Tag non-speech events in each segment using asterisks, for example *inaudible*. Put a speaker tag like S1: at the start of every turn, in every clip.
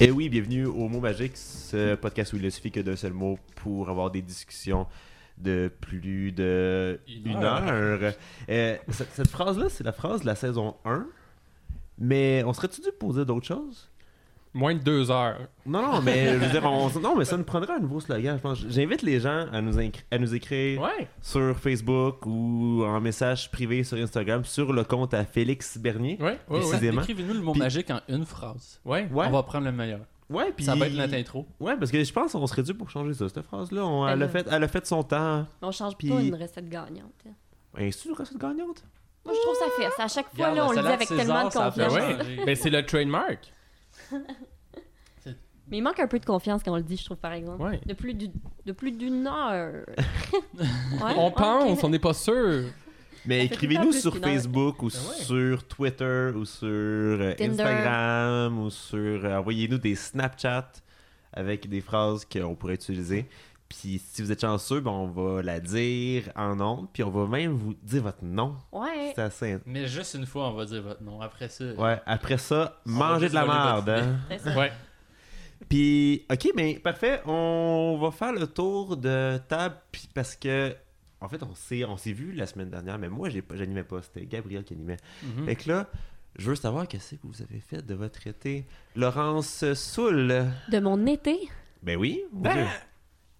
S1: Et oui, bienvenue au Mot Magique, ce podcast où il ne suffit que d'un seul mot pour avoir des discussions de plus de
S2: Une
S1: une
S2: heure.
S1: heure. Euh, cette cette phrase-là, c'est la phrase de la saison 1, mais on serait-tu dû poser d'autres choses?
S2: Moins de deux heures.
S1: Non, non, mais je veux dire, on- non, mais ça nous prendrait un nouveau slogan, je pense. J'invite les gens à nous, incri- à nous écrire
S2: Ouais.
S1: sur Facebook ou en message privé sur Instagram sur le compte à Félix Bernier.
S2: Ouais, ouais, ouais.
S1: Décidément.
S3: Écrivez-nous le mot
S1: Puis-
S3: magique en une phrase.
S2: Ouais.
S1: Ouais.
S3: On va prendre le meilleur.
S1: Ouais, puis
S3: Ça va être notre intro.
S1: Ouais, parce que je pense qu'on serait dû pour changer ça, cette phrase-là. On-
S4: Ben
S1: Elle, a
S4: là.
S1: fait, elle a fait son temps.
S4: On change
S1: Puis-
S4: pas une recette gagnante. hein.
S1: Ben, c'est une recette gagnante.
S4: Moi, je trouve ça fait. À chaque fois,
S3: Regarde,
S4: là, on le
S3: la
S4: dit
S3: salade
S4: avec
S3: César,
S4: tellement de
S3: ça a fait-
S4: confiance.
S2: Ben
S3: Ouais.
S2: ouais. Ben c'est le trademark.
S4: Mais il manque un peu de confiance quand on le dit, je trouve, par exemple.
S2: Ouais.
S4: De plus du- de plus d'une
S3: *laughs*
S4: heure. Ouais,
S2: On
S4: ouais,
S2: pense,
S4: ok.
S2: on n'est pas
S1: Mais
S2: sûr.
S4: Ça fait tout
S1: écrivez-nous
S4: le temps
S1: sur
S4: plus qu'une heure.
S1: Facebook ou
S2: Ben ouais.
S1: sur Twitter ou sur euh,
S4: Tinder.
S1: Instagram ou sur. euh, Envoyez-nous des Snapchat avec des phrases qu'on pourrait utiliser. Puis si vous êtes chanceux, ben, on va la dire en ondes. Puis on va même vous dire votre nom.
S4: Ouais.
S1: C'est assez. int-
S3: Mais juste une fois, on va dire votre nom. Après ça,
S1: Ouais, après ça,
S3: On va
S1: mangez de
S3: juste
S1: la
S3: voler votre
S1: merde. hein.
S4: C'est ça.
S2: Ouais.
S1: Puis, ok, mais parfait. On va faire le tour de table puis parce que, en fait, on s'est, on s'est vu la semaine dernière, mais moi, j'ai pas- j'animais pas. C'était Gabriel qui animait.
S3: Mhm.
S1: Fait que là, je veux savoir qu'est-ce que vous avez fait de votre été. Laurence Soul.
S4: De mon été.
S1: Ben oui. mon Dieu.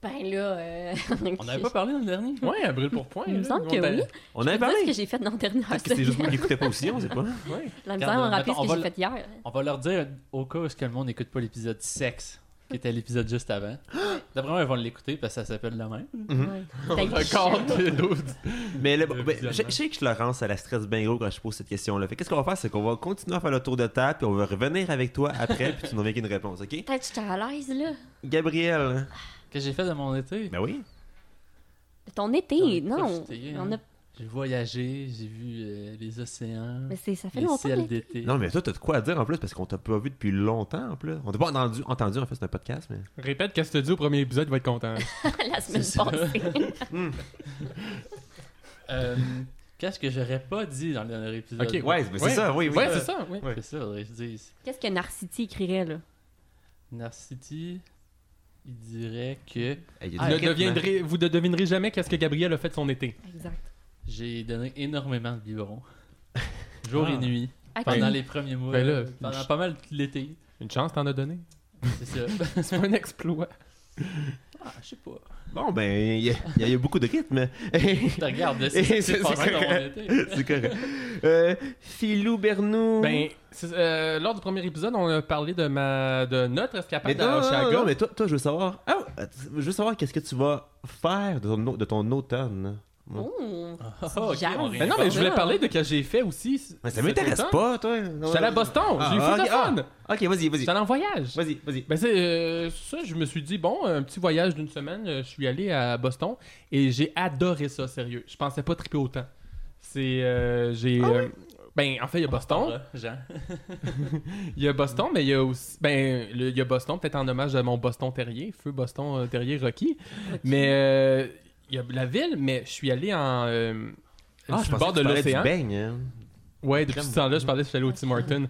S4: Ben là. euh, *laughs*
S3: on n'avait pas parlé dans le dernier.
S2: Ouais, à brûle pour point.
S4: Il me
S2: là,
S4: semble
S2: on
S4: que
S2: t'a-
S4: oui.
S1: on avait
S4: Qu'est-ce
S1: parlé.
S4: que j'ai fait dans la dernière
S1: Peut-être que c'est juste moi
S4: semaine?
S1: qui écoutais pas aussi, on sait pas.
S2: Ouais.
S4: La misère
S3: Regarde,
S4: me rappelle ce
S3: on
S4: que
S3: va
S4: j'ai
S3: le-
S4: fait hier.
S3: On va leur dire au cas où est-ce que le monde n'écoute pas l'épisode sexe, qui était l'épisode
S1: *gasps*
S3: juste avant. D'après moi, ils vont l'écouter parce que ça s'appelle la même.
S1: Mhm.
S4: Ouais.
S2: On a
S4: T'as eu
S2: encore
S4: chiant.
S2: de l'audi-
S1: Mais là,
S2: Le
S1: ben, je,
S2: visionnement.
S1: je sais que Laurence, elle la stress bien gros quand je pose cette question-là. Fait que qu'est-ce qu'on va faire, c'est qu'on va continuer à faire le tour de table puis on va revenir avec toi après puis tu nous reviens avec une réponse, ok?
S4: Peut-être que j'étais à l'aise, là.
S1: Gabriel.
S3: Que j'ai fait de mon été.
S1: Ben oui.
S4: De ton
S3: J'en ai
S4: été, non.
S3: profité, hein.
S4: On a-
S3: J'ai voyagé, j'ai vu euh, les océans,
S4: Mais c'est- ça fait
S3: les
S4: longtemps. hein,
S3: ciels
S4: l'été.
S3: d'été.
S1: Non, mais toi, t'as de quoi à dire en plus parce qu'on t'a pas vu depuis longtemps en plus. On t'a pas entendu, entendu en fait, c'est un podcast, mais.
S2: Répète qu'est-ce que tu dit au premier épisode, il va être content.
S4: *laughs* La semaine
S3: C'est ça. *laughs*
S4: passée.
S3: Euh, Qu'est-ce que j'aurais pas dit dans le dernier épisode?
S2: Ok,
S1: Ouais, c'est
S2: Ouais.
S1: ça, oui, oui.
S2: Ouais, c'est ça, *laughs* oui.
S1: Ouais.
S3: C'est ça, faudrait que je dise.
S4: Qu'est-ce que Narcity écrirait, là?
S3: Narcity, il dirait que
S1: Hey, y a
S2: Vous
S1: du
S3: Ah,
S2: ne
S1: rythme, hein.
S2: deviendrez- vous ne devinerez jamais qu'est-ce que Gabriel a fait de son été.
S4: Exact.
S3: j'ai donné énormément de
S1: *laughs*
S3: biberons. Jour
S2: Ah.
S3: et nuit.
S4: Ok.
S3: Pendant
S2: Ben,
S3: les premiers mois. euh,
S2: ben là,
S3: pendant
S2: je-
S3: pas mal tout l'été.
S2: Une chance, t'en as donné.
S3: C'est ça.
S2: *laughs* C'est pas un exploit.
S3: ah, je sais pas.
S1: Bon, ben, il y, a- y a- y a beaucoup de rythme.
S3: Je te regarde, là,
S1: Et
S3: c'est ce
S1: c'est-
S3: qui s'est passé
S1: c'est
S3: dans mon
S1: correct.
S3: été.
S1: *laughs* c'est correct. Euh, Philou Bernou.
S2: Ben, c'est- euh, lors du premier épisode, on a parlé de ma de notre
S1: mais
S2: escapade
S1: non,
S2: à
S1: non, non,
S2: Oshaga.
S1: non, mais toi, toi, je veux savoir. Ah, je veux savoir qu'est-ce que tu vas faire de ton, au- de ton automne.
S4: Oh!
S3: Ah, ok, on
S2: Mais
S4: Mais
S2: Ben non,
S3: réinvente.
S2: mais je voulais
S4: Ah.
S2: parler de ce que j'ai fait aussi.
S1: Mais ça
S2: cet
S1: m'intéresse
S2: automne.
S1: pas, toi.
S2: J'étais allé à Boston,
S1: Ah,
S2: j'ai eu
S1: ok,
S2: fou de fun.
S1: Ok, vas-y, vas-y.
S2: J'étais allé en voyage.
S1: Vas-y, vas-y.
S2: Ben c'est euh, ça, je me suis dit bon, un petit voyage d'une semaine, euh, je suis allé à Boston et j'ai adoré ça sérieux. Je pensais pas triper autant. C'est euh, j'ai
S1: Ah
S2: euh, ben en fait il y a Boston,
S3: Voilà, Jean.
S2: il y a Boston mais il y a aussi ben le- il y a Boston peut-être en hommage à mon Boston Terrier, feu Boston euh, Terrier Rocky. Mais euh, il y a la ville mais je suis allé en euh,
S1: Ah,
S2: sur
S1: je
S2: le bord
S1: pensais que
S2: de
S1: tu parlais du
S2: l'océan.
S1: beigne. hein.
S2: Ouais, depuis
S1: Crème.
S2: ce temps-là, je parlais, je suis allé au Tim Hortons.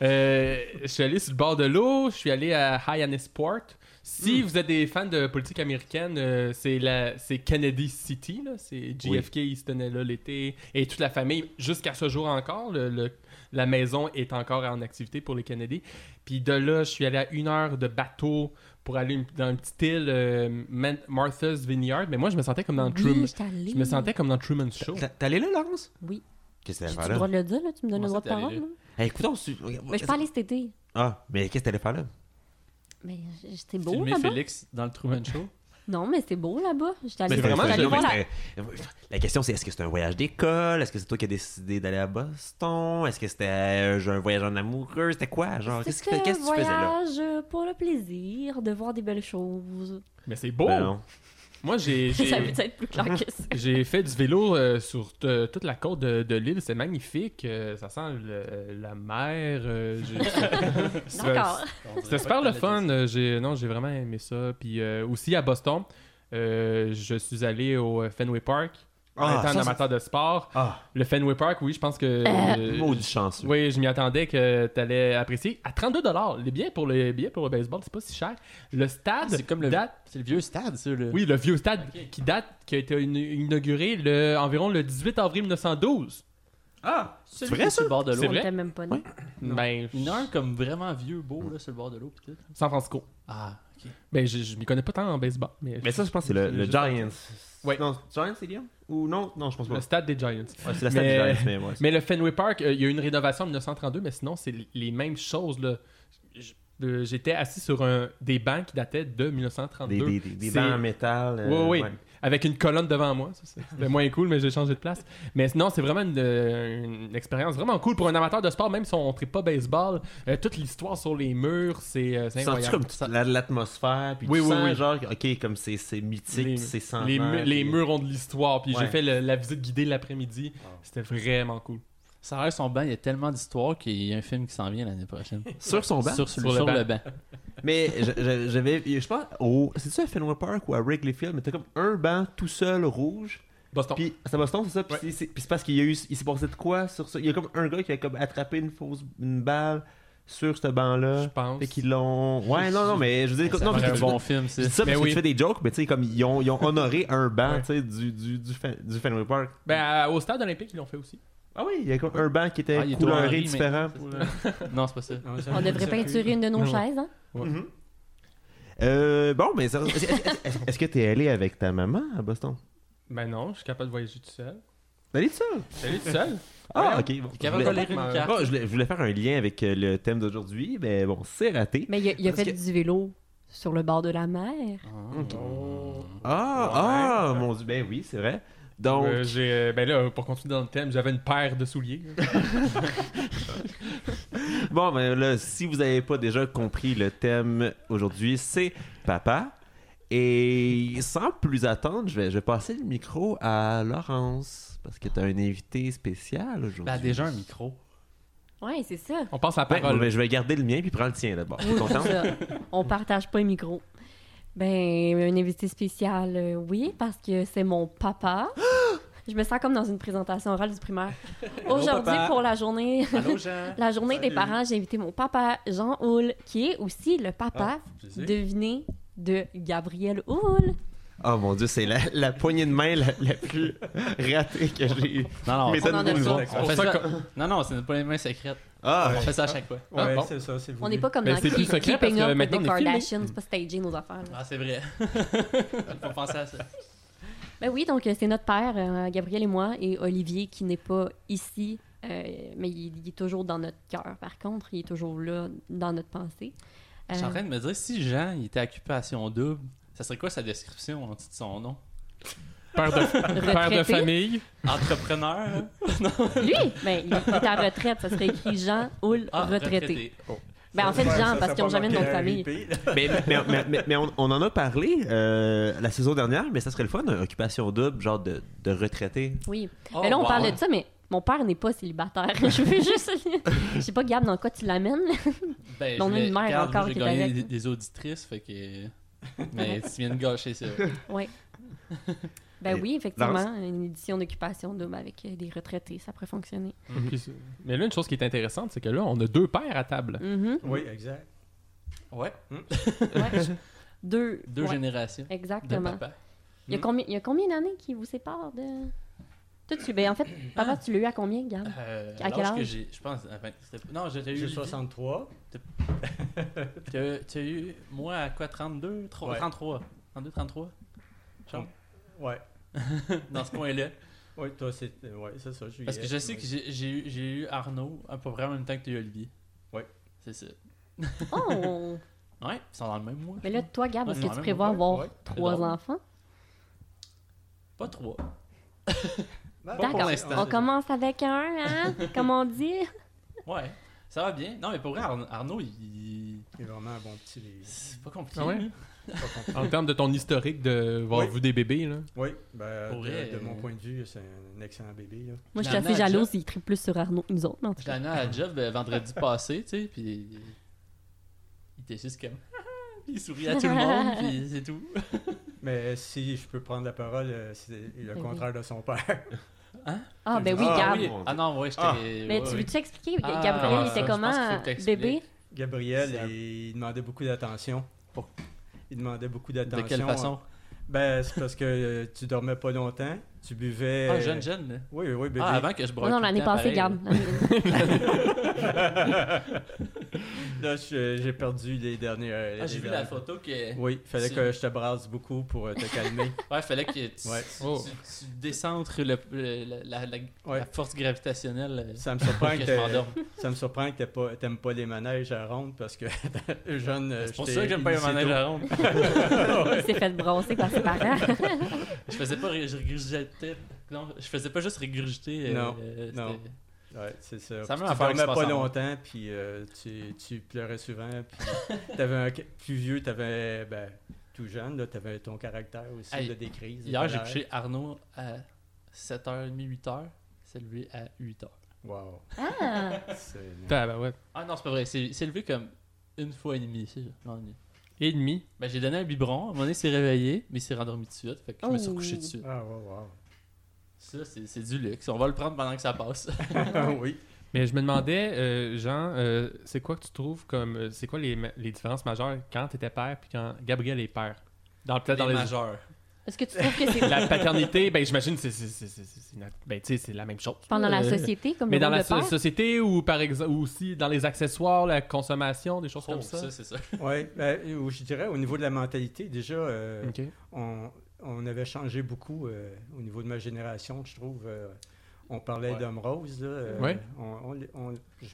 S2: Euh, je suis allé sur le bord de l'eau, je suis allé à Hyannisport.
S1: Hmm.
S2: Si vous êtes des fans de politique américaine, euh, c'est la, c'est Kennedy City, là. C'est JFK, il se tenait là l'été. Et toute la famille, jusqu'à ce jour encore, le- le- la maison est encore en activité pour les Kennedy. Puis de là, je suis allé à une heure de bateau pour aller une- dans une petite île, euh, Man- Martha's Vineyard. Mais moi, je me sentais comme dans Truman.
S4: Oui, j'étais allée.
S2: Je me sentais comme dans Truman Show.
S1: T'as- T'es allé là, Laurence?
S4: Oui.
S1: Qu'est-ce que
S4: J'ai-tu
S1: t'allais faire
S4: le
S1: là? Eh,
S4: droit de le dire, là? Tu me donnes le droit
S3: Moi,
S4: de
S3: c'était
S4: parole,
S3: allé,
S4: là?
S1: Hey, écoutons, tu-
S4: Mais je parlais cet été.
S1: Ah, mais qu'est-ce que t'allais faire là?
S4: Mais j'étais beau
S3: Filmer
S4: là-bas.
S3: Félix dans le Truman Show.
S4: Non, mais c'était beau là-bas. J'étais allée
S1: Mais
S2: Ah, c'est vraiment-
S4: j'étais allée
S1: non, mais
S4: voir la-
S1: c'était- La question, c'est est-ce que c'est un voyage d'école? Est-ce que c'est toi qui as décidé d'aller à Boston? Est-ce que c'était euh, un voyage en amoureux? C'était quoi? Genre, qu'est-ce que
S4: C'était
S1: qu'est-ce que tu faisais là?
S4: voyage pour le plaisir de voir des belles *laughs* choses.
S2: Mais c'est beau!
S1: Ben non.
S2: Moi, j'ai. j'ai-
S4: *laughs* Ça veut être plus clair que *laughs* ça.
S2: J'ai fait du vélo euh, sur t- toute la côte de, de l'île, c'est magnifique, euh, ça sent le- la mer. euh, j'ai- C'est-
S4: D'accord.
S2: C'était super le fun, euh, j'ai non, j'ai vraiment aimé ça. Puis euh, aussi à Boston, euh, je suis allé au euh, Fenway Park.
S1: Ah,
S2: étant
S1: ça,
S2: un
S1: c'est-
S2: amateur de sport.
S1: Ah,
S2: Le Fenway Park, oui, je pense que. euh,
S1: maudit chanceux.
S2: Oui, je m'y attendais que tu allais apprécier. À 32 les billets pour le billets pour le baseball, c'est pas si cher. Le stade
S1: Ah,
S3: c'est comme le,
S2: date
S3: c'est le vieux stade, ça. Le...
S2: Oui, le vieux stade
S3: Ok.
S2: qui date qui a été in- inauguré le environ le 18 avril 1912.
S3: Ah,
S1: C'est vrai,
S3: Sur le bord de l'eau.
S2: C'est
S4: On
S2: vrai?
S4: était même pas nés.
S3: Non.
S2: Ben,
S3: Une heure comme vraiment vieux, beau, là, sur le bord de l'eau, peut
S2: San Francisco.
S3: Ah, ok.
S2: Ben je, je m'y connais pas tant en baseball, mais,
S1: Mais ça, je pense que c'est le, le
S2: Juste-
S1: Giants.
S2: Ouais.
S1: Non, Giants, c'est Liam Ou non Non, je pense pas.
S2: le stade des Giants.
S1: Ouais, c'est la stade
S2: Mais-
S1: des Giants, mais ouais.
S2: Mais le Fenway Park, euh, il y a eu une rénovation en 1932, mais sinon, c'est l- les mêmes choses. là. J- euh, J'étais assis sur un, des bancs qui dataient de 1932.
S1: Des, des, des, des
S2: C'est-
S1: bancs en métal. euh,
S2: oui, oui.
S1: ouais.
S2: Avec une colonne devant moi. Ça, c'est- C'était moins cool, mais j'ai changé de place. Mais non, c'est vraiment une, euh, une expérience vraiment cool pour un amateur de sport, même si on ne pas baseball. Euh, toute l'histoire sur les murs, c'est euh, c'est
S1: Tu sens-tu
S2: incroyable.
S1: comme toute la- l'atmosphère, puis
S2: Oui,
S1: tu
S2: oui,
S1: sens
S2: oui.
S1: genre, ok, comme c'est c'est mythique,
S2: Les-
S1: c'est sans
S2: les, mu- les murs ont de l'histoire. Puis
S1: Ouais.
S2: j'ai fait le- la visite guidée l'après-midi. C'était vraiment cool.
S3: Ça a l'air son banc, il y a tellement d'histoires qu'il y a un film qui s'en vient l'année prochaine.
S1: Sur son banc.
S3: Sur,
S2: Sur
S3: sur
S2: le
S3: le, sur
S2: banc.
S3: le banc.
S1: Mais je- je- j'avais, je pense, au. C'est-tu à Fenway Park ou à Wrigley Field, mais t'as comme un banc tout seul rouge.
S2: Boston.
S1: Puis c'est à Boston, c'est ça. Puis
S2: Ouais.
S1: c'est- c'est puis c'est parce qu'il y a eu, il s'est passé de quoi sur ça. Il y a comme un gars qui a comme attrapé une fausse une balle sur ce
S2: je
S1: banc-là.
S2: pense.
S1: Fait qu'ils l'ont. Ouais, non, non, mais je veux dire,
S3: Ça
S1: non,
S3: ferait
S1: mais
S3: un
S1: tu-
S3: bon film, ça.
S1: *laughs* Je dis ça
S2: Mais
S1: parce que
S2: oui.
S1: tu fais des jokes, mais tu sais, comme ils ont, ils ont honoré un banc,
S2: Ouais.
S1: tu sais, du, du, du, Fen- du Fenway Park.
S2: Ben, à- au stade olympique, ils l'ont fait aussi.
S1: Ah oui, il y a comme un banc qui était
S3: Ah, il est honoré,
S1: coloré
S3: mais-
S1: différent. pour-
S3: Non, c'est pas Ah ça.
S4: On devrait peinturer une de nos
S2: Non.
S4: chaises, hein?
S1: Mhm. Euh, bon, mais ça- est-ce est-ce- est-ce que t'es allé avec ta maman à Boston?
S2: Ben non, je suis capable de voyager tout seul.
S1: T'es allé tout seul?
S2: Salut tout seul.
S1: Ah, ok. bon.
S3: T'es capable de
S1: Je voulais-
S3: lire une carte.
S1: Bon, je, voulais, je voulais faire un lien avec euh, le thème d'aujourd'hui, mais bon, c'est raté.
S4: Mais il a, il a
S1: Parce
S4: fait
S1: que-
S4: du vélo sur le bord de la mer.
S3: Oh.
S2: Euh, Oh.
S1: Ah, ah, mon dieu, ben oui, c'est vrai. Donc,
S2: Euh, j'ai, euh, ben là, pour continuer dans le thème, j'avais une paire de souliers.
S1: Bon, ben là, si vous n'avez pas déjà compris le thème aujourd'hui, c'est papa. Et sans plus attendre, je vais, je vais passer le micro à Laurence. Parce que t'as un invité spécial aujourd'hui.
S3: Ben, déjà un micro.
S4: Ouais, c'est ça.
S2: On passe à la
S1: Ouais,
S2: parole.
S1: ben, je vais garder le mien puis prends le tien d'abord. T'es
S4: Oui, *laughs*
S1: contente?
S4: c'est ça. On partage pas les micros. Ben, un invité spécial, euh, oui, parce que c'est mon papa. Je me sens comme dans une présentation orale du primaire. Aujourd'hui,
S5: papa.
S4: pour la journée, *laughs* la journée des
S5: Salut.
S4: parents, j'ai invité mon papa, Jean Houle, qui est aussi le papa, deviné, de Gabriel Houle.
S1: Oh mon dieu, c'est la, la poignée de main la, la plus ratée que j'ai.
S3: Non, non,
S1: Mais
S3: on-
S1: ça
S4: en a
S1: nous
S4: besoin.
S1: va.
S2: C'est
S3: on
S2: pour
S3: fait
S2: ça
S3: ça.
S2: qu'on-
S3: Non, non, c'est pas les mains secrètes.
S1: Ah,
S3: On fait ça à chaque fois.
S5: Ouais,
S2: Ah, bon.
S5: c'est ça, c'est
S4: On n'est pas comme
S2: Mais
S4: dans
S2: Ben, c'est plus
S4: Keep-
S2: secret parce
S4: Keeping
S2: que
S4: Up with
S2: maintenant, on
S4: the
S2: est filmé.
S4: Kardashians, c'est pas stagé nos affaires. là.
S3: Ah, c'est vrai. *laughs* Il faut penser à ça.
S4: Euh. Ben oui, donc euh, c'est notre père, euh, Gabriel et moi, et Olivier qui n'est pas ici, euh, mais il, il est toujours dans notre cœur par contre, il est toujours là dans notre pensée.
S3: Je suis en
S4: Euh,
S3: train de me dire, si Jean il était à occupation double, ça serait quoi sa description en titre de son nom
S2: Père de, père de
S4: Retraité.
S2: famille.
S4: *laughs*
S3: Entrepreneur
S4: lui, ben, il est à retraite, ça serait écrit Jean Houle
S3: Ah,
S4: retraité. Ben en fait Jean, parce qu'ils ont jamais de nom de famille.
S1: mais, mais- mais- mais- mais on, on en a parlé euh, la saison dernière, mais ça serait le fun, une occupation double, genre de, de retraité.
S4: Oui.
S3: Oh,
S4: mais là on
S3: wow.
S4: parle de ça, mais mon père n'est pas célibataire. *laughs* Je veux
S3: *laughs*
S4: juste, je sais pas Gab dans quoi tu l'amènes. là.
S3: Ben,
S4: On
S3: je
S4: a une
S3: l'ai-
S4: mère
S3: regarde,
S4: encore
S3: J'ai
S4: qui est
S3: gagné
S4: avec.
S3: des, des auditrices, fait que. *laughs* Mais tu viens de
S4: *laughs*
S3: gâcher ça.
S4: Ouais. Ben
S1: Et
S4: oui, effectivement, une édition d'occupation double avec euh, des retraités, ça pourrait fonctionner.
S2: Puis c'est- Mais là, une chose qui est intéressante, c'est que là, on a deux pères à table.
S4: Mhm.
S5: Oui, exact.
S3: Ouais,
S4: Ouais.
S3: *laughs*
S4: Deux.
S3: deux
S4: ouais,
S3: générations de
S4: Exactement.
S3: papa.
S4: Il y a combien, il y a combien d'années qui vous séparent de. Toi, tu. Ben, en
S3: *coughs*
S4: fait, papa, tu l'as eu à combien, Gab
S3: Euh,
S4: À quel
S3: l'âge que
S4: âge?
S3: j'ai, je pense, à vingt- c'était- non, j'ai eu
S5: J'ai 63.
S3: *laughs* Tu as eu, moi, à quoi, 32, Tro-
S5: Ouais.
S3: 33, 32, 33, Charles?
S5: Ouais.
S3: *laughs* dans ce coin-là.
S5: Oui, toi, c'est ouais, c'est ça.
S3: Parce que je sais que j'ai j'ai eu, j'ai eu Arnaud à peu près en même temps que tu as eu Olivier.
S5: Ouais.
S3: C'est ça.
S4: Oh
S3: Ouais, ils sont dans le même mois.
S4: Mais là, toi, Gab,
S3: Ouais,
S4: est-ce que
S3: c'est quand
S4: tu
S3: même
S4: prévois
S5: ouais,
S4: avoir
S5: ouais,
S4: trois
S3: drôle.
S4: enfants
S3: Pas trois. pour
S4: D'accord.
S3: l'instant,
S4: On
S3: déjà.
S4: commence avec un,
S3: *laughs*
S4: hein Comme on dit.
S3: Ouais, ça va bien. Non, mais pour vrai, Arn- Arnaud, il.
S5: C'est vraiment un bon
S3: *laughs*
S5: petit. les-
S3: C'est pas compliqué.
S2: Ah ouais?
S3: lui.
S5: pas compliqué.
S2: En termes de ton historique de voir
S5: Oui.
S2: vu des bébés, là.
S5: Oui, ben,
S3: Pour
S5: de,
S3: vrai,
S5: de
S3: euh,
S5: mon point de vue, c'est un excellent bébé. Là.
S4: Moi, je suis
S3: J'en ai
S4: assez
S3: à
S4: jalouse, il tripe plus sur Arnaud que nous autres, mais en tout
S3: Je
S4: cas.
S3: l'ai amené à la job euh, vendredi passé, tu sais, puis. *laughs* Il était juste comme. Puis il souriait à tout le monde, puis c'est tout.
S5: Mais euh, si je peux prendre la parole, euh, c'est le
S4: oui.
S5: contraire de son père. *laughs*
S4: Ah, ben oui,
S1: Ah,
S4: Gab.
S1: oui.
S3: Ah non, ouais, je t'ai.
S1: Ah.
S4: Mais
S3: ouais,
S4: tu
S3: ouais.
S4: veux-tu expliquer?
S3: Ah,
S4: Gabriel,
S5: ouais,
S4: il était
S5: ça,
S3: pense qu'il
S5: je
S4: comment?
S3: faut que t'expliques.
S4: Bébé?
S5: Gabriel,
S3: C'est un-
S5: il demandait beaucoup d'attention.
S3: Pour-
S5: Il demandait beaucoup
S3: De
S5: d'attention.
S3: quelle façon
S5: Ben, c'est parce que euh, tu dormais pas longtemps, tu buvais.
S3: Ah, jeune, jeune. là.
S5: Oui, oui, bébé.
S3: Ah, avant que je broie.
S4: Non, non,
S3: tout le
S4: l'année
S3: temps,
S4: passée,
S3: pareil. hein.
S4: Gab.
S5: *laughs* *laughs* Là, je- j'ai perdu les derniers. euh,
S3: Ah, j'ai
S5: les
S3: vu la
S5: derniers.
S3: photo que. Ouais,
S5: Oui, fallait
S3: C'est-
S5: que je te brasse beaucoup pour euh, te
S3: *laughs*
S5: calmer.
S3: fallait que tu,
S5: Ouais.
S3: tu-
S2: Oh.
S3: tu- tu descentres le, le- la, la- la- la force gravitationnelle. euh,
S5: Ça me surprend
S3: Pour
S5: que,
S3: que je m'endorme.
S5: t'aies- ça me surprend que t'aies pas- t'aimes pas les manèges à ronde parce que *laughs* jeune. euh,
S3: C'est pour
S5: j'étais
S3: ça que j'aime pas les
S5: initié
S3: manèges
S5: tôt.
S3: à ronde.
S4: *laughs* Il s'est fait brosser par ses
S3: *laughs*
S4: parents.
S3: Je faisais pas ré- je régurgitais. Non, je faisais pas juste régurgiter. euh,
S5: Non,
S3: euh,
S5: non.
S3: c'était-
S5: Ouais, c'est ça.
S3: Ça
S5: Puis
S3: m'a
S5: tu
S3: affaire qui se
S5: dormais
S3: passe
S5: pas
S3: en moi.
S5: longtemps, puis euh, tu, tu pleurais souvent,
S3: *laughs*
S5: puis t'avais un ca- plus vieux, t'avais ben tout jeune, là, t'avais ton caractère aussi
S3: Hey,
S5: de des crises. des
S3: Hier, j'ai
S5: colères.
S3: couché Arnaud à 7h30, 8h. C'est levé à 8h.
S5: Wow.
S4: Ah!
S3: *laughs*
S5: c'est-
S2: Tabarouette.
S3: Ah non, c'est pas vrai. C'est c'est levé comme une fois et demie. c'est- non, non.
S2: Et demi.
S3: Ben, j'ai donné un biberon. À un moment donné, il s'est réveillé, mais il s'est rendormi tout de suite. Fait que je me suis
S4: Oh.
S3: recouché tout de suite.
S5: Ah wow, wow.
S3: Ça, c'est c'est du luxe. On va le prendre pendant que ça passe.
S5: Ah oui.
S2: Mais je me demandais, euh, Jean, euh, c'est quoi que tu trouves comme. euh, C'est quoi les, ma- les différences majeures quand tu étais père puis quand Gabriel est père dans, Peut-être dans les.
S3: majeurs.
S4: Est-ce que tu trouves que
S2: *laughs*
S4: c'est
S2: La paternité, ben j'imagine c'est c'est- c'est- c'est- c'est une- ben, tu sais, c'est la même chose.
S4: pendant la
S2: Euh,
S4: société, comme
S2: Mais
S4: le
S2: dans
S4: rôle
S2: la
S4: de
S2: so-
S4: père?
S2: société ou par exemple ou aussi dans les accessoires, la consommation, des choses
S3: Comme
S2: comme
S3: Oh, ça, c'est ça.
S5: Oui, ben, je dirais au niveau de la mentalité, déjà, euh,
S2: Ok.
S5: on, on avait changé beaucoup euh, au niveau de ma génération, je trouve. euh, on parlait
S3: Ouais.
S5: d'hommes roses. là, euh,
S2: Ouais.
S5: On, on- on- je-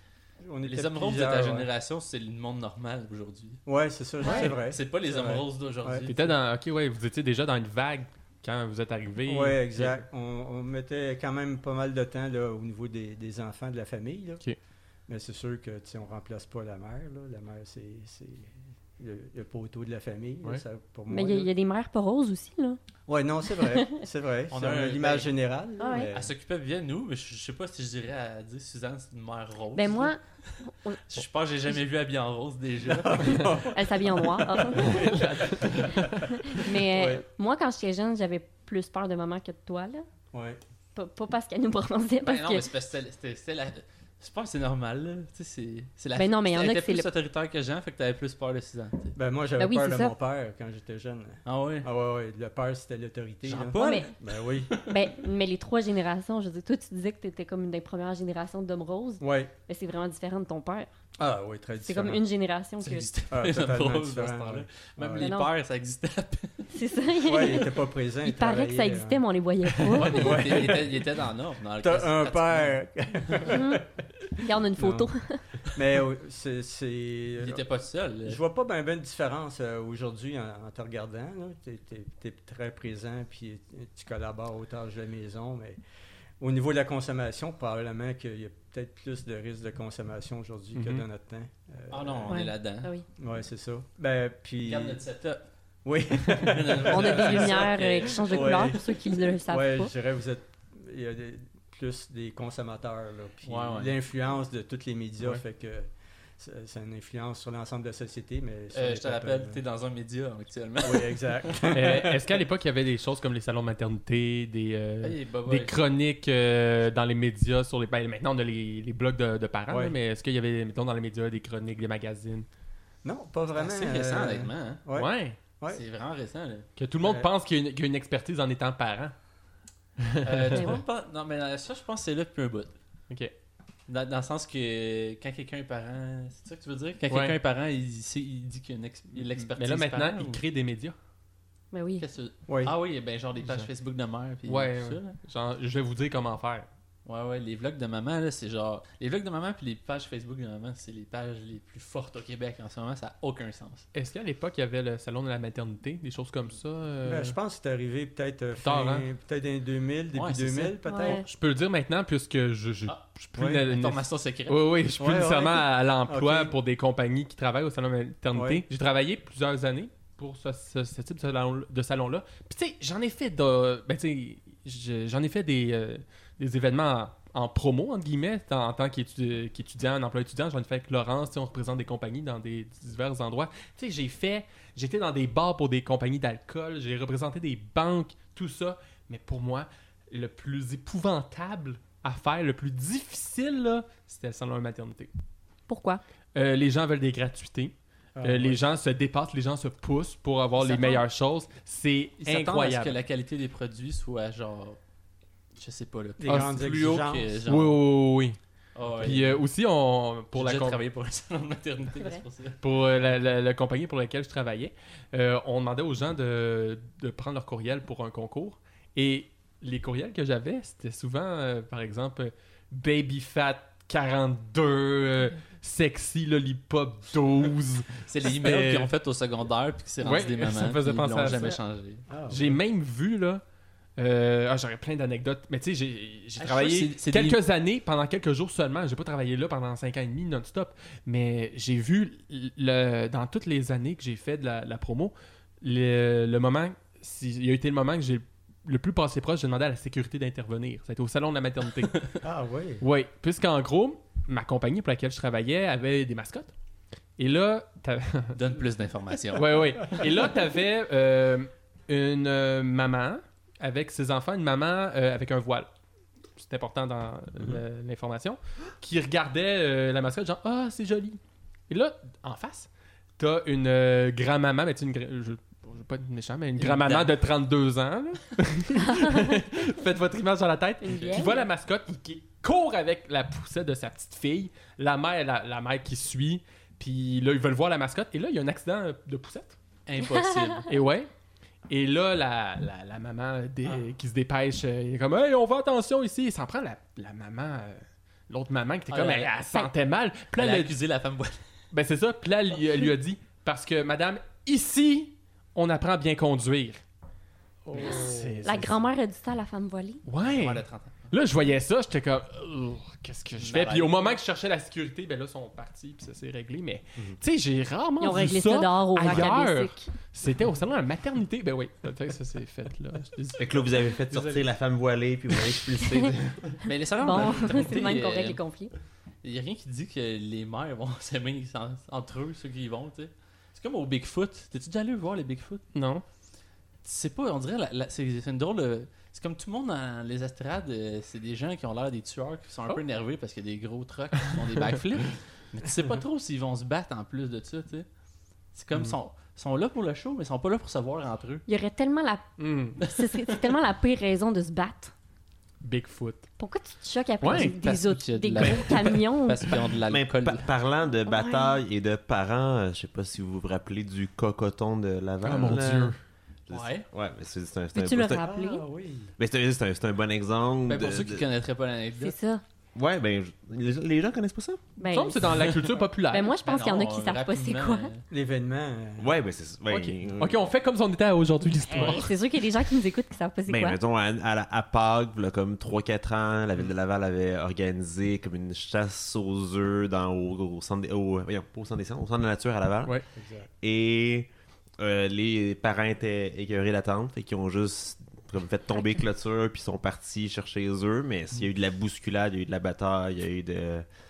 S5: on était
S3: Les hommes roses de
S5: plusieurs,
S3: ta
S5: ouais.
S3: génération, c'est le monde normal aujourd'hui.
S5: Ouais, c'est ça, c'est vrai.
S3: C'est pas les
S5: C'est
S3: hommes
S5: vrai.
S3: roses d'aujourd'hui.
S2: T'étais dans. Ok, ouais, vous étiez déjà dans une vague quand vous êtes arrivé.
S5: Oui, exact. On, on mettait quand même pas mal de temps là, au niveau des, des enfants de la famille. là.
S2: OK.
S5: Mais c'est sûr que tu sais, on remplace pas la mère. là. La mère, c'est c'est le, le poteau de la famille. là,
S2: Ouais.
S5: ça, pour
S4: Mais il
S5: moi,
S4: y a-
S5: là.
S4: il y, a des mères pas roses aussi, là.
S5: Ouais, non, c'est vrai. C'est vrai.
S3: *laughs* On
S5: C'est
S3: a
S5: un-
S3: un-
S5: l'image
S3: ben-
S5: générale. là,
S4: Ah ouais.
S5: mais-
S3: Elle s'occupait bien de nous, mais je, je sais pas si je dirais à dire Suzanne, c'est une mère rose.
S4: Ben moi,
S3: Je pense que j'ai jamais vu habillée en rose déjà.
S4: elle s'habille en
S3: *laughs*
S4: noir. Ah. Mais euh,
S5: Ouais.
S4: moi, quand j'étais jeune, j'avais plus peur de maman que de toi, là.
S5: Ouais.
S4: Pas, pas parce qu'elle nous bronzait, parce
S3: ben non,
S4: que...
S3: mais c'est parce que c'était- c'était c'était la. Je pense que c'est normal, là. Tu sais, c'est- c'est la.
S4: Ben non, mais il y en
S3: elle
S4: a
S3: était
S4: qui c'est
S3: plus
S4: le-
S3: autoritaire que Jean, fait que t'avais plus peur de Suzanne. tu sais.
S5: Ben moi, j'avais
S4: Ben oui,
S5: peur
S4: c'est
S5: de
S4: ça.
S5: mon père quand j'étais jeune.
S3: Ah ouais?
S5: Ah ouais, ouais. Le père, c'était l'autorité. là.
S3: Jean-Paul?
S4: Ouais,
S5: Ben oui.
S4: Ben, mais les trois générations, je veux dire, toi, tu disais que tu étais comme une des premières générations d'hommes roses,
S5: Ouais.
S4: mais c'est vraiment différent de ton père.
S5: Ah oui, très
S4: C'est
S5: différent.
S4: comme une génération
S3: Ça
S4: que.
S3: existait
S5: Ah,
S3: pas, les hommes
S5: totalement
S3: roses dans ce
S5: différent,
S3: temps-là.
S5: ouais. Ah,
S3: Même
S5: Ouais.
S3: les
S4: Non.
S3: pères, ça existait à peine.
S4: *laughs* C'est ça.
S5: Ouais, il était pas présent.
S4: il paraît que ça
S5: travaillait,
S4: existait,
S5: hein.
S4: mais on les voyait pas.
S3: Ouais, mais il, était, il était- il était dans l'ordre. dans le-
S5: T'as un
S3: pratiquement.
S5: père.
S4: Mhm. Regarde, on a une photo.
S5: Mais euh, c'est. c'est-
S3: Il était pas seul. là.
S5: Je vois pas bien ben de différence euh, aujourd'hui en, en te regardant. Tu es, très présent puis tu collabores aux tâches de la maison. Mais au niveau de la consommation, probablement qu'il y a peut-être plus de risques de consommation aujourd'hui
S2: Mhm.
S5: que dans notre temps. Euh,
S3: Mm-hmm. Ah non, on
S4: Ouais.
S3: est là-dedans.
S4: Ah oui.
S5: Ouais, c'est ça. Ben, puis.
S3: Regarde notre
S5: *laughs*
S3: setup.
S5: Oui,
S4: On a des
S3: C'est ça
S4: lumières
S3: que-
S4: euh, qui changent de
S5: Ouais.
S4: couleur pour ceux qui ne le savent
S5: ouais,
S4: pas.
S5: je dirais vous êtes. Il y a des- plus des consommateurs. là, puis
S3: Ouais, ouais.
S5: l'influence de tous les médias
S2: Ouais.
S5: fait que. ça- ça a une influence sur l'ensemble de la société, mais... sur
S3: Euh,
S5: les
S3: je te
S5: peuples,
S3: rappelle,
S5: euh,
S3: t'es dans un média actuellement.
S5: Oui, exact.
S2: *laughs*
S3: *laughs*
S2: Euh, Est-ce qu'à l'époque il y avait des choses comme les salons de maternité, des euh,
S3: Hey, Bob,
S2: des
S3: ouais. chroniques
S2: chroniques euh, dans les médias sur les ben, maintenant on a les, les blogs de, de parents
S5: Ouais.
S2: là, mais est-ce qu'il y avait mettons dans les médias des chroniques des magazines
S5: Non, pas vraiment.
S3: C'est récent,
S5: euh,
S3: honnêtement. hein.
S5: Ouais. Ouais.
S3: C'est vraiment récent. Là.
S2: que tout le monde
S5: Euh,
S2: pense qu'il y, a une- qu'il y a une expertise en étant parent
S3: Euh,
S5: *laughs*
S3: tout le
S4: Ouais.
S3: monde pense- Non, mais euh, ça, je pense que c'est là depuis un bout.
S2: ok
S3: Dans, dans le sens que quand quelqu'un est parent, c'est ça que tu veux dire? Quand
S2: Ouais.
S3: quelqu'un est parent, il, sait- il dit qu'il y a une ex- il y a l'expertise.
S2: mais là maintenant
S3: parent,
S2: ils
S3: ou-
S2: créent des médias
S4: Ben oui.
S3: Qu'est-ce que-
S5: Oui.
S3: Ah oui, ben genre des pages
S2: Genre.
S3: Facebook de mère. Puis
S2: Ouais,
S3: tout ça, là.
S2: genre je vais vous dire comment faire
S3: ouais, ouais. Les vlogs de maman, là, c'est genre. Les vlogs de maman puis les pages Facebook de maman, c'est les pages les plus fortes au Québec en ce moment. Ça n'a aucun sens.
S2: est-ce qu'à l'époque il y avait le salon de la maternité des choses comme ça euh?
S5: Ben, je pense que c'est arrivé peut-être euh,
S2: tard,
S5: fin-
S2: hein?
S5: peut-être dans les 2000, début
S3: Ouais, c'est
S5: 2000 peut-être.
S4: Ouais.
S2: Je peux le dire maintenant puisque je, je,
S3: Ah,
S2: je suis plus
S5: ouais,
S2: na- na-
S3: Information secrète.
S2: Oui, oui, je suis plus
S5: Ouais, ouais.
S2: nécessairement à l'emploi
S5: *laughs* Ok.
S2: pour des compagnies qui travaillent au salon de maternité.
S5: Ouais.
S2: J'ai travaillé plusieurs années pour ce, ce- ce type de salon- de salon-là. Puis tu sais, j'en ai fait de, ben, tu sais, je- j'en ai fait des, euh, des événements en, en promo, entre guillemets, en, en tant qu'étu- qu'étudiant, un emploi étudiant. J'en ai fait avec Laurence, tu sais, on représente des compagnies dans des divers endroits. Tu sais, j'ai fait, j'étais dans des bars pour des compagnies d'alcool, j'ai représenté des banques, tout ça. Mais pour moi, le plus épouvantable à faire, le plus difficile, là, c'était le salon de maternité.
S4: Pourquoi?
S2: Euh, les gens veulent des gratuités.
S5: Ah,
S2: Euh, Les
S5: ouais.
S2: gens se dépassent, les gens se poussent pour avoir les
S3: Ils s'attendent-
S2: meilleures choses. C'est
S3: Ils s'attendent à ce que
S2: incroyable.
S3: la qualité des produits soit genre. Je sais pas, là.
S5: Des
S2: Ah,
S5: grandes
S3: c'est plus haut
S5: exigences.
S3: que genre.
S2: Oui, oui, oui.
S3: Ah ouais.
S2: Puis euh, aussi, on, pour,
S3: J'ai
S2: la,
S3: déjà
S2: com-
S3: travaillé pour un salon de maternité,
S4: C'est vrai.
S3: c'est pour ça.
S2: pour euh, la, la- la compagnie pour laquelle je travaillais, euh, on demandait aux gens de, de prendre leur courriel pour un concours. Et les courriels que j'avais, c'était souvent, euh, par exemple, euh, Baby Fat 42, euh, Sexy Lollipop 12.
S3: C'est les
S2: Mais-
S3: emails qu'ils ont fait au secondaire puis qui s'est rendu
S2: Ouais,
S3: des mamans.
S2: ça me faisait
S3: puis ils
S2: penser
S3: l'ont
S2: à
S3: jamais
S2: ça.
S3: changé.
S5: Ah,
S2: J'ai même vu, là, euh, ah, j'aurais plein d'anecdotes, mais tu sais, j'ai- j'ai
S3: Ah, je
S2: travaillé
S3: crois que c'est- c'est
S2: quelques années, pendant quelques jours seulement. J'ai pas travaillé là pendant 5 ans et demi non-stop, mais j'ai vu l- le, dans toutes les années que j'ai fait de la, la promo, le, le moment, si- il y a été le moment que j'ai le plus passé proche, j'ai demandé à la sécurité d'intervenir. Ça a été au salon de la
S3: *laughs*
S2: maternité.
S5: Ah oui.
S2: Oui, puisqu'en gros, ma compagnie pour laquelle je travaillais avait des mascottes. Et là, t'avais-
S3: Donne plus d'informations.
S2: Ouais, ouais. Et là, t'avais euh, une euh, maman avec ses enfants, une maman euh, avec un voile. C'est important dans le- l'information. Qui regardait euh, la mascotte, genre, ah, c'est joli. Et là, en face, t'as une euh, grand-maman, mais tu sais, une. gra- Je... bon, je veux pas être méchant, mais une
S3: Une
S2: grand-maman
S3: dame.
S2: de 32 ans. là. *laughs* Faites votre image dans la tête.
S4: Une
S2: Qui
S4: vieille?
S2: voit la mascotte qui, qui court avec la poussette de sa petite fille, la mère, la, la mère qui suit, puis là, ils veulent voir la mascotte, et là, il y a un accident de poussette. *laughs*
S3: Impossible.
S2: Et ouais. Et là, la, la- la maman dé- qui se dépêche, euh, il est comme Hey, on va attention ici. Il s'en prend la, la maman, euh, l'autre maman qui était
S3: Ah,
S2: comme
S3: la-
S2: elle, elle sentait mal. Puis là,
S3: Elle a
S2: elle a-
S3: accusé la femme voilée.
S2: ben c'est ça. Puis là, elle, lui- elle lui a dit Parce que madame, ici, on apprend à bien conduire. C'est-
S4: La
S2: c'est-
S4: grand-mère a dit ça à la femme voilée.
S2: Ouais.
S3: Elle a 30 ans.
S2: Là, je voyais ça, j'étais comme, Ugh, qu'est-ce que je fais?
S3: Malade.
S2: Puis au moment que je cherchais la sécurité, ben là, ils sont partis, puis ça s'est réglé. Mais,
S1: Mhm.
S2: tu sais, j'ai rarement
S4: Ils ont
S2: vu
S4: réglé ça, dehors au
S2: ailleurs.
S4: Racabessic.
S2: C'était au salon de la maternité. Ben oui, peut-être que ça s'est fait, là. Je te dis-
S1: Fait que là, vous avez fait sortir la femme voilée, puis vous l'avez expulsée.
S3: Mais les salons
S4: Bon,
S3: de
S4: *laughs* c'est
S3: maternité,
S4: le même qu'on
S3: Ah, euh,
S4: règle les conflits.
S3: Il n'y a rien qui dit que les mères vont *laughs* s'aimer en- entre eux, ceux qui y vont, tu sais. C'est comme au Bigfoot. T'es-tu déjà allé voir les Bigfoot?
S2: Non.
S3: Tu sais pas, on dirait, la- la- c'est c'est une drôle de- C'est comme tout le monde dans les estrades, euh, c'est des gens qui ont l'air des tueurs, qui sont un
S2: Oh.
S3: peu énervés parce qu'il y a des gros trucks qui font des *laughs* backflips. mais tu sais pas trop s'ils vont se battre en plus de ça, tu sais. C'est comme, ils sont, sont là pour le show, mais ils sont pas là pour se voir entre eux.
S4: Il y aurait tellement la...
S2: Hmm.
S4: ce serait- C'est tellement la pire raison de se battre.
S2: Bigfoot.
S4: Pourquoi tu te choques après
S2: Ouais,
S4: des-
S3: parce
S4: des, autres-
S3: qu'il y a de
S4: des
S3: la-
S4: gros camions?
S3: Parce qu'ils ont de
S1: Mais
S3: l'alcool.
S1: pa- parlant de bataille et de parents, euh, je sais pas si vous vous rappelez du cocoton de Laval.
S2: Ah, mon
S1: là.
S2: Dieu.
S1: Je-
S3: Ouais.
S1: Ouais, mais c'est c'est un, c'est un,
S4: Peux-tu
S1: c'est
S4: le
S1: un-
S4: rappeler?
S5: Ah oui.
S1: mais c'est un- c'est un- c'est un bon exemple.
S3: Ben, pour
S1: de-
S3: ceux qui
S1: de-
S3: connaîtraient pas
S4: C'est
S3: l'anecdote,
S4: ça.
S1: Ouais, ben, je- les, les gens connaissent pas ça?
S2: Il me
S4: Ben,
S2: semble que c'est dans la culture populaire.
S4: ben, moi, je pense
S3: ben
S4: qu'il y en a
S3: non,
S4: qui
S3: euh,
S4: savent pas c'est quoi.
S3: rapidement, euh,
S5: L'événement. euh,
S1: Ouais, ben, c'est. ben,
S2: Ok.
S1: euh,
S2: Ok, on fait comme si on était à aujourd'hui l'histoire.
S4: Hey, *laughs* c'est sûr qu'il y a des gens qui nous écoutent qui savent pas c'est
S1: Ben,
S4: quoi.
S1: mettons, à, à, la- à Pâques, voilà, comme 3-4 ans, la ville de Laval avait organisé comme une chasse aux œufs dans, au, au centre des, au, voyons, pas au centre des centres, au centre de la nature à Laval.
S2: Ouais.
S5: exact.
S1: Et euh, les parents étaient écœurés d'attente, et qui ont juste comme, fait tomber clôture, puis sont partis chercher les œufs. Mais s'il y a eu de la bousculade, il y a eu de la bataille, il y a eu de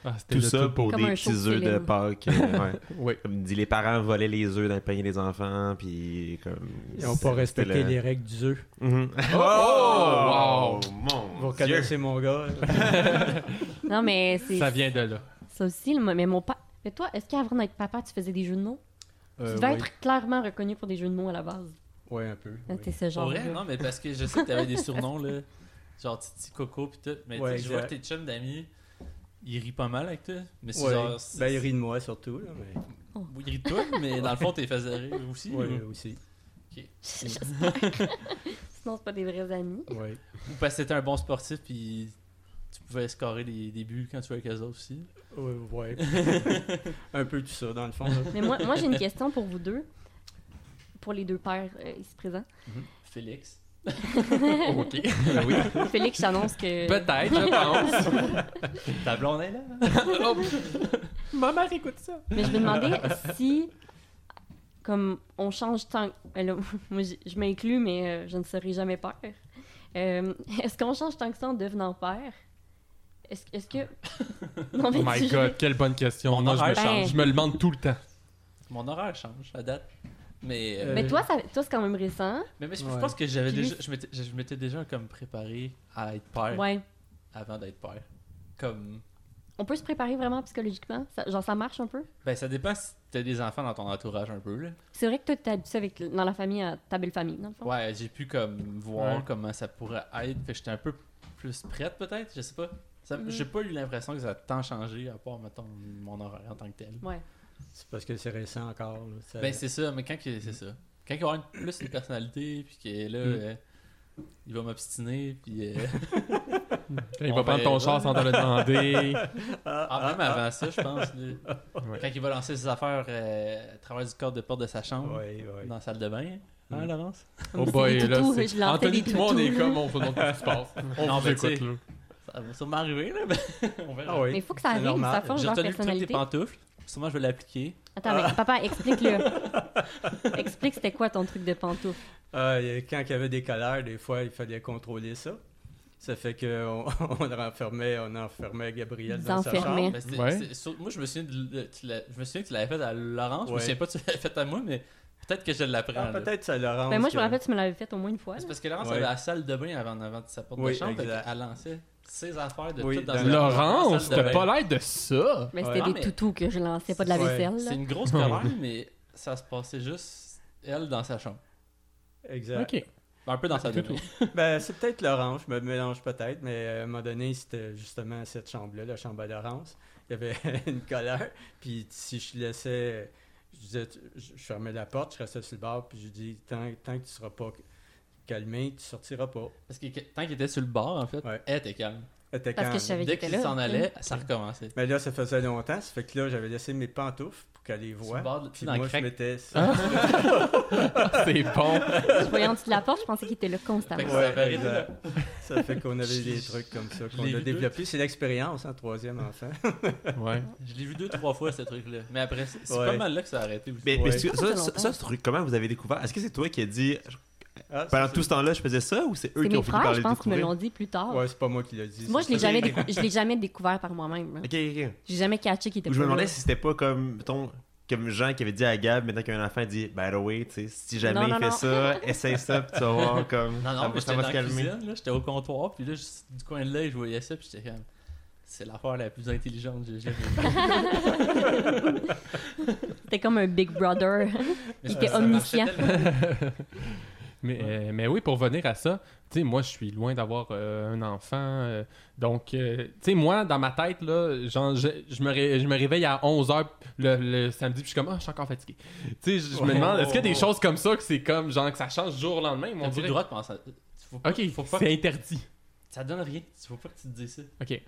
S2: Ah, c'était
S1: tout
S2: le
S1: ça pour
S4: Comme
S1: des
S4: un
S1: petits
S4: show
S1: œufs de
S4: feeling. *laughs*
S1: Pâques. euh, ouais.
S2: Oui.
S1: Comme dit, les parents volaient les œufs dans le panier des enfants, puis comme.
S5: Ils n'ont pas respecté
S1: c'était le-
S5: les règles du jeu.
S1: Mhm. Oh, mon
S2: Oh!
S5: Vous
S1: Dieu.
S5: reconnaissez mon
S4: *laughs*
S5: gars.
S4: Non, mais c'est
S2: Ça vient de là.
S4: ça aussi. le- Mais mon père... Mais toi, est-ce qu'avant d'être papa, tu faisais des jeux de mots?
S5: Euh,
S4: tu devais
S5: oui.
S4: être clairement reconnu pour des jeux de mots à la base.
S5: Ouais, un peu.
S4: Là,
S5: oui.
S4: T'es ce
S3: Pour
S4: genre
S3: vrai, non, mais parce que je sais que t'avais des surnoms, là. Genre Titi Coco pis tout. Mais tu sais,
S5: Ouais,
S3: je vois que
S5: exact.
S3: tes chums d'amis, ils rient pas mal avec toi. Mais c'est
S5: Ouais.
S3: genre. c'est-
S5: Ben, il rit de moi surtout. Là, mais...
S3: Oui, Ils rient de toi, mais dans le fond, t'es faisais rire aussi.
S5: Ouais,
S3: Ou
S5: aussi.
S4: J'espère. Sinon, c'est pas des vrais amis.
S5: Ouais.
S3: ou parce que t'étais un bon sportif pis tu pouvais scorer des, des buts quand tu jouais avec eux autres aussi.
S5: Ouais, ouais. *laughs* un peu tout ça, dans le fond. là.
S4: Mais moi, moi j'ai une question pour vous deux. Pour les deux pères euh, ici
S2: *laughs*
S4: présents.
S3: Félix.
S4: Oh,
S3: *laughs*
S2: Ok.
S4: *laughs* Félix, j'annonce que.
S2: Peut-être, je pense.
S3: Ta blonde est là.
S2: Oh.
S4: *laughs*
S2: Ma mère écoute ça.
S4: Mais je me demandais si, comme on change tant. ben là, *laughs* moi, j- je m'inclus, mais euh, je ne serai jamais père. Euh, Est-ce qu'on change tant que ça en devenant père? Est-ce est-ce
S2: *laughs*
S4: que. Non,
S2: Oh
S4: tu- *laughs*
S2: my god, quelle bonne question.
S3: Mon
S2: Non, je, me,
S3: horaire
S4: change.
S2: je me le demande tout le temps.
S3: Mon horaire change à date. Mais, euh,
S4: Mais toi, ça- toi c'est quand même récent.
S3: mais, mais je, je
S5: Ouais.
S3: pense que j'avais
S4: Puis-
S3: déjà, je m'étais- je m'étais déjà comme préparé à être père
S4: Ouais.
S3: avant d'être père. Comme
S4: On peut se préparer vraiment psychologiquement? Ça- genre, ça marche un peu?
S3: ben ça dépend si t'as des enfants dans ton entourage un peu là.
S4: C'est vrai que toi, t'es habitué avec, dans la famille, à ta belle famille, dans le fond.
S3: Ouais, j'ai pu comme voir
S2: Ouais.
S3: comment ça pourrait être. Fait que j'étais un peu plus prête peut-être, je sais pas. Ça-
S4: Mhm.
S3: J'ai pas eu l'impression que ça a tant changé à part mettons mon horaire en tant que tel.
S4: Ouais.
S5: C'est parce que c'est récent encore. là.
S2: Euh,
S5: Ça-
S3: Ben c'est ça, mais quand que c'est ça. Quand il va avoir une- plus une personnalité puis que là
S2: Mm.
S3: euh, il va m'obstiner puis euh,
S2: *laughs* Il
S3: On
S2: va prendre ton
S3: verra.
S2: char sans te le demander.
S3: *laughs* Ah, même avant ça, je pense. là.
S2: Ouais.
S3: Quand il va lancer ses affaires euh, à travers du cadre de porte de sa chambre,
S5: Ouais, ouais.
S3: dans la salle de bain. Hein,
S5: Mm.
S3: Laurence?
S2: Oh
S4: C'est
S2: boy,
S4: des
S2: là,
S4: toutous,
S2: c'est...
S4: je lançais
S2: Anthony,
S4: des
S2: tout le monde est
S4: toutous.
S2: comme, on se demande ce qui se *laughs* passe. On
S3: Non,
S2: vous
S3: mais
S2: écoute,
S3: tu sais,
S2: là.
S3: Ça va sûrement arriver, là, mais *laughs* on verra.
S5: Ah oui.
S4: Mais il faut que ça arrive,
S5: normal.
S4: ça forge
S3: J'ai
S4: leur
S3: retenu le truc des
S4: personnalité.
S3: pantoufles. Sûrement, je vais l'appliquer.
S4: Attends, mais papa, explique-le. explique c'était quoi ton truc de pantoufle.
S5: Ah, et quand il y avait des colères, des fois, il fallait contrôler ça. Ça fait qu'on on *laughs* renfermait, on enfermait Gabriel
S4: Vous
S5: dans sa
S4: enfermez.
S5: chambre.
S3: Ben, c'est-
S2: Ouais.
S3: c'est- sur- moi, je me souviens, de- de- tu l'as- je me souviens que tu l'avais fait à Laurence. Je me
S5: Ouais.
S3: souviens pas que tu l'avais fait à moi, mais peut-être que je l'apprends.
S5: Ah,
S3: là.
S5: peut-être ça Laurence.
S4: Ben, moi, je me
S5: que-
S4: rappelle, tu me l'avais fait au moins une fois. là.
S3: C'est parce que Laurence
S5: Ouais.
S3: avait la salle de bain avant, avant sa porte
S5: Oui,
S3: de chambre.
S5: exact.
S3: Elle lançait ses affaires de
S5: Oui,
S3: tout dans
S5: dans
S3: la-
S5: la-
S3: dans la
S2: Laurence,
S3: salle de
S2: t'as
S3: bain.
S2: pas l'air de ça.
S4: Mais
S5: Ouais.
S4: c'était
S3: Non,
S4: des
S3: mais-
S4: toutous que je lançais, pas de la
S5: Ouais.
S4: vaisselle. là.
S3: C'est une grosse colère, mais ça se passait juste, elle, dans sa chambre.
S5: Exact.
S2: Ok.
S3: Un
S5: Ah,
S3: peu dans sa
S2: C'est
S3: chambre.
S5: Ben, c'est peut-être Laurence, je me mélange peut-être, mais euh, à un moment donné, c'était justement cette chambre-là, la chambre à Laurence. Il y avait *laughs* une colère, puis si je laissais, je disais, tu- je je fermais la porte, je restais sur le bar, puis je dis, tant, tant que tu seras pas calmé, tu sortiras pas.
S3: Parce que tant qu'il était sur le bord, en fait,
S5: Ouais.
S3: elle était calme.
S5: Elle était
S4: Parce que
S5: calme.
S4: je savais qu'il
S3: Dès
S4: était
S3: qu'il
S4: là.
S3: s'en allait, ça recommençait.
S5: Mais là, ça faisait longtemps, ça fait que là, j'avais laissé mes pantoufles pour qu'elle les
S3: Sur le
S5: voie.
S3: bord de- tu sais,
S5: Puis
S3: dans le
S5: moi, je
S3: crack.
S5: mettais ça.
S2: *laughs* C'est bon.
S4: Je voyais en dessous de la porte, je pensais qu'il était là constamment.
S3: Fait que
S5: Ouais,
S3: ça paraît
S5: exact. Ça fait qu'on avait
S3: Je- *laughs*
S5: des trucs comme ça
S3: je
S5: qu'on
S3: l'ai
S5: a
S3: vu deux,
S5: développé. C'est l'expérience, hein, troisième enfant.
S2: Ouais.
S3: Je l'ai vu deux, trois fois, ce truc-là. Mais après, c'est c'est
S5: Ouais.
S3: pas mal là que ça a arrêté. aussi.
S1: Mais,
S5: Ouais.
S1: mais tu-
S4: Ça fait
S1: ça,
S4: longtemps.
S1: ça, ce truc, comment vous avez découvert Est-ce que c'est toi qui as dit
S5: Ah, ça,
S1: pendant
S5: c'est-
S1: tout ce temps-là, je faisais ça ou c'est eux
S4: C'est
S1: qui ont fini
S4: mes
S1: par
S4: frères,
S1: le
S4: je pense, qui me
S1: découvrir
S4: l'ont dit plus tard.
S5: Ouais, c'est pas moi qui l'ai dit.
S4: Moi, je
S5: c'est
S4: l'ai
S5: ça.
S4: jamais, décou- je l'ai jamais découvert par moi-même. là.
S1: Ok, ok, ok.
S4: J'ai jamais catché qu'il était
S1: Ou je me
S4: pas là.
S1: demandais si c'était pas comme, mettons, comme Jean qui avait dit à Gab, maintenant qu'il y a un enfant, il dit, by the way, tu sais, si jamais
S4: Non,
S1: il
S4: non,
S1: fait
S4: non.
S1: ça, essaye ça, puis tu vas voir comme.
S3: Non,
S1: ça,
S3: non, mais
S1: va- ça
S3: j'étais
S1: va
S3: dans
S1: se
S3: la
S1: calmer.
S3: cuisine, là, j'étais au comptoir, puis là, je- du coin de l'œil, je voyais ça, puis j'étais comme... C'est l'affaire la plus intelligente que j'ai jamais vue.
S4: C'était comme un Big Brother.
S3: Mais je
S4: était
S3: pense que ça marchait
S4: omniscient. *laughs*
S3: tellement.
S2: *laughs* Mais, euh, mais oui, pour venir à ça, tu sais, moi, je suis loin d'avoir euh, un enfant. euh, donc, euh, tu sais, moi, dans ma tête, là, genre, je, je me, ré- je me réveille à 11h le, le samedi, puis je suis comme, ah, je suis encore fatigué. Tu sais, je, je me
S5: Ouais.
S2: demande, est-ce qu'il y a des
S5: Ouais.
S2: choses comme ça que c'est comme, genre, que ça change du jour au lendemain?
S3: T'as
S2: Mon
S3: plus le
S2: dirait...
S3: droit de penser à- Faut pas-
S2: Ok,
S3: faut pas-
S2: c'est interdit.
S3: Ça donne rien. Faut pas que tu te dises ça.
S2: Ok,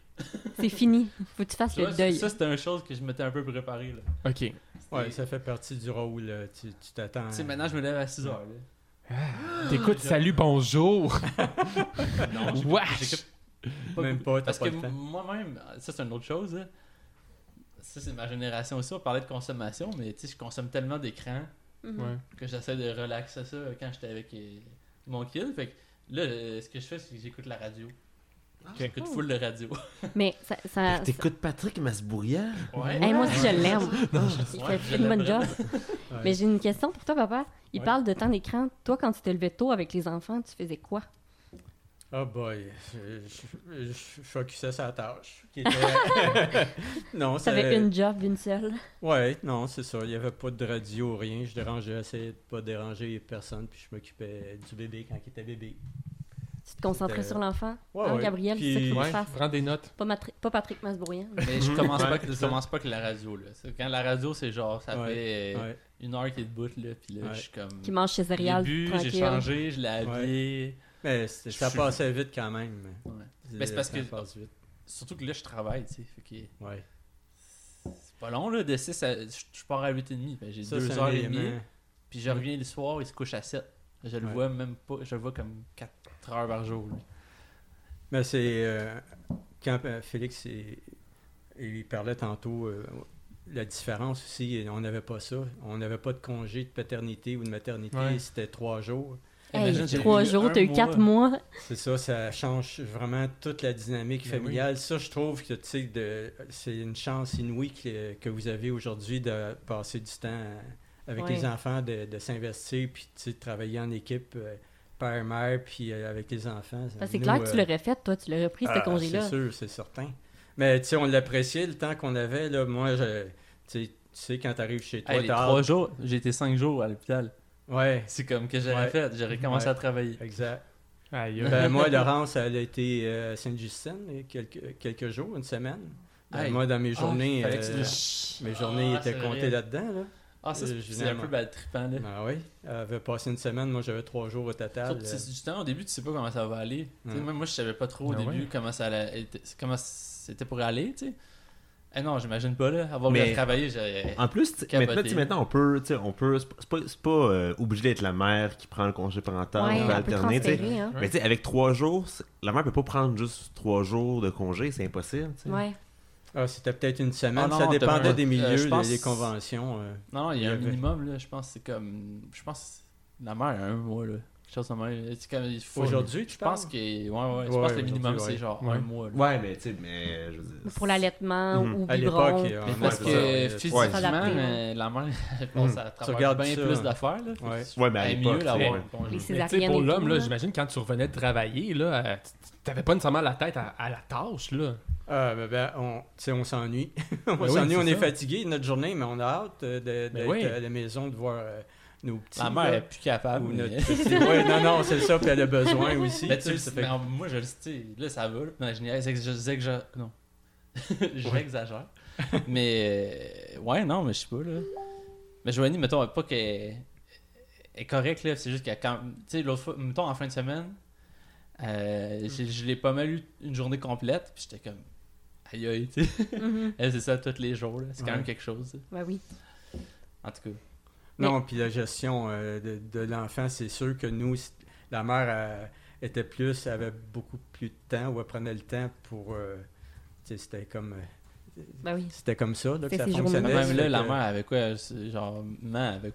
S4: C'est fini. Faut que tu fasses
S3: Tu
S4: le
S3: vois,
S4: deuil.
S3: Ça, c'était une chose que je m'étais un peu préparé. Là.
S2: ok.
S5: Ouais, ça fait partie du rôle. là. Tu tu t'attends.
S3: Tu sais, maintenant, je me lève à 6 heures. là.
S2: T'écoutes, salut, *laughs* bonjour.
S3: Non, j'ai pas-
S2: Wesh.
S3: j'ai pas
S5: Même
S3: beaucoup-
S5: pas, t'as
S3: Parce
S5: pas
S3: que
S5: le temps.
S3: moi-même, ça, c'est une autre chose. là. Ça, c'est ma génération aussi. On parlait de consommation, mais tu sais, je consomme tellement d'écran
S4: Mhm.
S2: Ouais.
S3: que j'essaie de relaxer ça quand j'étais avec euh, mon kid. Fait que là, euh, ce que je fais, c'est que j'écoute la radio. J'écoute full de radio.
S4: Mais ça. ça-
S1: T'écoutes Patrick Masbourian
S3: Ouais.
S4: Hey, moi aussi, je l'aime.
S3: *laughs*
S4: Il
S3: Ouais,
S4: fait
S3: je
S4: une bonne job.
S3: l'aimerais.
S5: Ouais.
S4: Mais j'ai une question pour toi, papa. Il
S5: Ouais.
S4: parle de temps d'écran. Toi, quand tu te levais tôt avec les enfants, tu faisais quoi?
S5: Oh boy, je, je, je- je focusais sa tâche.
S3: *laughs*
S5: qui était- non,
S4: Tu avais une job, une seule.
S5: Ouais, non, c'est ça. Il n'y avait pas de radio, rien. Je dérangeais, j'essayais de pas déranger personne, puis je m'occupais du bébé quand il était bébé.
S4: Tu te concentrais
S5: C'était-
S4: sur l'enfant.
S5: Ouais,
S4: Hein,
S5: ouais.
S4: Gabriel,
S5: Puis-
S4: c'est ça qu'il faut que
S2: Ouais,
S4: tu fasses.
S2: prends des notes.
S4: Pas, Matri- pas Patrick Masbourian.
S3: *laughs* Mais je commence pas, que, je
S5: ça.
S3: commence pas que la radio. Là. C'est- Quand la radio, c'est genre, ça
S5: Ouais,
S3: fait euh,
S5: Ouais.
S3: une heure qu'il est debout. Là, puis là,
S5: Ouais.
S3: je suis comme.
S4: Qui mange ses
S3: J'ai
S4: céréales.
S3: bu, j'ai
S4: tranquille.
S3: changé, je l'ai habillé.
S5: Mais c'est- ça
S3: Je-
S5: passait vite quand même.
S3: Ouais. Mais c'est parce
S5: ça
S3: que-
S5: passe vite.
S3: Surtout que là, je travaille, tu sais. Fait que
S5: Ouais.
S3: c'est pas long, là. De 6 à. Je je pars à 8h30. Fait que ben, j'ai
S5: Ça, c'est
S3: 2
S5: un
S3: heures et demie.
S5: élément.
S3: Puis je reviens le soir, il se couche à 7. Je le
S5: Ouais.
S3: vois même pas. Je le vois comme 4 heures par jour. lui.
S5: Mais c'est euh, quand euh, Félix et- il parlait tantôt euh, la différence aussi, et on n'avait pas ça. On n'avait pas de congé de paternité ou de maternité,
S2: Ouais.
S5: c'était trois jours.
S4: Hey,
S3: Imagine, j'ai
S4: trois
S3: eu
S4: jours,
S3: un
S4: t'as eu
S3: mois.
S4: quatre mois.
S5: C'est ça, ça change vraiment toute la dynamique
S2: Ben oui.
S5: familiale. Ça, je trouve que tu sais, de- c'est une chance inouïe que, que vous avez aujourd'hui de passer du temps euh, avec
S4: Ouais.
S5: les enfants, de, de s'investir, puis tu sais, de travailler en équipe, euh, père-mère, puis euh, avec les enfants.
S4: Parce que c'est
S5: Nous,
S4: clair que tu
S5: euh,
S4: l'aurais fait, toi, tu l'aurais pris, ce
S5: ah,
S4: congé-là.
S5: C'est sûr, c'est certain. Mais tu sais, on l'appréciait le temps qu'on avait. Là. Moi, je, tu sais- tu sais, quand t'arrives chez toi,
S3: Hey, les
S5: t'as
S3: trois
S5: hâte.
S3: jours, j'ai été cinq jours à l'hôpital.
S5: Ouais,
S3: C'est comme que j'aurais
S5: Ouais.
S3: fait. J'aurais commencé
S5: Ouais.
S3: à travailler. *laughs*
S5: exact.
S2: Aïe, aïe.
S5: Ben, moi, Laurence, elle a été euh, à Sainte-Justine quelques, quelques jours, une semaine. Ben,
S3: Hey.
S5: moi, dans mes
S3: Ah,
S5: journées,
S3: fallait que tu
S5: euh,
S3: le-
S5: mes journées
S3: Ah,
S5: étaient
S3: c'est
S5: comptées
S3: vrai.
S5: là-dedans. Là.
S3: Ah, ça,
S5: Euh,
S3: c'est c'est un
S5: généralement.
S3: peu bad trippant, là.
S5: Ben oui, elle avait passé une semaine, moi j'avais trois jours au total.
S3: Surtout,
S5: euh.
S3: c'est- justement, au début, tu sais pas comment ça va aller. Tu sais,
S5: Ouais. Ben
S3: Même moi, je savais pas trop au
S2: Ah ouais.
S3: début comment ça allait- était- comment c'était pour aller, tu sais. Eh non, j'imagine pas, là. Avoir
S1: Mais-
S3: bien travaillé, j'aurais...
S1: En plus, tu-
S3: Capoté.
S1: maintenant, tu sais, maintenant, on peut, tu sais, on peut, c'est pas- c'est pas, c'est pas, euh, obligé d'être la mère qui prend le congé parental,
S4: Ouais,
S1: on peut
S4: on peut
S1: alterner, tu sais.
S4: transférer, hein.
S2: Ouais.
S1: Mais tu sais, avec trois jours, c'est- la mère peut pas prendre juste trois jours de congé, c'est impossible, tu sais.
S4: Ouais.
S5: Ah, C'était peut-être une semaine,
S3: Ah non,
S5: ça
S3: t'as
S5: dépendait
S3: pas-
S5: des
S3: euh,
S5: milieux,
S3: je
S5: des-
S3: pense-
S5: des conventions. euh.
S3: Non, non, il y a
S5: Il y
S3: un
S5: avait-
S3: minimum, là. Je pense que c'est comme... Je pense que la mère a un mois, là. Quelque chose comme... C'est comme il faut...
S5: Aujourd'hui, tu
S3: Je pense
S5: parles?
S3: que... Ouais, ouais. Je
S5: Ouais,
S3: pense que le
S5: aujourd'hui,
S3: minimum,
S5: ouais.
S3: c'est genre
S2: Ouais.
S3: un mois, là.
S1: Ouais, mais tu sais, mais je veux dire,
S4: Pour l'allaitement
S1: Mhm.
S4: ou
S5: À
S4: biberon.
S5: l'époque, euh,
S3: Mais
S5: ouais,
S3: parce
S5: c'est
S3: que
S5: ça, ouais,
S3: physiquement,
S4: S'adapter,
S3: euh, la mère, *laughs* je pense, elle travaille
S5: regardes
S3: bien
S5: ça.
S3: plus d'affaires. Là.
S5: Ouais.
S3: Fait que
S1: Ouais, mais à
S3: elle est
S1: l'époque, ben,
S3: mieux d'avoir
S1: ouais.
S3: un
S4: Les
S3: congé.
S2: Mais tu sais,
S4: césariennes
S2: pour
S4: et
S2: l'homme,
S4: tout,
S2: là,
S4: là.
S2: j'imagine quand tu revenais de travailler, là, euh, t- t'avais pas nécessairement la tête à, à la tâche, là.
S5: Ah, ben, ben, on, tu sais, on s'ennuie. *laughs* on
S2: Ben oui,
S5: s'ennuie, on
S2: c'est
S5: est
S2: ça.
S5: fatigué de notre journée, mais on a hâte euh, de-
S2: Ben
S5: d'être
S2: oui.
S5: à la maison, de voir euh, nos petits.
S3: La mère
S5: là,
S3: est plus capable.
S5: ou
S3: mais-
S5: notre
S3: *laughs*
S5: petit. Ouais, non, non, c'est ça, puis elle a besoin aussi.
S3: Mais Ben,
S5: tu
S3: tu
S5: sais,
S3: le
S5: ça
S3: sais,
S5: fait-
S3: mais en- moi, je le sais. Là, ça va. là. Non, je niaise, je disais que je. Non. *laughs* je l'exagère. mais. euh, Ouais, non, mais je sais pas, là. Mais Joanie, mettons, pas qu'elle elle est correcte, là. C'est juste qu'elle. Quand... Tu sais, l'autre fois, mettons, en fin de semaine, euh, j'ai- je l'ai pas mal eu une journée complète, puis j'étais comme. Aïe aïe, tu sais.
S4: Mhm.
S3: Elle, c'est ça tous les jours, là. C'est quand
S5: Ouais.
S3: même quelque chose. là.
S4: Ben oui.
S3: En tout cas.
S5: Non, puis la gestion euh, de, de l'enfant, c'est sûr que nous, c- la mère euh, était plus, avait beaucoup plus de temps, ou elle prenait le temps pour. euh, tu sais, c'était comme. euh,
S4: Ben oui.
S5: C'était comme ça, là, que
S4: C'est
S5: ça
S4: ses journées.
S5: fonctionnait.
S3: Même là,
S5: Fait
S3: la
S5: que-
S3: mère avait quoi c'est Genre, maman avec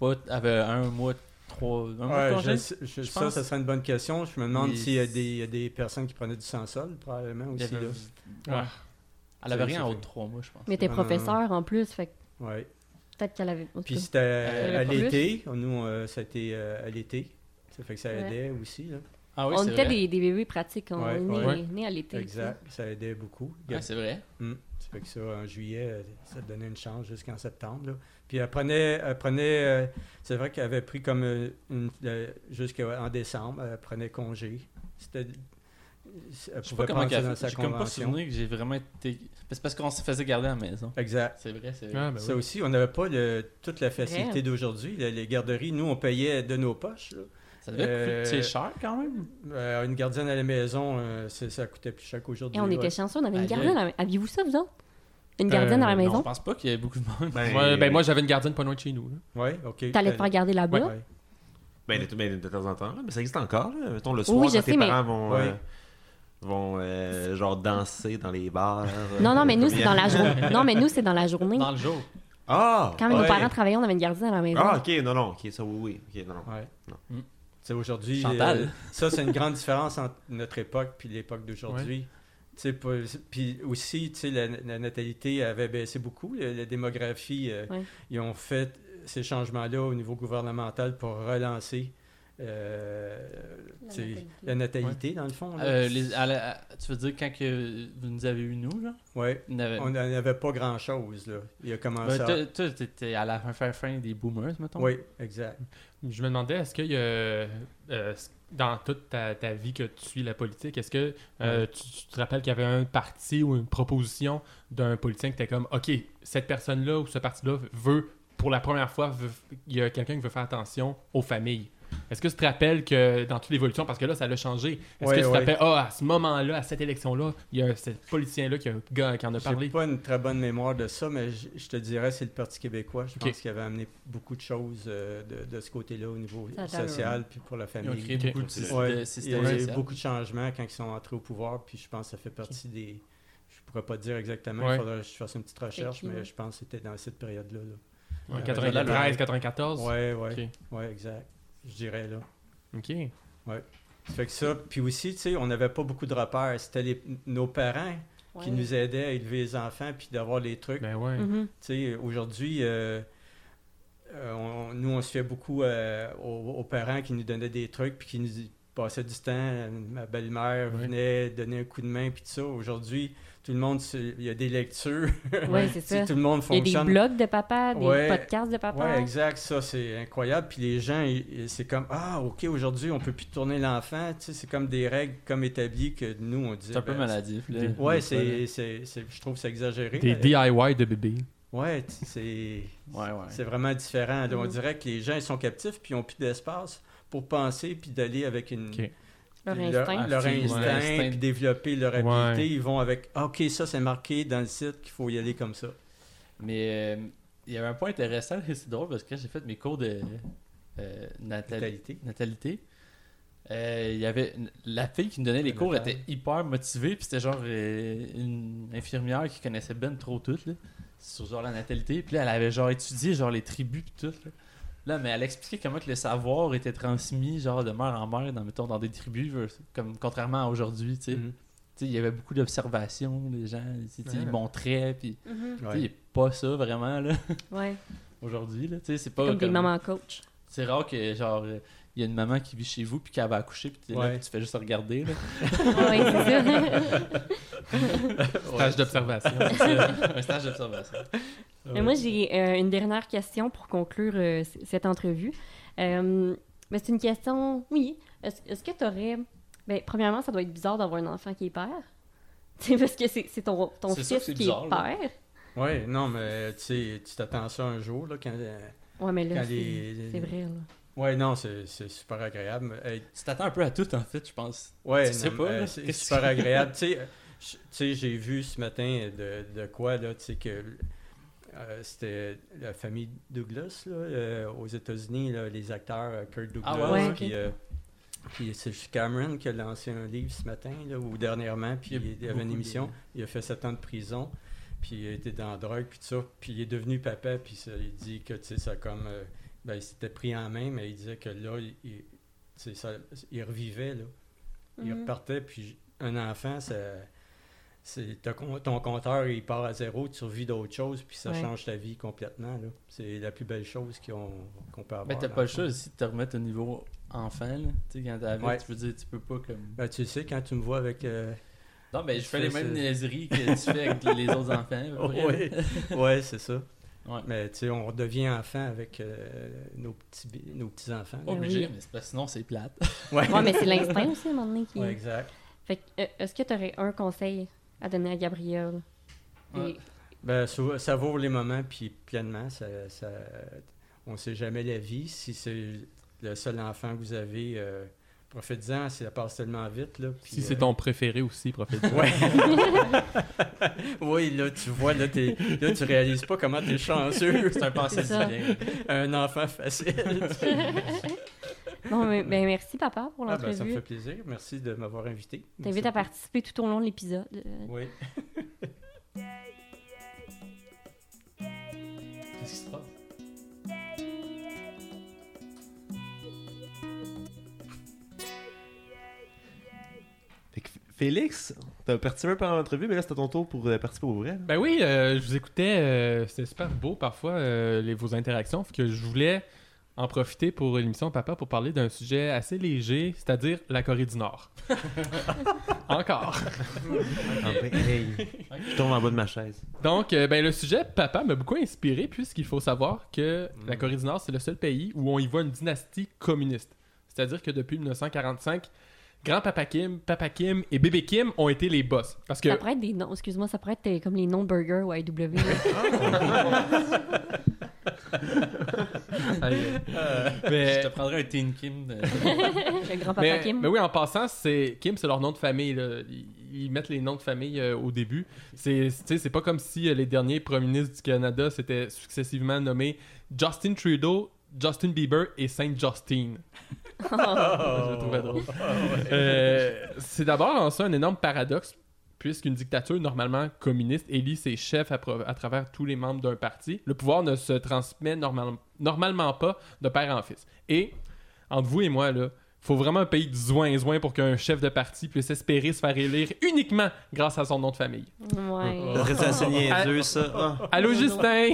S3: pas, avait un mois, trois. Un mois
S5: Ouais,
S3: de congé?
S5: je-
S3: Je
S5: je- ça,
S3: pense-
S5: ça serait une bonne question. Je me demande
S3: Mais-
S5: s'il y a des, il y a des personnes qui prenaient du sans-sol, probablement
S3: Il
S5: aussi.
S3: y avait-
S5: là.
S2: Ouais.
S3: Ouais. Elle avait
S5: Ça,
S3: rien
S5: ça
S3: en haut
S5: fait-
S3: de trois mois, je pense.
S4: Mais t'es
S5: Ah,
S4: professeur en plus, fait que
S5: Ouais.
S4: peut-être qu'elle avait. en tout
S5: Puis
S4: cas.
S5: c'était
S3: Elle
S5: à
S4: Hein? avait pas
S5: l'été. Nous, euh, c'était euh, à l'été. Ça fait que ça
S4: Ouais.
S5: aidait aussi. là.
S3: Ah oui,
S4: on
S3: c'est
S4: était
S3: vrai.
S4: des, des bébés pratiques, on
S5: Ouais,
S4: est
S5: ouais.
S4: nés- nés à l'été.
S5: Exact. Ça aidait beaucoup. Il y a-
S3: Ouais, c'est vrai.
S5: Mm. Ça fait que ça, en juillet, euh, ça donnait une chance jusqu'en septembre. là. Puis elle prenait, elle prenait euh, c'est vrai qu'elle avait pris comme euh, une- euh, jusqu'en décembre, elle prenait congé. C'était, elle
S3: Je sais pas comment
S5: pouvait prendre
S3: qu'elle
S5: ça
S3: a
S5: dans
S3: fait.
S5: sa
S3: J'ai comme pas
S5: convention.
S3: souvenir que j'ai vraiment été. Mais C'est parce qu'on se faisait garder à la maison.
S5: Exact.
S3: C'est vrai, c'est vrai.
S2: Ah, ben
S5: Ça
S2: oui.
S5: aussi, on n'avait pas le- toute la facilité
S4: Vrai.
S5: d'aujourd'hui. là. Les garderies, nous, on payait de nos poches. là.
S3: Ça devait
S5: Euh,
S3: coûter cher quand même.
S5: Euh, une gardienne à la maison, euh, c'est- ça coûtait plus cher
S4: Et
S5: qu'aujourd'hui.
S4: on
S5: ouais.
S4: était chanceux, on avait une
S3: Aïe,
S4: gardienne. à la- Aviez-vous ça, vous autres? Une
S2: Euh,
S4: gardienne à la
S2: non,
S3: Je
S4: maison?
S3: pense pas qu'il y avait beaucoup de monde.
S1: Ben,
S2: Ouais, ben moi, j'avais une gardienne pas loin de chez nous, là.
S5: Ouais, ok.
S4: T'allais te faire garder là-bas?
S5: Ouais.
S1: ben, de, ben, de temps en temps, là, mais ça existe encore, là. Mettons, le
S4: Oui,
S1: soir,
S4: oui, je
S1: quand tes
S4: sais, mais-
S1: parents vont,
S5: Ouais.
S1: euh, vont euh, genre, danser dans les bars.
S4: Non, non, mais nous,
S1: comme il
S4: c'est
S1: y a-
S4: dans la journée. Non, mais nous, c'est dans la journée.
S3: Dans le jour.
S1: *laughs* Ah!
S4: Quand nos
S1: ouais.
S4: parents travaillaient, on avait une gardienne à la maison.
S1: Ah, ok, non, non, ok, ça, oui, oui. Ok, non, non.
S5: Ouais.
S1: Non.
S5: Mm.
S3: Mm.
S5: Tu sais, aujourd'hui,
S3: Chantal.
S5: euh, ça, c'est une grande différence entre notre époque puis l'époque d'aujourd'hui. Tu sais, pas- Puis aussi, tu sais, la, la natalité avait baissé beaucoup, la, la démographie. euh,
S4: Ouais.
S5: Ils ont fait ces changements-là au niveau gouvernemental pour relancer euh, tu sais, la natalité, dans le fond. là.
S3: Euh, les- à la- à- tu veux dire quand que vous nous avez eu, nous, là
S5: Ouais.
S3: Il y en avait-
S5: On n'avait pas grand-chose. là. Il a
S3: Ben,
S5: commencé à...
S3: toi- Toi, t'étais à la fin, fin, fin des boomers, mettons.
S5: Oui, exact.
S2: Je me demandais, est-ce qu'il y a, euh, dans toute ta, ta vie que tu suis la politique, est-ce que euh, tu, tu te rappelles qu'il y avait un parti ou une proposition d'un politicien qui était comme, OK, cette personne-là ou ce parti-là veut, pour la première fois, veut- il y a quelqu'un qui veut faire attention aux familles. Est-ce que tu te rappelles que dans toute l'évolution, parce que là, ça l'a changé, est-ce
S5: Ouais,
S2: que tu te
S5: ouais.
S2: rappelles, ah, à ce moment-là, à cette élection-là, il y a ce politicien-là qui, a- qui en a
S5: J'ai
S2: parlé?
S5: pas une très bonne mémoire de ça, mais je, je te dirais c'est le Parti québécois. Je
S2: Ok.
S5: pense qu'il avait amené beaucoup de choses euh, de, de ce côté-là au niveau
S4: Ça a l'air,
S5: social puis pour la
S3: Ils ont créé
S5: famille.
S2: Ok.
S3: beaucoup
S1: Ouais,
S3: de systèmes.
S5: Ouais,
S3: de
S5: il y
S3: systèmes
S5: a eu
S3: sociaux.
S5: beaucoup de changements quand ils sont entrés au pouvoir, puis je pense que ça fait partie des. Je pourrais pas te dire exactement,
S2: Ouais.
S5: il faudrait que je fasse une petite recherche,
S4: qui, ouais.
S5: mais je pense que c'était dans cette période-là. là.
S2: En
S5: Ouais,
S2: 93,
S5: ouais.
S2: 94?
S5: Ouais, ouais,
S2: Ok.
S5: ouais, exact. Je dirais là.
S2: OK.
S5: Ça fait que ça, puis aussi, tu sais, on n'avait pas beaucoup de repères. C'était les- nos parents qui
S4: Ouais.
S5: nous aidaient à élever les enfants puis d'avoir les trucs.
S2: Ben ouais.
S4: Mhm.
S5: Tu sais, aujourd'hui, euh, euh, on- nous, on se fait beaucoup euh, aux, aux parents qui nous donnaient des trucs puis qui nous passaient du temps. euh, Ma belle-mère
S2: Ouais.
S5: venait donner un coup de main puis tout ça. Aujourd'hui, tout le monde, se- il y a des lectures. *laughs*
S4: Ouais, c'est
S5: Tu sais,
S4: ça.
S5: Tout le monde
S4: Il y a
S5: fonctionne.
S4: des blogs hein? de papa, des
S5: Ouais.
S4: podcasts de papa.
S5: Ouais, exact, ça c'est incroyable. Puis les gens, ils- ils- c'est comme ah ok aujourd'hui on peut plus tourner l'enfant, tu sais, c'est comme des règles comme établies que nous on dit. ben,
S3: C'est un peu maladif. Là.
S5: Ouais, c'est, c'est, c'est- je trouve que c'est exagéré.
S2: Des
S5: mais-
S2: DIY de bébé.
S5: Ouais, t- c'est,
S3: Ouais, ouais.
S5: c'est vraiment différent. là. On
S4: Mhm.
S5: dirait que les gens ils sont captifs puis ils ont plus d'espace pour penser puis d'aller avec une
S2: Ok.
S4: Leur
S5: leur,
S4: instinct.
S5: leur
S3: Ouais.
S5: instinct,
S3: Instinct.
S5: puis développer leur
S2: Ouais.
S5: habileté. Ils vont avec ah, ok ça c'est marqué dans le site qu'il faut y aller comme ça.
S3: Mais euh, il y avait un point intéressant, *laughs* c'est drôle parce que j'ai fait mes cours de euh, natali-
S5: Natalité.
S3: natalité. Euh, il y avait une- la fille qui nous donnait les
S5: La
S3: cours
S5: femme.
S3: était hyper motivée puis c'était genre euh, une infirmière qui connaissait ben trop tout là, sur genre la natalité puis là elle avait genre étudié genre les tribus puis tout là. Là, mais elle expliquait comment que le savoir était transmis genre de mère en mère dans mettons dans des tribus vers- comme contrairement à aujourd'hui tu sais
S5: Mhm.
S3: Tu sais, il y avait beaucoup d'observations les gens tu sais,
S5: Ouais.
S3: ils montraient puis
S4: Mhm.
S3: tu sais,
S5: Ouais.
S3: il y a pas ça vraiment là *laughs*
S4: Ouais.
S3: aujourd'hui là tu sais c'est pas
S4: Comme des
S3: Oh, comme-
S4: mamans coach. *laughs*
S3: c'est rare que genre euh, il y a une maman qui vit chez vous puis qu'elle va accoucher puis t'es là,
S5: Ouais.
S3: puis tu fais juste regarder *laughs* là.
S4: Ouais, c'est ça.
S2: Stage
S3: *laughs*
S2: d'observation.
S3: un stage d'observation.
S4: Mais moi, j'ai euh, une dernière question pour conclure euh, c- cette entrevue. Euh, mais c'est une question, oui. Est-ce est-ce que tu aurais. Ben, premièrement, ça doit être bizarre d'avoir un enfant qui est père. *laughs* Tu sais, parce que c'est c'est ton, ton
S3: C'est sûr que
S4: fils
S3: c'est
S4: qui
S3: bizarre,
S4: est
S3: là.
S4: père.
S5: Ouais, non mais tu sais, tu t'attends à ça un jour là quand euh,
S4: Ouais, mais là,
S5: Quand
S4: c'est
S5: les-
S4: c'est vrai. Là.
S5: Ouais, non, c'est c'est super agréable. Hey,
S3: Tu t'attends un peu à tout en fait, je pense.
S5: ouais,
S3: Tu sais
S5: non,
S3: pas,
S5: euh,
S3: là,
S5: c'est
S3: qu'est-ce
S5: super
S3: que-
S5: agréable. tu sais, euh, je- tu sais, j'ai vu ce matin de, de quoi, là, tu sais, que euh, c'était la famille Douglas, là, euh, aux États-Unis, là, les acteurs euh, Kurt Douglas,
S3: Ah ouais,
S4: ouais,
S5: puis,
S4: ok.
S5: euh, puis c'est juste Cameron qui a lancé un livre ce matin, là, ou dernièrement, puis
S3: Il y a
S5: il, avait
S3: beaucoup
S5: une
S3: de-
S5: émission, il a fait 7 ans de prison, puis il était dans la drogue, puis tout ça, puis il est devenu papa, puis ça, il dit que, tu sais, ça a comme... euh, ben, il s'était pris en main, mais il disait que là, il, il- tu sais, ça- il revivait, là. Il
S4: Mhm.
S5: repartait, puis un enfant, ça, c'est, t'as con- ton compteur, il part à zéro, tu revis d'autres choses, puis ça
S4: Ouais.
S5: change ta vie complètement. Là. C'est la plus belle chose qu'on, qu'on peut avoir.
S3: Mais t'as
S5: dans
S3: pas le
S5: fond.
S3: choix aussi de te remettre au niveau enfant là. Tu sais quand t'es avec,
S5: Ouais.
S3: tu veux dire tu peux pas comme
S5: Ben, tu sais, quand tu me vois avec... euh,
S3: Non mais je
S5: Tu
S3: fais les
S5: fais
S3: mêmes
S5: ça.
S3: niaiseries que tu fais avec les *laughs* autres enfants. à peu près,
S5: ouais,
S3: là.
S5: ouais, c'est ça.
S3: Ouais.
S5: Mais tu sais, on redevient enfant avec euh, nos, petits, bi- nos petits-enfants.
S3: *laughs*
S5: là.
S3: Obligé,
S4: oui.
S3: mais c'est parce que sinon c'est plate.
S4: Ouais, mais c'est l'instinct aussi, à un moment donné. Qui...
S5: Ouais, exact.
S4: Fait que, euh, est-ce que tu aurais un conseil à donner à Gabriel?
S3: Ouais.
S5: Ben, ça, ça vaut les moments, puis pleinement, ça, ça, on ne sait jamais la vie. Si c'est le seul enfant que vous avez, euh, profitez-en, ça passe tellement vite. Là, puis,
S2: Si c'est
S5: euh,
S2: ton préféré aussi, profite.
S5: *laughs* Ouais. oui, là, tu vois, là, t'es- là, tu réalises pas comment
S2: *laughs*
S5: t'es chanceux.
S3: Ah, C'est un pensée
S4: C'est
S3: du
S4: ça.
S3: bien.
S5: Un enfant facile.
S4: non, mais, ben, merci, papa, pour
S5: Ah, ben,
S4: l'entrevue.
S5: ça me fait plaisir. Merci de m'avoir invité.
S4: T'invite à participer tout au long de l'épisode. euh,
S5: Oui.
S3: Qu'est-ce qui se passe?
S1: Fait que F- Félix, t'as participé par l'entrevue, mais là c'était ton tour pour euh, participer au vrai. là.
S2: *laughs* Ben oui, euh, je vous écoutais, euh, c'était super beau parfois euh, les, vos interactions, fait que je voulais en profiter pour l'émission Papa pour parler d'un sujet assez léger, c'est-à-dire la Corée du *laughs* Nord. Encore.
S1: Enfin, Ah, ben, *laughs* hey, je tombe en bas de ma chaise.
S2: Donc, euh, ben, le sujet Papa m'a beaucoup inspiré puisqu'il faut savoir que la Corée du Nord, c'est le seul pays où on y voit une dynastie communiste. C'est-à-dire que depuis 1945, Grand-Papa Kim, Papa Kim et Bébé Kim ont été les boss. Parce que *laughs*
S4: Ça pourrait être des noms, excuse-moi, ça pourrait être euh, comme les noms de burger ou AEW. là.
S2: Mais-
S3: Je te prendrais un Teen Kim
S4: *laughs*
S3: de-
S4: le grand-papa
S2: mais,
S4: Kim.
S2: mais oui, en passant, c'est Kim, c'est leur nom de famille. là. Ils, ils mettent les noms de famille euh, au début. C'est, tu sais, c'est pas comme si euh, les derniers premiers ministres du Canada s'étaient successivement nommés Justin Trudeau, Justin Bieber et Saint Justin. *laughs* Je le trouvais drôle. Euh, c'est d'abord en ça un énorme paradoxe, puisqu'une dictature normalement communiste élit ses chefs à, pro- à travers tous les membres d'un parti. Le pouvoir ne se transmet normal- normalement pas de père en fils. Et entre vous et moi, là, faut vraiment un pays de zoin zoin pour qu'un chef de parti puisse espérer se faire élire uniquement grâce à son nom de famille.
S4: Ouais.
S1: Après ça, c'est niaiseux, ça. Oh. Ah,
S2: Allô Justin!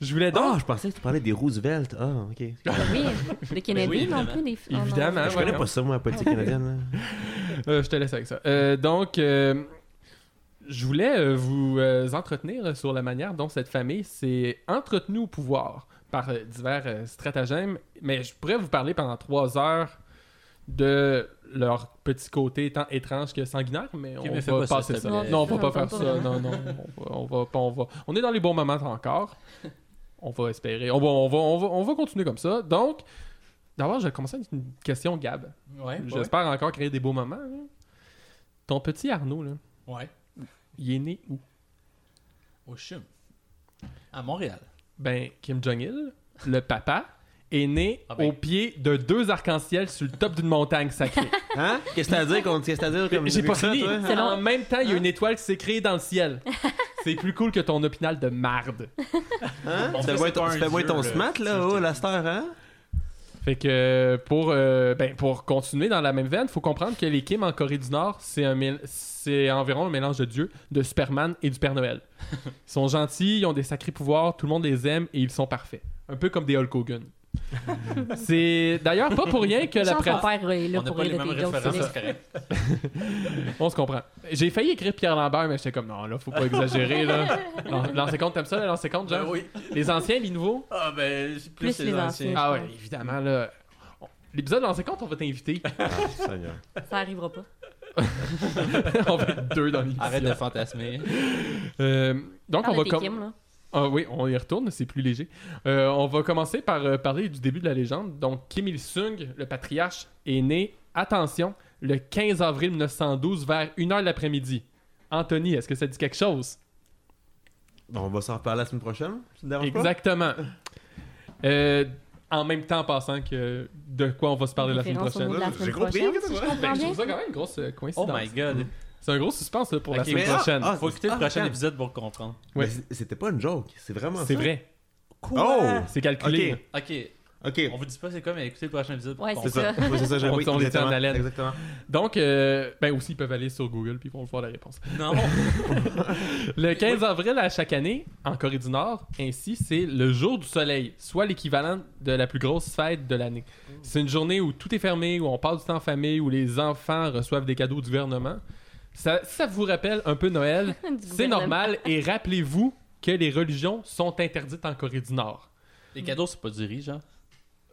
S2: je voulais donc...
S1: Ah, je pensais que tu parlais des Roosevelt. Ah, ok.
S4: Oui,
S2: *laughs*
S4: les Kennedy
S3: Oui,
S4: non
S3: évidemment.
S4: plus. Des... oh, non.
S2: évidemment,
S1: je connais
S2: voyons.
S1: pas ça, moi, la politique canadienne.
S2: *laughs*
S1: là.
S2: Euh, je te laisse avec ça. Euh, donc, euh, je voulais euh, vous euh, entretenir sur la manière dont cette famille s'est entretenue au pouvoir par euh, divers euh, stratagèmes, mais je pourrais vous parler pendant trois heures de leur petit côté tant étrange que sanguinaire, mais
S3: Ok,
S2: on
S3: mais fais
S2: va
S3: pas ça,
S2: passer
S3: s'il te
S2: ça.
S4: plaît.
S2: Non, on va
S4: Je
S2: pas
S4: l'entends
S2: faire
S4: pas
S2: ça. Non,
S4: vraiment.
S2: non, on va, on va pas, on va. On est dans les bons moments encore. On va espérer. On va, on va, on va, on va continuer comme ça. Donc, d'abord, je vais commencer avec une question, Gab.
S3: Ouais, ouais.
S2: J'espère encore créer des beaux moments. là. Ton petit Arnaud, là,
S3: Ouais.
S2: il est né où
S3: Au chum. À Montréal.
S2: Ben, Kim Jong-il, le papa, est né
S3: Ah ben.
S2: au pied de deux arcs-en-ciel sur le top d'une montagne sacrée.
S1: Hein? Qu'est-ce que t'as à dire contre qu'est-ce que t'as à dire comme
S2: J'ai pas
S1: ça,
S2: fini.
S1: toi? hein?
S4: C'est long.
S2: En même temps, il y a une étoile qui s'est créée dans le ciel. C'est plus cool que ton opinal de marde.
S1: Hein?
S3: Bon,
S1: Tu
S3: ça,
S1: fais moins
S3: c'est
S1: ton-
S3: pas
S1: tu
S3: un
S1: fais moins
S3: dieu,
S2: euh,
S1: ton
S3: là.
S1: smat, là, oh, la star, hein?
S2: Fait que pour euh, ben, pour continuer dans la même veine, faut comprendre que les Kim en Corée du Nord, c'est un mél- c'est environ un mélange de dieux, de Superman et du Père Noël. Ils sont gentils, ils ont des sacrés pouvoirs, tout le monde les aime et ils sont parfaits. Un peu comme des Hulk Hogan. c'est d'ailleurs pas pour rien que la
S4: Chance, mon
S2: presse.
S4: père est là
S3: on n'a
S4: pour
S3: pas les
S4: rire
S3: mêmes
S4: de tes jokes,
S3: références,
S4: c'est
S3: c'est correct.
S2: On se comprend. J'ai failli écrire Pierre Lambert, mais j'étais comme non, là faut pas exagérer là. Lan- Lancer compte, t'aimes ça, là, lancer compte, genre
S5: Ben oui.
S2: Les anciens, les nouveaux.
S5: Ah, ben, c'est plus,
S4: Plus les anciens.
S2: Ah ouais, évidemment là. On- L'épisode lancer compte, on va t'inviter. *laughs*
S4: vrai. Ça arrivera pas.
S2: on va être deux dans l'émission.
S3: Arrête de fantasmer.
S2: Euh, donc, on
S4: Parle
S2: va
S4: de tes
S2: com-
S4: Kim, là.
S2: Ah oui, on y retourne, c'est plus léger. Euh, on va commencer par euh, parler du début de la légende. Donc, Kim Il-sung, le patriarche, est né, attention, le 15 avril 1912 vers 1h de l'après-midi. Anthony, est-ce que ça dit quelque chose?
S1: Bon, on va s'en reparler la semaine prochaine. Ça te dérange pas?
S2: Exactement. Euh, en même temps, en passant que de quoi on va se parler la semaine
S4: Référence au
S2: prochaine.
S4: mot de la
S1: J'ai
S4: semaine
S1: compris,
S4: prochaine,
S1: qu'est-ce
S4: si
S1: que
S4: je
S1: tu
S4: comprends
S2: Ben, je
S4: bien.
S2: trouve ça quand même une grosse euh,
S3: Oh
S2: coïncidence.
S3: my god.
S2: C'est un gros suspense là, pour
S3: Ok,
S2: la semaine
S1: mais- ah,
S2: prochaine.
S1: ah,
S3: Faut écouter le
S1: Ah,
S3: prochain
S1: calme.
S3: épisode pour comprendre.
S1: Mais
S2: Ouais.
S1: c- C'était pas une joke, c'est vraiment
S2: c'est
S1: ça.
S2: vrai,
S1: Oh!
S2: c'est calculé.
S1: Ok.
S3: Ok,
S1: Ok.
S3: on vous dit pas c'est quoi, mais écoutez le prochain épisode pour
S4: Ouais,
S1: C'est
S3: comprendre.
S1: ça. Ouais, C'est ça, j'ai
S2: *laughs* On
S1: oui,
S2: tourne les
S1: exactement.
S2: tiens en haleine.
S1: Exactement.
S2: Donc, euh, ben aussi, ils peuvent aller sur Google puis ils vont voir la réponse.
S4: *laughs*
S3: Non,
S2: Le 15 avril à chaque année, en Corée du Nord, ainsi, c'est le jour du soleil, soit l'équivalent de la plus grosse fête de l'année.
S4: Mm.
S2: C'est une journée où tout est fermé, où on passe du temps en famille, où les enfants reçoivent des cadeaux du gouvernement. Ça, ça vous rappelle un peu Noël,
S4: *laughs* Du
S2: c'est
S4: gouvernement.
S2: normal, et rappelez-vous que les religions sont interdites en Corée du Nord.
S3: les cadeaux, c'est pas du riz, genre.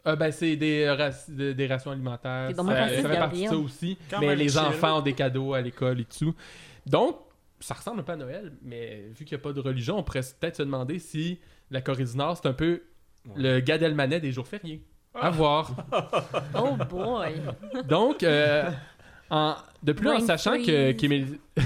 S2: Euh, ben, c'est des, euh, rac- des, des rations alimentaires,
S4: T'es
S2: ça,
S4: donc bien raciste,
S2: ça fait partie de ça
S4: Gabriel.
S2: aussi,
S5: Quand
S2: mais
S5: même
S2: les
S5: chill.
S2: enfants ont des cadeaux à l'école et tout. Donc, ça ressemble un peu à Noël, mais vu qu'il n'y a pas de religion, on pourrait peut-être se demander si la Corée du Nord, c'est un peu le Gad Elmaleh des jours fériés.
S5: Ah!
S2: À voir.
S4: Oh boy.
S2: Donc, euh, en- de plus, en
S4: Brain
S2: sachant, que
S4: freeze.
S2: Kim Il... *laughs*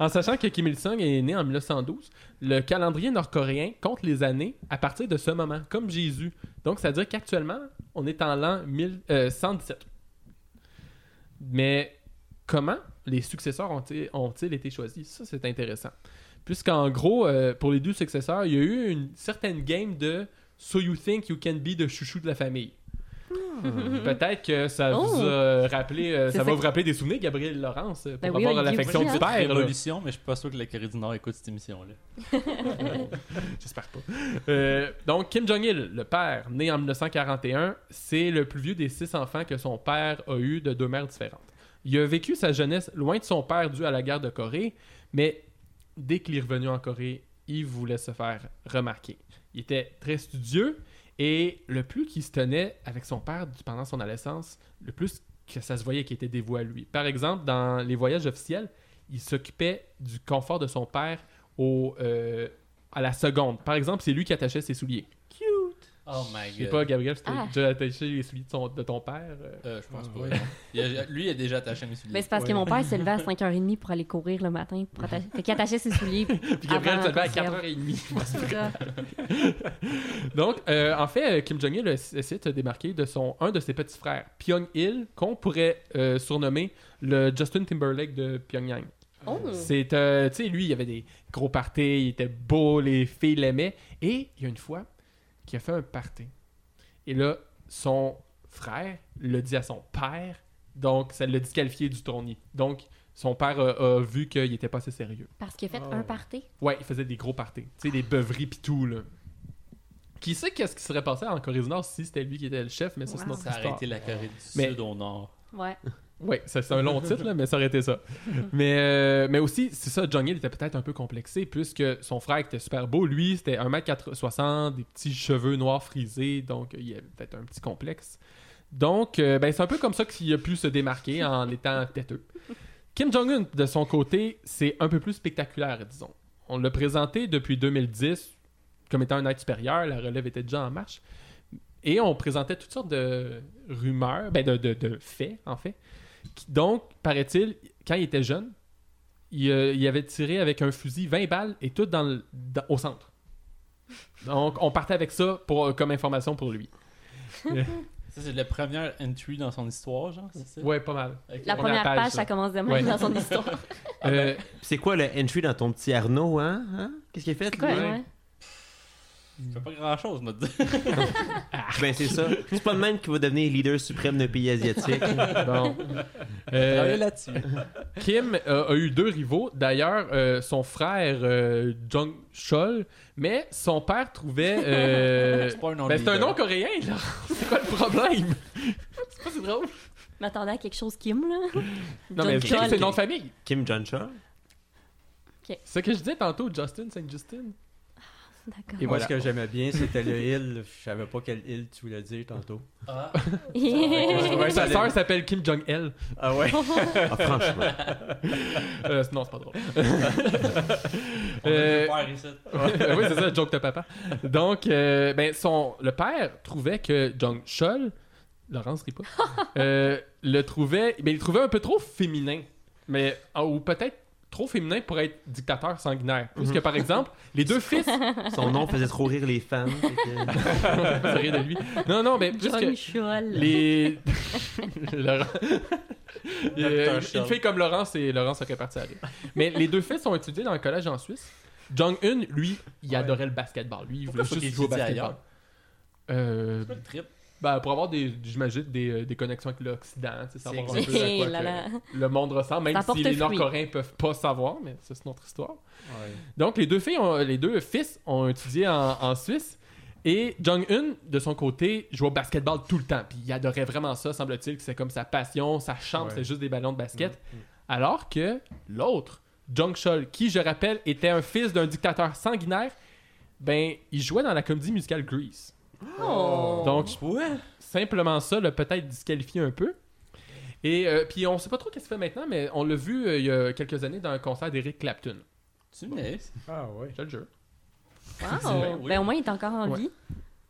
S2: en sachant que Kim Il-sung est né en 1912, le calendrier nord-coréen compte les années à partir de ce moment, comme Jésus. Donc, ça veut dire qu'actuellement, on est en l'an 1000 euh, 117. Mais comment les successeurs ont-ils ont-ils été choisis Ça, c'est intéressant. Puisqu'en gros, euh, pour les deux successeurs, il y a eu une certaine game de So You Think You Can Be de chouchou de la famille. Peut-être que ça vous
S4: Hmm. Oh.
S2: a rappelé, euh,
S4: C'est
S2: ça
S4: ça
S2: va vous
S4: que-
S2: rappeler des souvenirs, Gabriel Laurence, euh, pour
S4: Ben oui,
S2: avoir
S4: Olivier
S2: l'affection
S4: aussi,
S2: du
S4: hein.
S2: père. là.
S3: Révolution, mais je suis pas sûr que la Corée du Nord écoute cette émission-là.
S2: *laughs* J'espère pas. Euh, donc, Kim Jong-il, le père, né en 1941, c'est le plus vieux des six enfants que son père a eu de deux mères différentes. Il a vécu sa jeunesse loin de son père dû à la guerre de Corée, mais dès qu'il est revenu en Corée, il voulait se faire remarquer. Il était très studieux et le plus qu'il se tenait avec son père pendant son adolescence, le plus que ça se voyait qu'il était dévoué à lui. Par exemple, dans les voyages officiels, il s'occupait du confort de son père au, euh, à la seconde. Par exemple, c'est lui qui attachait ses souliers.
S3: Oh my
S2: Je sais
S3: god.
S2: pas, Gabriel, si t'as
S4: Ah.
S2: déjà attaché les souliers de, son- de ton père. euh,
S3: Euh, je pense
S5: Ah,
S3: pas.
S5: ouais.
S3: non. Il a- lui, il a déjà attaché mes
S4: Mais
S3: souliers.
S4: Ben, c'est parce que
S5: Ouais.
S4: mon père se levait à 5h30 pour aller courir le matin. Pour attacher... Fait qu'il attachait ses souliers.
S2: Puis Ah, Gabriel
S4: Avant
S2: se levait à
S4: la conserve.
S2: 4h30.
S4: C'est
S2: *laughs*
S4: ça.
S2: Donc, euh, en fait, euh, Kim Jong-il a essayé de se démarquer de son, un de ses petits frères, Pyong-il, qu'on pourrait euh, surnommer le Justin Timberlake de Pyongyang.
S4: Oh.
S2: C'est, euh, tu sais, lui, il avait des gros parties, il était beau, les filles l'aimaient. Et il y a une fois qu'il a fait un party. Et là, son frère le dit à son père, donc ça l'a disqualifié du tournoi. Donc son père a, a vu qu'il était pas assez sérieux.
S4: Parce qu'il a fait
S5: Oh.
S4: un party.
S2: Ouais, il faisait des gros parties, tu sais, des beuveries pis tout, là. Qui sait qu'est-ce qui serait passé en Corée du Nord si c'était lui qui était le chef, mais ça, c'est
S4: Wow.
S2: notre
S4: Ça
S3: Ça a
S2: histoire.
S3: arrêté la Corée du
S2: Mais-
S3: Sud au Nord.
S4: Ouais.
S2: Oui, c'est un long titre, là, mais ça aurait été ça. mais, euh, mais aussi, c'est ça, Jung Il était peut-être un peu complexé, puisque son frère qui était super beau, lui, c'était 1m60, des petits cheveux noirs frisés, donc euh, il avait peut-être un petit complexe. Donc, euh, ben, c'est un peu comme ça qu'il a pu se démarquer en étant têteux. Kim Jong-un, de son côté, c'est un peu plus spectaculaire, disons. On l'a présenté depuis 2010 comme étant un être supérieur, la relève était déjà en marche. Et on présentait toutes sortes de rumeurs, ben de- de- de faits, en fait, qui- Donc, paraît-il, quand il était jeune, il, euh, il avait tiré avec un fusil 20 balles et tout dans le- dans- au centre. Donc, on partait avec ça pour, euh, comme information pour lui.
S3: Ça, c'est la première entry dans son histoire, genre, c'est ça?
S2: Ouais, pas mal.
S3: Ok.
S4: La
S2: On
S4: première
S2: appelle
S4: page,
S2: ça.
S4: ça commence de
S2: *laughs*
S4: même
S2: Ouais.
S4: dans son histoire.
S2: Euh,
S1: C'est quoi le entry dans ton petit Arnaud, hein? Hein? Qu'est-ce qu'il a fait?
S4: C'est quoi,
S1: lui?
S4: ouais?
S3: Il fait pas grand-chose, moi, de dire.
S1: Ben, c'est ça. C'est pas le même qui va devenir leader suprême d'un pays
S4: *laughs*
S1: asiatique.
S2: bon.
S3: Travailler
S2: Euh,
S3: là-dessus.
S2: Kim euh, a eu deux rivaux. D'ailleurs, euh, son frère euh, Jong Chol, mais son père trouvait.
S4: *laughs*
S2: euh,
S3: *laughs* C'est pas un nom
S2: ben, c'est un
S3: leader.
S2: nom coréen, là. *laughs* C'est quoi le problème? c'est pas si drôle.
S4: Je m'attendais à quelque chose Kim, là.
S2: Non,
S4: Jung
S2: mais Kim,
S4: Chol.
S2: c'est le nom de famille.
S1: Kim Jong-chol?
S2: C'est ce que je disais tantôt, Justin Saint Justin.
S4: D'accord.
S2: Et
S5: Moi,
S2: voilà.
S5: ce que j'aimais bien, c'était le île. Je savais pas quelle île tu voulais dire tantôt.
S3: *laughs* Ah,
S2: Ouais, sa
S5: Ouais.
S2: sœur s'appelle Kim Jong-il.
S5: Ah ouais?
S1: Ah, franchement.
S2: Euh, non, c'est pas *laughs* drôle.
S3: on a
S2: Euh,
S3: deux pères ici.
S2: *laughs* oui, c'est ça, joke de papa. Donc, euh, ben, son, le père trouvait que Jong Chol, Laurence *laughs* rit pas, euh, le trouvait, ben, il le trouvait un peu trop féminin. Mais, ah, ou peut-être trop féminin pour être dictateur sanguinaire. Puisque, par exemple, les deux *laughs* fils.
S1: Son nom faisait trop rire les fans. fait que-
S2: Ça rit de lui. Non, non, mais. puisque-
S4: Jung Chol.
S2: Les. *laughs*
S3: *laughs*
S2: Laurent- Il-
S3: Docteur
S2: Il
S3: Schell.
S2: fait comme Laurence et Laurence serait parti à rire. Mais les deux fils sont étudiés dans le collège en Suisse. Jong-un, lui, il
S3: Ouais.
S2: adorait le basketball. Lui, il
S3: Pourquoi
S2: voulait
S3: faut
S2: juste
S3: qu'il
S2: jouer au
S3: étudie
S2: basketball.
S3: ailleurs?
S2: Euh,
S3: Le trip.
S2: ben, pour avoir des, j'imagine, des, euh, des connexions avec l'Occident, tu sais, savoir un peu à
S4: *laughs*
S2: quoi
S4: Hé là
S2: que
S4: là.
S2: le monde ressemble, même
S4: Ça
S2: si
S4: porte
S2: les
S4: fruit.
S2: Nord-Coréens peuvent pas savoir, mais ça c'est notre histoire. Donc, les deux, filles ont- les deux fils ont étudié en, en Suisse. Et Jong-un, de son côté, jouait au basketball tout le temps. Puis il adorait vraiment ça, semble-t-il, que c'est comme sa passion, sa chambre,
S5: Ouais.
S2: c'est juste des ballons de basket. Alors que l'autre, Jong Chol, qui, je rappelle, était un fils d'un dictateur sanguinaire, ben, il jouait dans la comédie musicale Grease.
S4: Oh.
S2: Donc, simplement ça l'a peut-être disqualifié un peu. Et euh, puis, on sait pas trop qu'est-ce qu'il fait maintenant, mais on l'a vu euh, il y a quelques années dans un concert d'Eric Clapton.
S3: Tu me
S5: Ah ouais.
S2: Je le jure.
S4: Wow.
S3: oui.
S4: Ben, au moins, il est encore en
S2: Ouais.
S4: vie.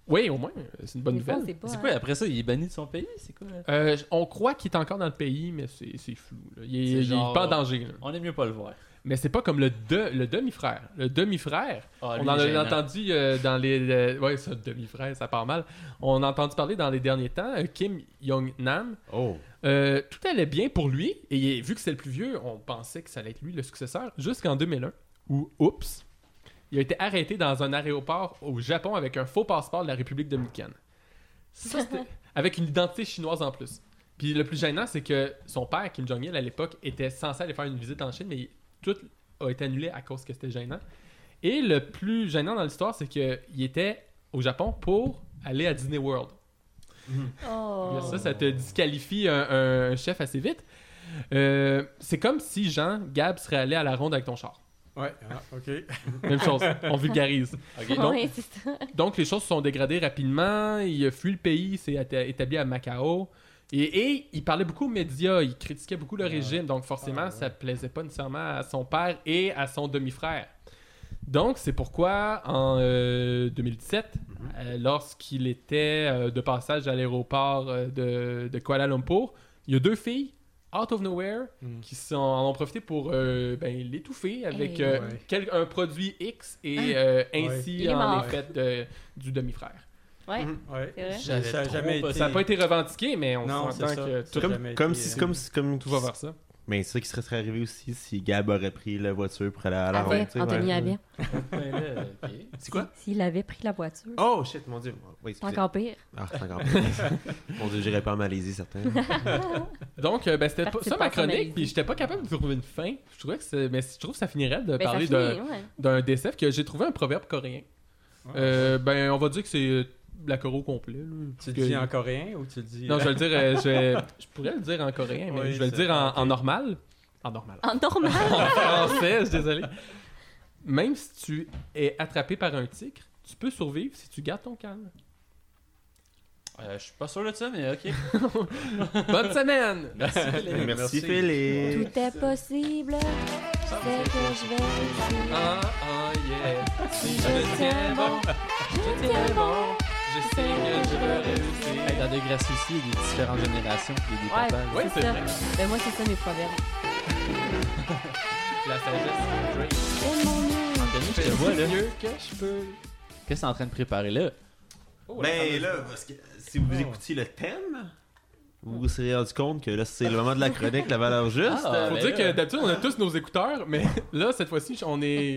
S2: Oui, au moins, euh, c'est une bonne
S4: Des fois,
S2: nouvelle.
S4: on sait pas,
S3: C'est
S4: hein.
S3: quoi, après ça, il est banni de son pays? C'est quoi?
S2: Euh, j- on croit qu'il est encore dans le pays, mais c'est c'est flou. là. Il, est,
S3: C'est
S2: il est
S3: genre-
S2: pas en danger. là.
S3: On aime mieux pas le voir.
S2: Mais c'est pas comme le, de- le demi-frère. Le demi-frère,
S3: Ah, lui,
S2: on en
S3: il est
S2: a
S3: gênant.
S2: entendu euh, dans les. le- ouais, ça, demi-frère, ça part mal. On a entendu parler dans les derniers temps, euh, Kim Jong-nam.
S1: Oh.
S2: Euh, tout allait bien pour lui, et il- vu que c'est le plus vieux, on pensait que ça allait être lui le successeur, jusqu'en 2001, où, oups, il a été arrêté dans un aéroport au Japon avec un faux passeport de la République dominicaine. Ça, c'était- avec une identité chinoise en plus. Puis le plus gênant, c'est que son père, Kim Jong-il, à l'époque, était censé aller faire une visite en Chine, mais il- tout a été annulé à cause que c'était gênant. Et le plus gênant dans l'histoire, c'est qu'il était au Japon pour aller à Disney World.
S4: Oh.
S2: Ça, ça te disqualifie un, un chef assez vite. Euh, c'est comme si Jean, Gab serait allé à la ronde avec ton char.
S5: Ouais, ah, ok.
S2: Même chose, on vulgarise.
S3: Ok,
S2: donc-
S4: *laughs* *laughs* Ouais, c'est ça.
S2: Donc les choses se sont dégradées rapidement, il a fui le pays, il s'est atta- établi à Macao. Et, et il parlait beaucoup aux médias, il critiquait beaucoup le
S5: Ah.
S2: régime, donc forcément
S5: Ah, ouais.
S2: ça plaisait pas nécessairement à son père et à son demi-frère. Donc c'est pourquoi en euh, 2017,
S5: Mhm.
S2: euh, lorsqu'il était euh, de passage à l'aéroport euh, de, de Kuala Lumpur, il y a deux filles, out of nowhere,
S5: Mm.
S2: qui sont, en ont profité pour euh, ben, l'étouffer avec
S4: Hey.
S2: euh,
S5: Ouais.
S2: quel- un produit X et euh, ainsi
S4: Il est
S2: en
S4: mort.
S2: est fait euh, du demi-frère.
S4: Ouais.
S2: Mhm.
S5: Ouais.
S4: C'est vrai.
S3: J'avais
S5: Ça a
S3: trop
S5: jamais
S3: pas-
S5: été-
S2: Ça n'a pas été revendiqué, mais on
S5: Non,
S2: s'entend
S5: c'est ça.
S2: que
S5: Ça
S2: tout,
S5: a
S1: *laughs* Comme,
S5: jamais été,
S1: comme
S5: euh,
S1: si, comme, si- comme
S2: tout va vers ça.
S1: Mais c'est ça qui serait, serait arrivé aussi si Gab aurait pris la voiture pour aller à la
S4: Avec
S1: ronde. tu sais,
S4: Anthony
S1: ouais.
S4: Abbé.
S3: Ouais, là, ok.
S1: C'est quoi?
S4: S'il avait pris la voiture.
S1: Oh shit, mon dieu. Oui,
S4: C'est
S1: excusez.
S2: *laughs*
S4: encore pire.
S1: Ah, c'est encore pire. *laughs* Mon dieu, j'irai pas en Malaisie, certain.
S2: Donc, euh, ben, c'était pas-
S4: Parti
S2: ça
S4: de
S2: ma
S4: penser en
S2: chronique,
S4: Malaisie.
S2: puis j'étais pas capable de trouver une fin. Je trouvais que c'est- mais je trouve que ça finirait de
S4: Ben, ça
S2: parler d'un
S4: finit, ouais.
S2: d'un DCF que j'ai trouvé un proverbe coréen. Euh, ben, on va dire que c'est euh, la Corée au complet. là.
S5: Tu le
S2: Que-
S5: dis en coréen ou tu le dis.
S2: Non, je vais le dire, euh, je, vais- je pourrais le dire en coréen, mais
S5: Oui,
S2: je vais le
S5: c'est-
S2: dire en, en normal. En normal.
S4: En normal.
S2: *laughs* en français, je suis désolé. Même si tu es attrapé par un tigre, tu peux survivre si tu gardes ton calme.
S3: Euh, je suis pas sûr de ça, mais ok.
S2: Bonne semaine!
S3: Merci,
S1: *laughs*
S3: Philippe.
S1: Merci, Félix.
S4: Tout est possible. C'est que je vais essayer.
S2: Ah, ah, yeah. Si je me tiens
S4: tiens
S2: bon,
S4: bon,
S2: je tiens bon, je sais que je veux
S3: Hey,
S2: réussir.
S3: dans Degrassi aussi, il y a des différentes générations, puis il y a
S4: Ouais,
S3: des papas.
S2: Ouais, c'est
S4: c'est ça.
S2: vrai.
S4: Ben, moi, c'est ça mes proverbes.
S2: *laughs* La sagesse,
S4: Oh mon Dieu.
S3: Anthony, je
S2: great.
S3: te vois, là.
S2: mieux que je peux. Oh,
S3: Qu'est-ce que t'es en train de préparer, là?
S1: Ben là, parce que si
S4: Oh.
S1: vous écoutiez le thème, vous vous serez rendu compte que là, c'est le moment de la chronique, la valeur juste.
S3: Ah,
S2: euh, Faut
S3: ben
S2: dire que
S3: là.
S2: d'habitude, on a tous nos écouteurs, mais *laughs* là, cette fois-ci, on est.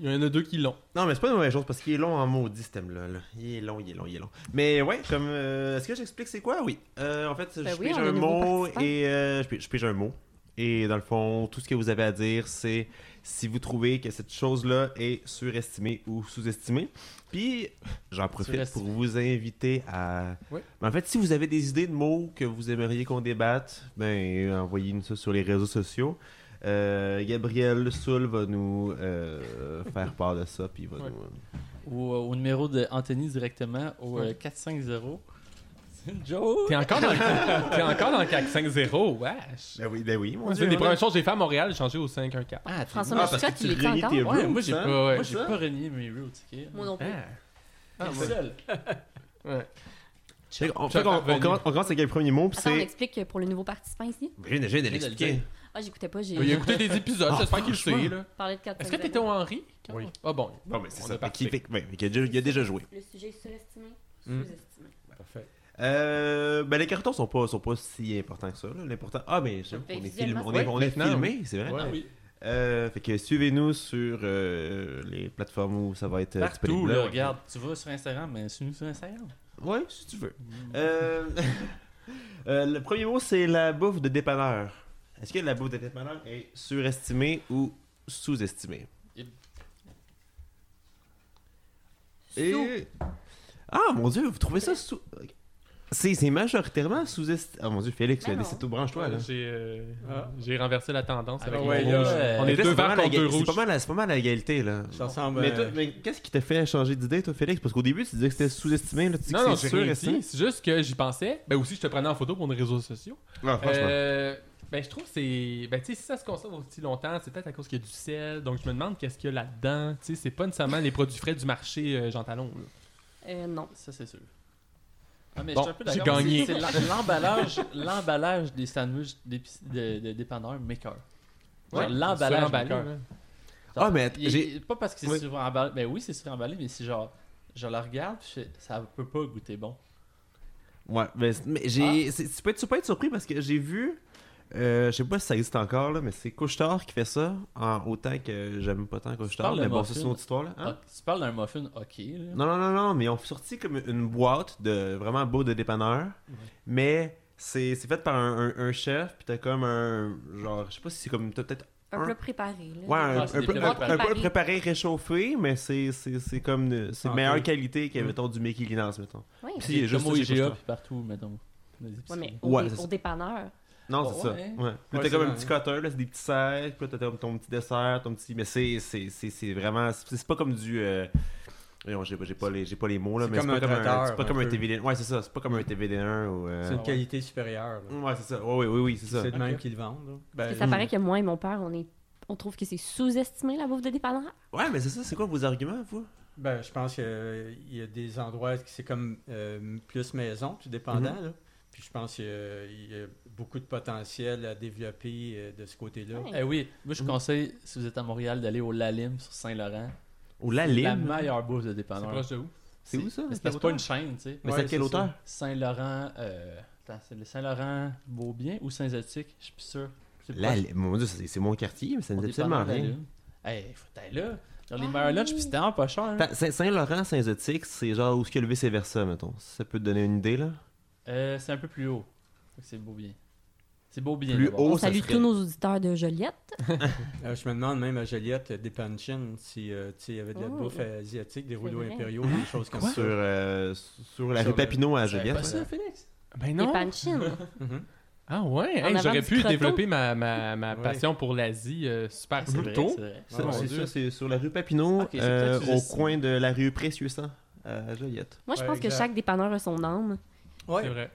S2: Il y en a deux qui l'ont.
S1: Non, mais c'est pas une mauvaise chose parce qu'il est long en maudit ce thème-là. là. Il est long, il est long, il est long. Mais ouais, comme. euh, Est-ce que j'explique c'est quoi Oui. Euh, en fait, je
S4: Ben oui,
S1: pige
S4: on a
S1: un
S4: un nouveau
S1: mot
S4: participant.
S1: et. euh, je, pige, je pige un mot. Et dans le fond, tout ce que vous avez à dire, c'est si vous trouvez que cette chose-là est surestimée ou sous-estimée. Puis, j'en profite pour
S3: Surestimée.
S1: vous inviter à.
S2: Oui.
S1: Mais en fait, si vous avez des idées de mots que vous aimeriez qu'on débatte, ben, euh, envoyez-nous ça sur les réseaux sociaux. Euh, Gabriel Soul va nous euh, faire part de ça, puis il va
S2: Ouais.
S1: nous.
S3: Ou euh, au numéro de Anthony directement, au euh, 450. C'est une joke!
S2: T'es encore dans le, *laughs* t'es encore dans le CAC 5-0, wesh.
S1: Ben oui, ben oui, mon
S2: C'est
S1: dieu.
S2: une des
S1: on
S2: premières choses que j'ai fait à Montréal, j'ai changé au 5-1-4.
S3: Ah, t'es-
S4: François
S1: Ah, parce
S4: Mascotte,
S1: que tu
S4: il est
S1: renies
S4: encore.
S1: tes
S3: Ouais,
S1: roots,
S3: moi, j'ai
S1: hein?
S2: Ouais, ouais.
S3: moi, j'ai
S1: ça.
S3: pas renié mes roots, ok?
S4: Moi non plus.
S2: Ah,
S3: T'es
S2: ouais.
S3: seul.
S1: Fait qu'on- fait qu'on- on, commence- on commence avec le premier mot, puis
S4: Attends, on
S1: c'est.
S4: explique pour le nouveau participant ici.
S1: Je viens de- je viens de l'expliquer.
S4: Ah, j'écoutais pas, j'ai
S2: Il a écouté des épisodes,
S1: Ah,
S2: j'espère qu'il le sait,
S1: franchement.
S2: là.
S4: parlé de 4
S2: Est-ce que t'étais au Henri?
S5: Oui.
S2: Ah bon.
S1: Bon, mais c'est
S2: On
S1: ça.
S2: est
S1: Fait qu'il
S2: parfait.
S1: fait- ouais, fait qu'il a déjà- il a déjà joué.
S4: Le sujet est surestimé,
S5: Hmm.
S4: sous-estimé.
S5: Parfait.
S1: Euh, ben les cartons sont pas, sont pas si importants que ça. là. L'important. Ah, mais j'avoue
S4: Fait
S1: qu'on est filmé.
S4: visuellement,
S1: On est,
S4: ouais.
S1: on est
S2: Maintenant,
S1: filmé, c'est vrai.
S5: Ouais.
S1: Euh, fait que suivez-nous sur euh, les plateformes où ça va être euh,
S3: Partout,
S1: disponible.
S3: là,
S1: Ouais.
S3: regarde. Tu vas sur Instagram, mais suis-nous sur Instagram.
S1: Ouais, si tu veux. Euh, *laughs* euh, le premier mot, c'est la bouffe de dépanneur. Est-ce que la bouffe de dépanneur est surestimée ou sous-estimée? Et... Ah, mon Dieu, vous trouvez ça sous... Ok. C'est c'est majoritairement sous-estimé. Ah, mon Dieu, Félix,
S4: Mais
S1: là,
S4: non.
S1: c'est tout branche-toi, là.
S2: J'ai, euh,
S5: Ah.
S2: j'ai renversé la tendance
S3: Ah,
S2: avec
S5: ben
S2: mon
S5: ouais,
S2: rouge.
S3: là,
S2: On
S3: euh,
S1: Fait
S2: est
S1: que là,
S2: deux
S1: c'est pas
S2: verts
S1: mal à
S2: contre
S1: éga-
S2: deux
S1: C'est pas,
S2: rouges.
S1: mal à- c'est pas mal à égalité, là.
S5: Ça ressemble
S1: Mais,
S5: à-
S1: toi- mais qu'est-ce qui t'a fait changer d'idée, toi, Félix? Parce qu'au début, tu disais que c'était sous-estimé, là, tu dis
S2: Non, non,
S1: que c'est
S2: c'est sûr et
S1: surestimé.
S2: si. C'est juste que j'y pensais. Ben aussi, je te prenais en photo pour nos réseaux sociaux.
S1: Ah, franchement.
S2: Euh, ben je trouve que c'est. Ben tu sais, si ça se conserve aussi longtemps, c'est peut-être à cause qu'il y a du sel. Donc je me demande qu'est-ce qu'il y a là-dedans. Tu sais, c'est pas nécessairement les produits frais du marché euh, Jean Talon. là.
S4: Euh, non.
S3: Ça, c'est sûr. Ah, mais
S2: Bon,
S3: je suis un peu
S2: j'ai
S3: d'accord.
S2: gagné.
S3: C'est- c'est l'em- l'emballage, l'emballage des sandwichs d'épic- de, de dépanneurs Maker. Genre
S2: Ouais,
S3: l'emballage
S2: suremballé,
S3: Maker.
S2: là.
S1: Ah, mais att-
S3: Il-
S1: j'ai-
S3: Pas parce que c'est
S1: Oui.
S3: suremballé. Ben oui, c'est suremballé, mais si genre. Je la regarde, puis je fais, ça peut pas goûter bon.
S1: Ouais, mais, mais j'ai.
S3: Ah.
S1: c'est- Tu, peux être, tu peux être surpris parce que j'ai vu. euh, je sais pas si ça existe encore, là, mais c'est Couchetard qui fait ça. En, autant que j'aime pas tant Couchetard.
S3: parles
S1: Mais
S3: de
S1: bon,
S3: muffin.
S1: ça, c'est une autre histoire. Là, hein?
S3: Ah, tu parles d'un muffin, ok. Là.
S1: Non, non, non, non, mais ils ont sorti comme une boîte de vraiment beau de dépanneur. Mais c'est c'est fait par un, un- un chef, puis t'as comme un. Genre, je sais pas si c'est comme. T'as peut-être.
S4: Un
S1: Hein?
S4: plat préparé. Là,
S1: Ouais, un,
S3: Ah, c'est
S1: un
S3: des
S1: peu,
S3: plats
S1: un-
S3: préparés.
S1: un peu préparé, réchauffé, mais c'est c'est- c'est comme. de- C'est
S3: Ah,
S5: Santé.
S1: meilleure qualité que,
S5: Mm.
S1: mettons, du Mickey Linas, mettons.
S4: Oui.
S1: Si,
S3: C'est
S1: juste
S3: comme au
S1: ça, c'est
S3: IGA,
S1: costaud.
S3: puis partout, mettons. dans les
S4: Ouais,
S3: épiceries.
S4: mais
S1: Ouais,
S4: au,
S1: c'est
S4: dé-
S1: ça.
S4: au dépanneur.
S1: Non,
S3: Oh,
S1: c'est ça.
S3: ouais.
S1: Ouais. Puis
S5: Ouais,
S1: t'as comme
S5: c'est
S1: un
S5: vrai.
S1: petit cutter, là, c'est des petits sacs, puis là, t'as ton, ton petit dessert, ton petit. Mais c'est, c'est, c'est, c'est vraiment. C'est c'est pas comme du. euh, voyons, j'ai, pas- j'ai, pas les, j'ai pas les mots, là,
S5: C'est
S1: mais c'est
S5: comme
S1: pas
S5: un
S1: comme un.
S5: traiteur,
S1: C'est pas
S5: un
S1: comme un
S5: peu.
S1: TVD. Ouais, c'est ça, c'est pas comme un TVD1 ou. euh,
S5: C'est une
S3: ouais.
S5: qualité supérieure. là.
S1: Ouais, c'est ça. Ouais, oui, oui, oui, c'est ça.
S5: C'est de même
S3: Ok.
S5: qu'ils le vendent. là.
S4: Parce
S5: Ben,
S4: que ça paraît que moi et mon père, on, est... on trouve que c'est sous-estimé la bouffe de dépanneur.
S1: Ouais, mais c'est ça, c'est quoi vos arguments, vous
S5: Ben, je pense qu'il y a des endroits qui c'est comme euh, plus maison, tout dépendant. là. Puis je pense qu'il y a- il y, a beaucoup de potentiel à développer euh, de ce côté-là.
S4: Ouais.
S3: Eh oui, moi je
S1: Mm.
S3: conseille, si vous êtes à Montréal, d'aller au Lalim sur Saint-Laurent.
S1: Ou la
S3: La
S1: lime
S3: meilleure bouffe de
S1: Ah
S2: C'est
S3: dépanneur.
S2: proche de où
S1: C'est où ça
S3: Mais
S1: Quelle
S3: C'est pas
S1: hauteur?
S3: une chaîne, tu sais.
S1: Mais c'est
S5: Ouais,
S1: à quelle
S5: c'est ça.
S1: hauteur
S3: Saint-Laurent, euh, attends, c'est le Saint-Laurent Beaubien ou Saint-Zotique, je suis plus sûr. C'est
S1: La
S3: proche.
S1: lime. Mon dieu, c'est, c'est mon quartier, mais ça
S3: On
S1: ne dit
S3: dépend
S1: absolument
S3: de la
S1: rien.
S3: lune. Hey, faut aller là. Dans les
S4: Ah
S3: meilleurs lunchs,
S4: oui.
S3: puis c'était vraiment pas cher. hein.
S1: Attends, Saint- Saint-Laurent, Saint-Zotique, c'est genre où est-ce que le vice est versa, mettons. Ça peut te donner une idée, là?
S3: Euh, c'est un peu plus haut. Fait que C'est beau bien. C'est beau bien.
S1: Plus
S3: d'abord.
S1: haut,
S4: On
S1: ça
S4: salue
S1: serait-
S4: tous nos auditeurs de Joliette.
S5: Euh, je me demande même à Joliette euh, des panchins, si euh, tu sais, il y avait de la
S4: Oh.
S5: bouffe asiatique, des
S4: C'est
S5: rouleaux
S4: vrai.
S5: impériaux, des choses comme ça.
S1: Sur, euh, sur la rue
S5: Sur le-
S1: Papineau à
S3: C'est
S1: Joliette.
S3: pas
S1: là.
S3: ça, Félix.
S2: Ben
S4: Les
S2: non.
S4: panchines.
S5: Mhm.
S2: Ah ouais,
S4: En
S2: hey,
S4: avant
S2: j'aurais
S4: du
S2: pu
S4: croton.
S2: développer ma, ma, ma
S5: Ouais.
S2: passion pour l'Asie euh, super
S3: C'est vrai,
S2: tôt.
S3: c'est vrai.
S1: C'est
S5: Ah,
S1: c'est
S5: mon
S1: ça, c'est sur la rue Papineau,
S3: Ok, c'est
S1: euh,
S3: peut-être
S1: au
S3: sous-estimé.
S1: coin de la rue Précieux Sang à Joliette.
S4: Moi, je
S5: Ouais,
S4: pense que
S5: exact.
S4: chaque dépanneur a son âme.
S5: Ouais,
S2: C'est vrai.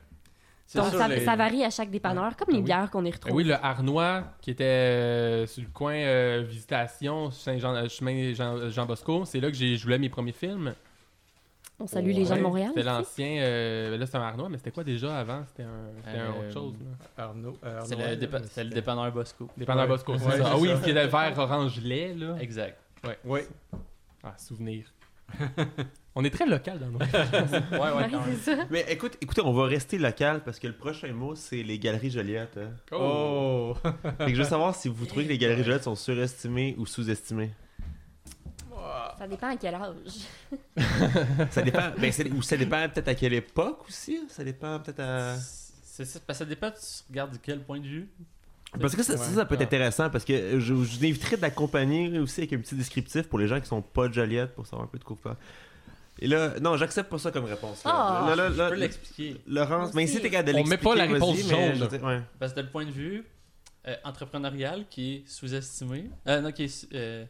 S5: c'est
S4: Donc,
S5: sûr,
S4: ça,
S5: les-
S4: ça varie à chaque dépanneur, comme
S2: Ah
S4: les
S2: oui.
S4: bières qu'on y
S2: Ben
S4: retrouve.
S2: oui, le Arnois qui était euh, sur le coin euh, Visitation, Saint-Jean, euh, chemin Jean, Jean Bosco, c'est là que j'ai joué mes premiers films.
S4: On salue les gens de
S2: Ouais,
S4: Montréal.
S2: C'était l'ancien. euh, ben là, c'était un Arnois, mais c'était quoi déjà avant C'était un, c'était un
S3: Euh,
S2: autre chose. Là.
S5: Arnaud, euh,
S3: C'est
S5: Arnaud,
S3: le, dépa-
S5: euh,
S3: c'est le dépanneur Bosco.
S2: Dépendant
S5: ouais.
S2: Bosco, c'est
S5: Ouais,
S2: ça.
S5: c'est
S2: Ah oui,
S5: ça.
S2: qui était vert orange lait, là.
S3: *laughs* Exact.
S5: Oui,
S2: Ah, souvenir. *laughs* On est très local dans nos.
S3: Ouais, ouais,
S4: Ouais,
S3: quand même.
S4: c'est ça.
S1: Mais écoute, écoutez, on va rester local parce que le prochain mot, c'est les galeries Joliette. hein.
S5: Oh!
S1: *laughs* Fait que je veux savoir si vous trouvez que les galeries Joliette sont surestimées ou sous-estimées.
S4: *laughs* Ça dépend à quel âge.
S1: Ça dépend, ben, c'est- ou ça dépend peut-être à quelle époque aussi. hein. Ça dépend peut-être à...
S3: C'est ça, parce que ça dépend, tu regardes de quel point de vue.
S1: Parce que ça,
S5: Ouais.
S1: ça, ça peut être
S3: Ah.
S1: intéressant parce que je, je vous inviterais d'accompagner aussi avec un petit descriptif pour les gens qui sont pas de Joliette pour savoir un peu de quoi on parle. Et là, non, j'accepte pas ça comme réponse. là.
S4: Ah,
S1: Là, là, là,
S3: Je peux
S1: là,
S3: l'expliquer.
S1: Laurence, mais ici, t'es capable de
S2: On met pas la
S1: l'expliquer,
S2: réponse
S1: vas-y, mais
S2: jaune.
S1: je veux dire, ouais.
S3: Parce que t'as le point de vue euh, entrepreneurial qui est sous-estimé. Euh, non, qui est. su- euh,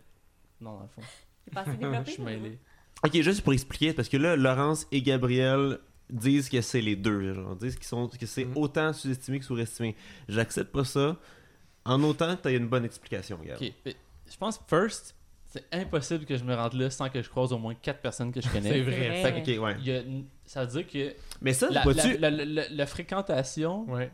S3: Non, dans le fond.
S4: C'est pas assez
S3: Je
S4: développé.
S3: suis mêlé.
S1: Ok, juste pour expliquer, parce que là, Laurence et Gabriel disent que c'est les deux, genre, disent qu'ils sont, que c'est
S5: Mhm.
S1: autant sous-estimé que sous-estimé. J'accepte pas ça, en autant que t'as une bonne explication, Gab.
S3: Ok. mais Je pense, first, c'est impossible que je me rende là sans que je croise au moins 4 personnes que je
S2: c'est
S3: connais.
S2: vrai.
S4: Fait que-
S1: Ok, ouais.
S3: Il y a une- Ça veut dire que
S1: Mais ça,
S3: la,
S1: vois-tu,
S3: la- la- la- la fréquentation
S2: Ouais.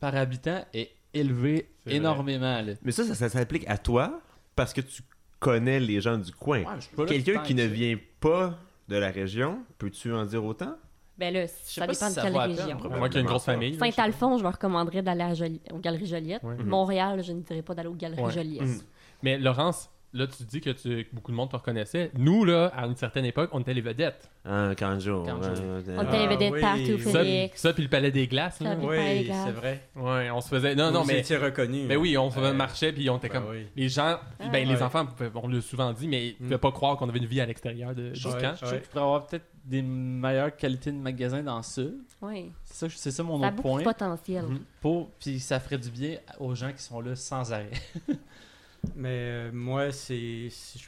S3: par habitant est élevée
S2: C'est vrai.
S3: énormément. là.
S1: mais ça, ça, ça s'applique à toi parce que tu connais les gens du coin.
S3: Ouais, je suis pas là tout
S1: Quelqu'un
S3: le temps
S1: qui ne
S3: avec ça.
S1: vient pas de la région, peux-tu en dire autant?
S4: Ben là,
S3: sais
S4: ça
S3: pas
S4: dépend
S3: si
S4: de
S3: ça
S4: quelle
S3: vaut la peine,
S4: région.
S1: probablement.
S2: À moins qu'il y ait une grosse famille. là, je sais pas.
S4: Saint-Alphonse, je me recommanderais d'aller à Joli- aux Galeries Joliette.
S2: Ouais.
S1: Mhm.
S4: Montréal, je ne dirais pas d'aller aux Galeries
S2: Ouais.
S4: Joliette.
S1: Mhm.
S2: Mais Laurence, là, tu dis que, tu- que beaucoup de monde te reconnaissait. Nous, là, à une certaine époque, on était les vedettes.
S1: Un Kanjo.
S3: Kanjo.
S4: On
S5: Ah,
S4: t'avait des
S5: oui.
S4: partout,
S5: Ça,
S2: Ça,
S4: Félix.
S2: ça puis le palais des glaces.
S4: Ça,
S2: Là.
S4: puis-
S5: oui,
S4: Pas
S5: c'est vrai.
S2: Ouais, on se faisait. Non, non,
S5: Vous
S2: mais.
S5: étiez reconnu.
S2: Ben oui, on se
S5: Euh,
S2: marchait, puis on était
S5: ben
S2: comme.
S5: oui.
S2: Les gens,
S4: Ah.
S2: ben les
S5: Ouais.
S2: enfants, pouvaient- on l'a souvent dit, mais ils
S5: Mm.
S2: pouvaient pas croire qu'on avait une vie à l'extérieur de, du
S5: Ouais.
S2: camp.
S3: Je trouve que je pourrais avoir peut-être des meilleures qualités de magasin dans ça.
S4: Oui.
S3: C'est ça, que- c'est ça mon
S4: Ça a
S3: autre
S4: beaucoup
S3: point.
S4: de potentiel.
S2: Mhm.
S3: Pour, puis ça ferait du bien aux gens qui sont là sans arrêt.
S5: Mais euh, moi, c'est. si je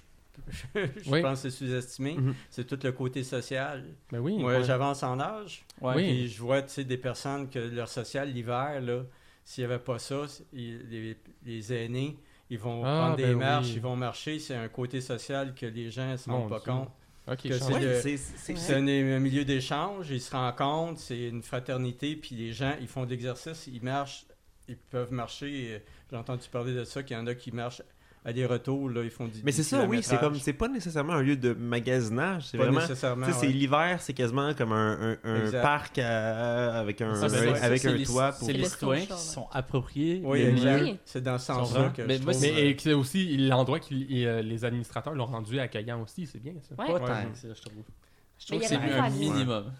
S5: je *laughs*
S2: Oui.
S5: pense que c'est sous-estimé.
S1: Mhm.
S5: C'est tout le côté social.
S2: Ben oui.
S5: Moi,
S2: ouais.
S5: j'avance en âge.
S3: Ouais.
S2: Oui.
S5: Puis je vois tu sais, des personnes que leur social, l'hiver, là, s'il n'y avait pas ça, c- ils- les, les aînés, ils vont
S2: Ah,
S5: prendre des
S2: ben
S5: marches,
S2: oui.
S5: ils vont marcher. C'est un côté social que les gens ne se
S2: Mon
S5: rendent pas
S2: Dieu.
S5: compte.
S2: Ok,
S5: que
S2: je
S5: c'est
S2: comprends.
S5: le-
S1: C'est- c'est-
S5: C'est un, un milieu d'échange, ils se rencontrent, c'est une fraternité, puis les gens, ils font de l'exercice, ils marchent, ils peuvent marcher. euh, J'ai entendu parler de ça, qu'il y en a qui marchent aller-retour, là, ils font du
S1: Mais c'est
S5: du
S1: ça, oui, c'est
S5: kilométrage.
S1: comme c'est pas nécessairement un lieu de magasinage, c'est
S5: Pas
S1: vraiment
S5: nécessairement.
S1: tu sais, c'est
S5: ouais.
S1: l'hiver, c'est quasiment comme un, un- un
S5: Exact.
S1: parc à- avec un,
S5: Ça, c'est-
S1: avec,
S5: ça,
S1: ben avec
S3: c'est
S1: un
S3: les-
S1: toit pour
S3: C'est les
S4: le
S3: citoyens
S4: social,
S3: qui
S4: ouais.
S3: se sont appropriés.
S5: Oui,
S3: le milieu.
S5: exact.
S4: Oui.
S5: C'est dans ce
S3: Ils sont
S5: sens-là
S3: vraiment-
S5: que
S3: Mais
S5: je
S3: moi,
S5: trouve,
S2: Mais
S5: euh,
S2: et que c'est aussi l'endroit que les administrateurs l'ont rendu accueillant aussi, c'est bien ça.
S3: Pas
S4: Ouais.
S5: Ouais.
S3: tant que ça, je trouve. Je
S4: Mais
S3: trouve
S4: il
S3: que
S4: y
S3: c'est
S4: aurait
S3: un
S4: plus à
S3: minimum.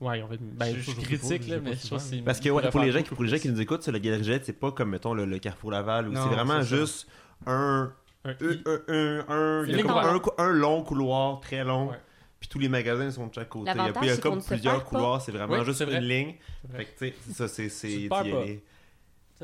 S2: Ouais, en fait, ben,
S3: je, je
S2: sais pas,
S3: critique,
S2: sais
S3: là,
S2: pas
S3: mais je
S2: souvent.
S3: trouve que c'est.
S1: Parce que
S3: on
S1: ouais,
S3: pourrait
S1: pour les
S3: faire
S1: gens, qui-
S3: beaucoup
S1: pour les gens
S3: plus.
S1: qui nous écoutent, sur le Galerie Joliette, c'est pas comme, mettons, le, le Carrefour Laval, où
S5: Non,
S1: c'est vraiment
S5: c'est ça.
S1: juste un,
S2: Un-
S1: un, un, un- un-
S2: C'est
S1: il y a comme
S2: l'équivalent.
S1: un, cou- un long couloir très long,
S2: Ouais.
S1: puis tous les magasins sont de chaque côté. Il y a,
S4: L'avantage,
S1: pas- il y a
S4: c'est qu'on
S1: comme
S4: ne se
S1: plusieurs
S4: perd pas.
S1: couloirs, c'est vraiment
S2: Oui,
S1: juste
S2: c'est vrai.
S1: une ligne.
S2: C'est
S1: Fait
S2: vrai.
S1: que, tu sais, c'est ça, c'est... c'est-
S3: Tu te perds
S1: d'y
S3: pas.
S1: aller.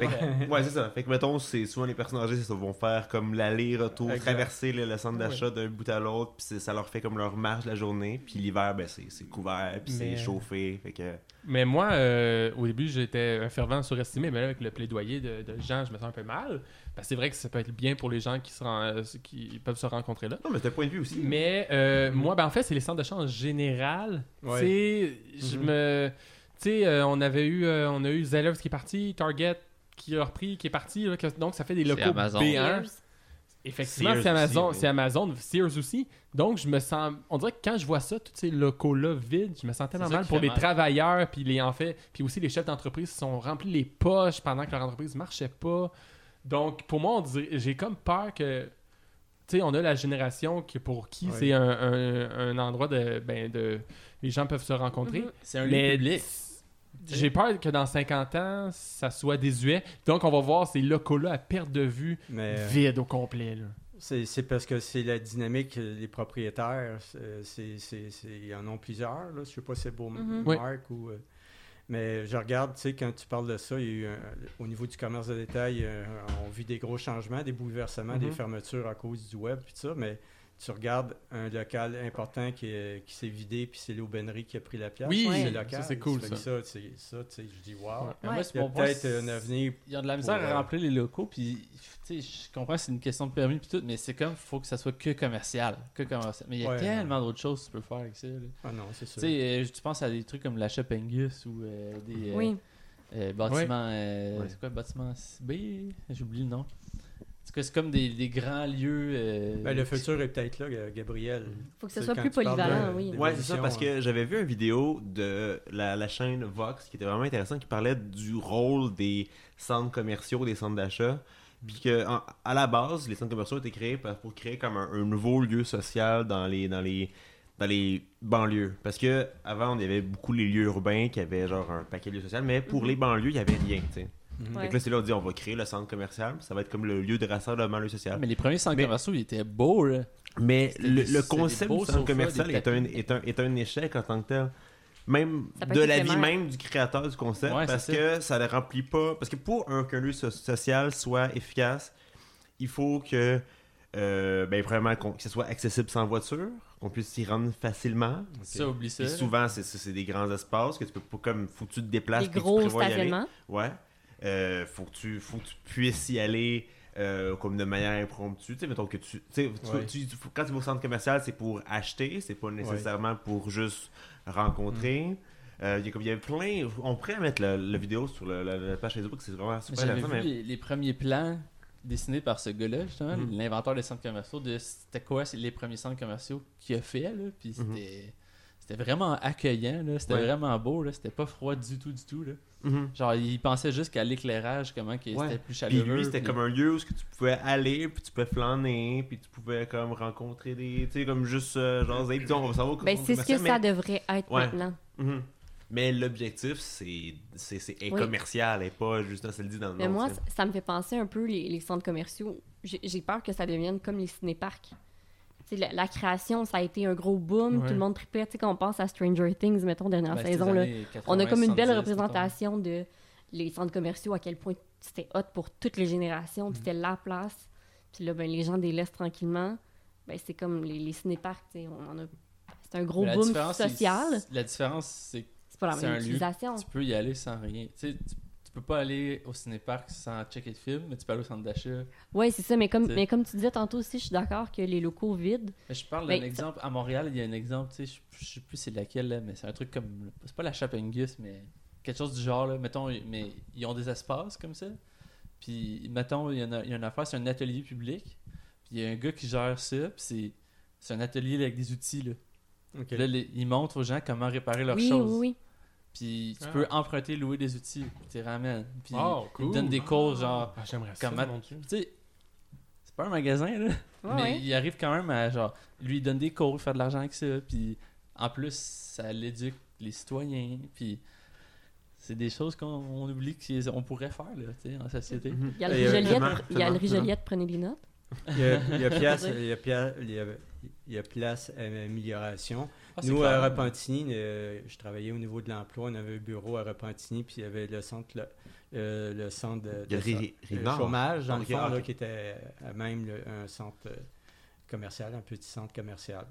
S3: C'est
S5: *laughs*
S3: vrai.
S1: Ouais, c'est ça. Fait que, mettons, c'est souvent les personnes âgées, ça vont faire comme l'aller-retour,
S5: Exact.
S1: traverser le, le centre
S2: Ouais.
S1: d'achat d'un bout à l'autre, puis c'est- ça leur fait comme leur marche de la journée, puis l'hiver, ben, c'est c'est couvert, puis
S2: Mais-
S1: c'est chauffé. Fait que...
S2: Mais moi, euh, au début, j'étais un fervent surestimé, mais là, avec le plaidoyer de, de Jean, je me sens un peu mal. Parce que c'est vrai que ça peut être bien pour les gens qui, se ren- euh, qui peuvent se rencontrer là.
S1: Non, mais c'est un point de vue aussi. hein.
S2: Mais euh, moi, ben en fait, c'est les centres de chance en général.
S5: Ouais.
S2: Tu sais, je
S5: Mhm.
S2: me. Tu sais, euh, on avait eu. euh, on a eu Zellers qui est parti, Target qui a repris, qui est parti. là, que- donc, ça fait des
S3: C'est
S2: locaux
S3: Amazon.
S2: béants.
S4: Cheers.
S2: Effectivement,
S1: Sears
S2: c'est Amazon,
S1: aussi, oui.
S2: c'est Amazon, Sears aussi. Donc, je me sens. On dirait que quand je vois ça, tous ces locaux-là vides, je me sens tellement
S3: ça
S2: mal
S3: qui
S2: pour
S3: fait
S2: les
S3: mal.
S2: travailleurs, puis les en fait, puis aussi les chefs d'entreprise se sont remplis les poches pendant que leur entreprise marchait pas. Donc, pour moi, on dirait- j'ai comme peur que tu sais, on a la génération qui, pour qui
S5: Oui.
S2: c'est un, un- un endroit de, ben, de. Les gens peuvent se rencontrer.
S4: Mhm.
S3: C'est Mm-hmm. un lieu
S2: Mais
S3: public.
S2: j'ai peur que dans 50 ans, ça soit désuet. Donc, on va voir ces locaux-là à perte de vue,
S5: Mais euh,
S2: vides au complet. là.
S5: c'est c'est parce que c'est la dynamique, euh, les propriétaires, c'est- c'est- c'est- c'est- ils en ont plusieurs. Là. Je sais pas si c'est beau
S4: Mhm.
S2: Oui.
S5: Marc ou... euh, mais je regarde, tu sais, quand tu parles de ça, il y a eu un- au niveau du commerce de détail, euh, on vit des gros changements, des bouleversements, des
S2: Mhm.
S5: fermetures à cause du web, puis ça, mais tu regardes un local important qui, est- qui s'est vidé, puis c'est l'aubainerie qui a pris la place.
S2: Oui,
S5: c'est
S4: Ouais.
S5: local.
S2: ça, c'est cool,
S5: Fait que c'est- ça, tu sais, je dis, wow,
S2: Ouais.
S3: Mais Moi, c'est
S5: il y a
S3: mon point,
S5: peut-être
S3: c'est-
S5: un avenir
S3: Ils ont de la misère
S5: Pour,
S3: à
S5: euh,
S3: remplir les locaux, puis tu sais, je comprends que c'est une question de permis puis tout, mais c'est comme faut que ça soit que commercial, que commercial. Mais il y a
S5: Ouais,
S3: tellement d'autres choses que tu peux faire avec ça. là.
S5: Ah non, c'est
S3: Tu
S5: sûr.
S3: sais, euh, tu penses à des trucs comme l'achat Pengus ou euh, des euh,
S4: Oui.
S3: euh, bâtiments, euh,
S1: Ouais.
S3: c'est quoi, bâtiment B, j'oublie le nom. Parce que c'est comme des, des grands lieux. euh,
S5: Ben, le futur est peut-être là, Ga- Gabriel.
S4: Faut que ce
S5: C'est
S4: soit
S5: quand
S4: plus
S5: tu parles de-
S4: polyvalent, oui.
S5: des-
S1: Ouais, c'est ça,
S5: Évolution,
S1: parce
S5: hein.
S1: que j'avais vu une vidéo de la, la chaîne Vox qui était vraiment intéressante, qui parlait du rôle des centres commerciaux, des centres d'achat. Puis que, en- à la base, les centres commerciaux étaient créés par- pour créer comme un, un nouveau lieu social dans les, dans les, dans les banlieues. Parce que avant, on avait beaucoup les lieux urbains qui avaient genre un paquet de lieux sociaux, mais pour les banlieues, il n'y avait rien. tu sais.
S5: Mhm.
S4: Ouais.
S1: Fait que là, c'est là on dit on va créer le centre commercial, ça va être comme le lieu de rassemblement, le lieu social.
S3: Mais les premiers centres
S1: Mais-
S3: commerciaux, ils étaient beaux, là.
S1: Mais
S3: C'était
S1: le,
S3: des-
S1: le
S3: c'est des
S1: concept
S3: beaux
S1: du
S3: sofas,
S1: centre commercial
S3: des
S1: est un,
S3: tapis.
S1: est, un, est un échec en tant que tel. Même
S4: Ça peut
S1: de
S4: être
S1: la vie
S4: éphémère.
S1: même du créateur du concept,
S3: Ouais,
S1: parce
S3: c'est ça.
S1: que ça ne remplit pas. Parce que pour un, qu'un lieu so- social soit efficace, il faut que, euh, ben, premièrement, qu'on- que ce soit accessible sans voiture, qu'on puisse s'y rendre facilement.
S3: Ça, oublie ça.
S1: Et
S3: là.
S1: souvent, c'est- c'est c'est des grands espaces que tu peux pas, comme, faut que tu te déplaces.
S4: Des
S1: puis que tu
S4: gros
S1: prévois y aller.
S4: stationnements.
S1: Ouais. Euh, faut, que tu, faut que tu puisses y aller euh, comme de manière impromptue. Tu sais, mettons que tu. tu sais, tu-
S5: Ouais.
S1: tu- tu- faut- quand tu vas au centre commercial, c'est pour acheter, c'est pas nécessairement pour juste
S3: Mm.
S1: rencontrer. Euh, Il y, a comme- il y avait plein. On pourrait mettre la, la vidéo sur le- la, la page Facebook, c'est vraiment super
S3: J'avais vu
S1: intéressant, mais-
S3: les, les premiers plans dessinés par ce gars-là, justement,
S1: Mhm.
S3: l'inventeur des centres commerciaux, de c'était quoi c'est les premiers centres commerciaux qu'il a fait, là, puis c'était...
S1: Mhm.
S3: C'était vraiment accueillant, là, c'était
S1: Ouais.
S3: vraiment beau, là, c'était pas froid du tout, du tout. Là.
S1: Mhm.
S3: Genre, il pensait juste qu'à l'éclairage, comment que
S1: Ouais.
S3: c'était plus
S1: Puis
S3: chaleureux.
S1: lui, c'était
S3: puis- ben,
S1: comme un lieu où ce que tu pouvais aller, puis tu pouvais flâner, puis tu pouvais comme rencontrer des. Tu sais, comme juste euh, genre, Hey, disons, on va savoir
S4: Ben, c'est ce que ça devrait être
S1: Ouais.
S4: maintenant.
S1: Mhm. Mais l'objectif, c'est c'est- c'est est
S4: Oui.
S1: commercial et pas juste, ça le dit dans le
S4: Mais
S1: nom,
S4: moi,
S1: tu sais.
S4: ça- ça me fait penser un peu les, les centres commerciaux. J'ai j'ai peur que ça devienne comme les cinéparcs. Tu sais, La, la création, ça a été un gros boom,
S2: Ouais.
S4: tout le monde tripait. Tu sais, quand on pense à Stranger Things, mettons, dernière
S3: ben, c'était
S4: saison,
S3: les
S4: là,
S3: années 80,
S4: on a comme une belle
S3: 70,
S4: représentation de les centres commerciaux, à quel point c'était hot pour toutes les générations,
S3: Mm.
S4: puis c'était la place. Puis là, ben, les gens délaissent tranquillement. Ben, c'est comme les, les cinéparcs, tu sais, on en a... C'est un gros
S3: mettons. Mais la
S4: boom
S3: différence, c'est-
S4: social.
S3: La différence, c'est
S4: C'est pas la
S3: c'est un
S4: même
S3: lieu.
S4: utilisation.
S3: Tu peux y aller sans rien. Tu, sais, tu, tu peux pas aller au cinéparc sans checker le film, mais tu peux aller au centre d'achat.
S4: Oui, c'est ça, mais comme,
S3: T'sais.
S4: mais comme tu disais tantôt aussi, je suis d'accord que les locaux vides,
S3: Mais je parle
S4: Mais
S3: d'un
S4: ça-
S3: exemple. À Montréal, il y a un exemple, tu sais, je- je sais plus c'est laquelle, là, mais c'est un truc comme. C'est pas la Chapengus, mais quelque chose du genre, là. Mettons, mais ils ont des espaces comme ça. Puis, mettons, il y, en a, il y a une affaire, c'est un atelier public. Puis, il y a un gars qui gère ça, puis c'est. C'est un atelier avec des outils. Là.
S5: Ok.
S3: Puis Là, les- ils montrent aux gens comment réparer leurs
S4: oui,
S3: choses.
S4: oui, oui.
S3: Puis tu
S2: Ah.
S3: peux emprunter, louer des outils, tu les ramènes. Puis
S2: Oh,
S3: ils te
S2: cool.
S3: donnent des cours, genre.
S2: Ah, J'aimerais ça,
S3: Comment-
S2: mon Dieu.
S3: Tu sais, c'est pas un magasin, là.
S4: Ouais,
S3: mais
S4: ouais.
S3: il arrive quand même à genre lui il donne des cours, faire de l'argent avec ça, puis en plus ça l'éduque les citoyens, puis c'est des choses qu'on on oublie qu'on pourrait faire là, tu sais, en société.
S1: Mhm.
S4: Il y a le
S5: Et, euh,
S4: Rigeliette,
S1: Clément,
S4: il y a
S1: Clément,
S4: le Rigeliette, prenez des notes.
S5: Il y a- il y
S3: *laughs*
S5: a place- il y a pia- il y a- il y a place à amélioration.
S3: Ah, c'est
S5: Nous,
S3: clair.
S5: à Repentigny, euh, je travaillais au niveau de l'emploi. On avait un bureau à Repentigny, puis il y avait le centre, le, euh, le centre de,
S1: Il y a
S5: de-
S1: le ri-
S5: euh,
S1: Rivard.
S5: chômage, dans
S1: Ok,
S5: le fond,
S1: ah,
S5: là,
S1: ok.
S5: qui était à même le- un centre euh, commercial, un petit centre commercial.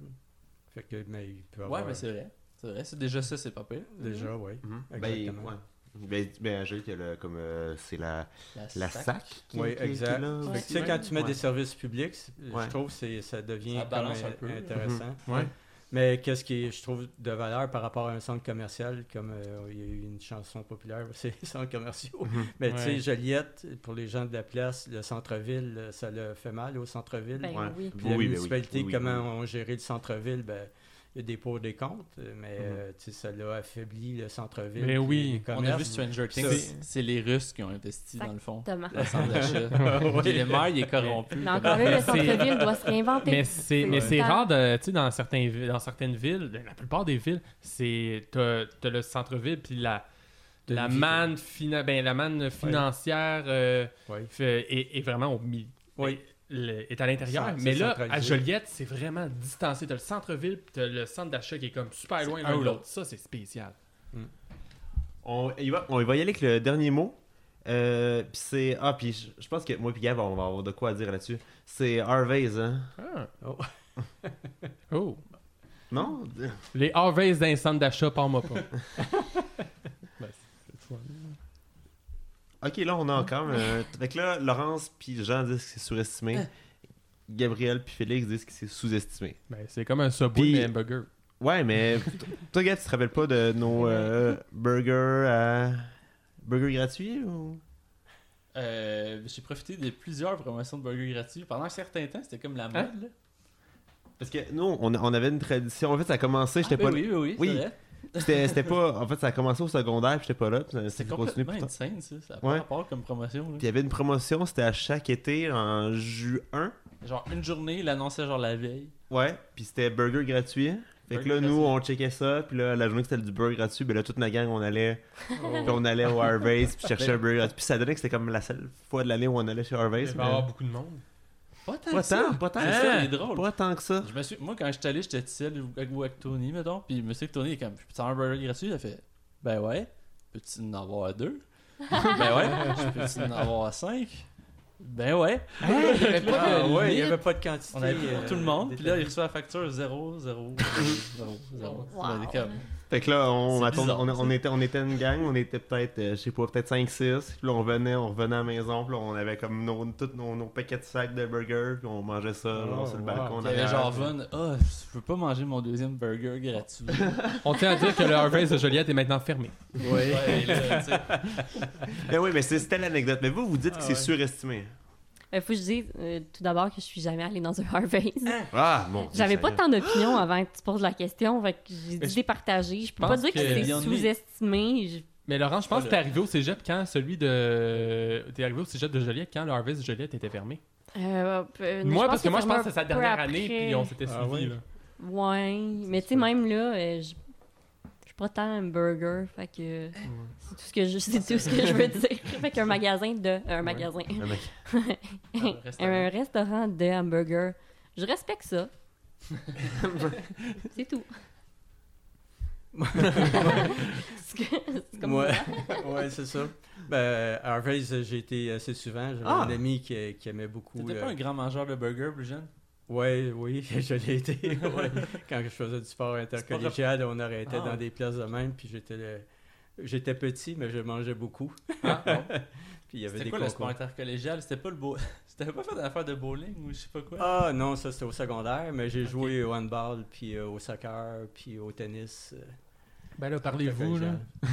S5: Fait que, mais il peut avoir
S3: Ouais, mais c'est Mm-hmm. vrai. C'est vrai, c'est déjà ça, c'est pas pire.
S5: déjà, oui.
S1: Mhm. Ben,
S5: Exactement.
S1: ouais. Ben, ben, je sais que le- comme euh, c'est la, la
S3: sac.
S1: SAC qui,
S5: Oui,
S1: qui- qui
S5: exact.
S1: l'a-
S4: Fait que
S5: Tu sais, quand tu mets
S1: Ouais.
S5: des services publics, c'est-
S1: Ouais. Mm-hmm.
S5: je trouve que c'est- ça devient
S3: Ça
S5: comme
S3: balance
S5: in-
S3: un peu.
S5: intéressant.
S2: Ouais.
S5: Mais qu'est-ce qui est, je trouve, de valeur par rapport à un centre commercial, comme euh, il y a eu une chanson populaire, *laughs* c'est les centres commerciaux.
S1: Mhm.
S5: Mais tu sais,
S2: Ouais.
S5: Joliette, pour les gens de la place, le centre-ville, ça le fait mal au centre-ville.
S4: Ben
S1: Ouais.
S4: oui.
S5: Puis la
S1: Oui, ben oui.
S5: municipalité,
S1: Oui, oui,
S5: comment
S1: oui.
S5: on gérait le centre-ville, ben, le dépôt des comptes,
S1: Mhm.
S5: mais euh, tu sais, ça l'a affaibli le centre-ville.
S2: Mais
S5: puis
S2: oui,
S5: les
S3: On
S5: commerces.
S3: a vu Stranger Things.
S2: C'est-
S3: C'est les Russes qui ont investi, dans le fond.
S4: Exactement.
S3: *laughs* dans le centre
S5: *laughs*
S3: d'achat. Puis Le maire, il est corrompu.
S4: Mais encore là, le
S2: C'est-
S4: centre-ville doit se
S3: *laughs*
S4: réinventer.
S2: Mais c'est, mais
S4: C'est
S2: c'est rare,
S4: rare.
S2: de- tu sais, dans, certains vi- dans certaines villes, dans la plupart des villes, c'est t'as, t'as le centre-ville, puis la,
S5: De
S2: la,
S5: vie,
S2: manne fina- ben, la manne financière euh,
S5: Ouais.
S2: fait- est, est vraiment au milieu.
S5: Oui.
S2: est à l'intérieur.
S5: Cent-
S2: mais
S5: c'est
S2: là, à
S5: centralisé.
S2: Joliette, c'est vraiment distancé. T'as le centre-ville, puis t'as le centre d'achat qui est comme super loin
S3: un
S2: l'un
S3: ou
S2: de l'autre. Ça, c'est spécial.
S1: On, il va, on va y aller avec le dernier mot. Euh, puis c'est. Ah, puis je- je pense que moi, puis Gab, on va avoir de quoi à dire là-dessus. C'est Harvey's, hein?
S2: Ah.
S5: Oh.
S2: *laughs* Oh.
S1: Non?
S2: Les Harveys d'un centre d'achat, parle-moi
S5: *laughs*
S2: pas. Ben, c'est- c'est fun.
S1: Ok, là, on a encore. Euh... fait que là, Laurence puis Jean disent que c'est
S3: Euh.
S1: surestimé. Gabriel puis Félix disent que c'est sous-estimé.
S2: Ben, c'est comme un subway,
S1: Puis-
S2: mais *laughs* hamburger.
S1: Ouais, mais *laughs* t- toi, Gab, tu te rappelles pas de nos euh, burgers à. Burgers gratuits ou.
S3: Euh, J'ai profité de plusieurs promotions de burgers gratuits. Pendant un certain temps, c'était comme la mode.
S2: Hein?
S3: là.
S1: Parce que nous, on, on avait une tradition. En fait, ça a commencé, j'étais
S3: Ah,
S1: pas.
S3: oui, oui, oui,
S1: Oui.
S3: c'est vrai.
S1: C'était c'était pas. En fait, ça a commencé au secondaire, puis j'étais pas là. Puis ça- ça
S3: C'est
S1: a continué
S3: complètement
S1: plus tard.
S3: insane, ça. Ça n'a
S1: Ouais.
S3: pas rapport comme promotion. là.
S1: Puis il y avait une promotion, c'était à chaque été en juin.
S3: Genre une journée, il l'annonçait genre la veille.
S1: Ouais. Puis c'était burger gratuit. Fait que là,
S3: Burger
S1: nous,
S3: gratuit.
S1: on checkait ça. Puis là, la journée que c'était du burger gratuit, ben là, toute la gang, on allait. Puis on allait au Harvey's, puis chercher un burger gratuit. Puis ça donnait que c'était comme la seule fois de l'année où on allait chez Harvey's.
S2: Il
S1: mais-
S2: va y avoir beaucoup de monde.
S3: Pas tant
S1: Pas
S3: que ça. Hein?
S1: tant, pas tant
S3: C'est
S1: que
S3: ça,
S1: ça.
S3: il est drôle.
S1: Pas tant que ça.
S3: Je me suis... Moi, quand j'étais allé, j'étais tout seul avec, vous, avec Tony, mettons. Puis monsieur Tony est comme, peux un burger gratuit? Il a fait, ben ouais, peux-tu en avoir deux? *laughs* ben ouais, je peux-tu en avoir cinq? Ben ouais. Il y avait pas
S5: Ah,
S3: de
S5: ouais, il n'y
S3: limite.
S5: avait pas de quantité.
S3: On avait pris pour
S5: euh,
S3: tout le monde, puis là, il
S5: déterminée.
S3: reçoit la facture 0, 0,
S5: *laughs*
S3: 0, 0.
S4: Wow.
S1: Fait que là, on,
S3: C'est
S1: attend-
S3: bizarre,
S1: on,
S3: ça.
S1: on était, on était une gang, on était peut-être, euh, je sais pas, peut-être 5-6. Puis là, on venait, on revenait à la maison, puis là, on avait comme nos, tous nos, nos paquets de sacs de burgers, puis on mangeait ça
S5: Oh,
S1: genre, sur le
S5: wow.
S1: balcon.
S3: On
S1: en
S3: avait
S1: arrière.
S3: genre Von, ah, je peux pas manger mon deuxième burger
S5: *laughs*
S3: gratuit.
S2: On tient à dire que le Harvey's de Joliette est maintenant fermé.
S3: Oui. Ouais, là, tu sais.
S1: Mais Ben oui, mais c'est- c'était l'anecdote. Mais vous, vous dites que c'est
S5: ouais.
S1: surestimé.
S4: Il faut que je dise euh, tout d'abord que je suis jamais allée dans un *laughs* Harvey's.
S1: Ah, mon Dieu
S4: J'avais pas
S1: Seigneur.
S4: tant d'opinions avant que tu poses la question, fait que j'ai
S2: Mais
S4: dû les partager. Je peux
S2: pense
S4: pas dire que,
S2: que-
S3: Il y en
S4: c'est
S3: a-
S4: sous-estimé. Je-
S2: Mais Laurent, je pense
S3: Voilà.
S2: que t'es arrivé au cégep quand celui de. T'es arrivé au cégep de Joliette quand le Harvey's de Joliette était fermé.
S4: euh, euh,
S2: moi,
S4: je pense
S2: parce que moi, je pense
S4: ça m'a
S2: que c'est sa
S4: un peu
S2: dernière
S4: après.
S2: année, puis on s'était
S5: Ah
S2: suivis.
S5: oui.
S2: là.
S4: Ouais, mais tu sais, même là, euh, je je suis pas tant un burger, fait que c'est tout ce que je, c'est tout ce que je
S2: *laughs*
S4: veux dire. Fait qu'un magasin de. Un magasin.
S1: Ah, mais-
S3: Un restaurant.
S4: *laughs* un restaurant de hamburger. Je
S2: *laughs*
S4: respecte ça. c'est tout. c'est que- *laughs* c'est comme
S5: Ouais, ouais c'est ça. Ben, Harvey's, euh, j'ai été assez souvent. J'avais
S1: Ah.
S5: un ami qui, qui aimait beaucoup.
S3: T'étais
S5: le-
S3: pas un grand mangeur de burgers plus jeune?
S5: euh, Ouais, oui, *laughs* je l'ai été.
S3: *laughs*
S5: ouais. Quand je faisais du sport intercollégial, on arrêtait
S3: Ah.
S5: dans des places de même, puis j'étais le- j'étais petit, mais je mangeais beaucoup.
S3: Ah, bon.
S5: *laughs* Puis il y avait
S3: C'était
S5: des
S3: quoi le sport
S5: concours.
S3: intercollégial? C'était pas le beau. *laughs* C'était pas fait d'affaire de bowling ou je sais pas quoi?
S5: Ah non, ça c'était au secondaire, mais j'ai joué au handball, puis euh, au soccer, puis au tennis. euh,
S2: Ben là, parlez-vous, là.
S5: collégial.
S3: *laughs*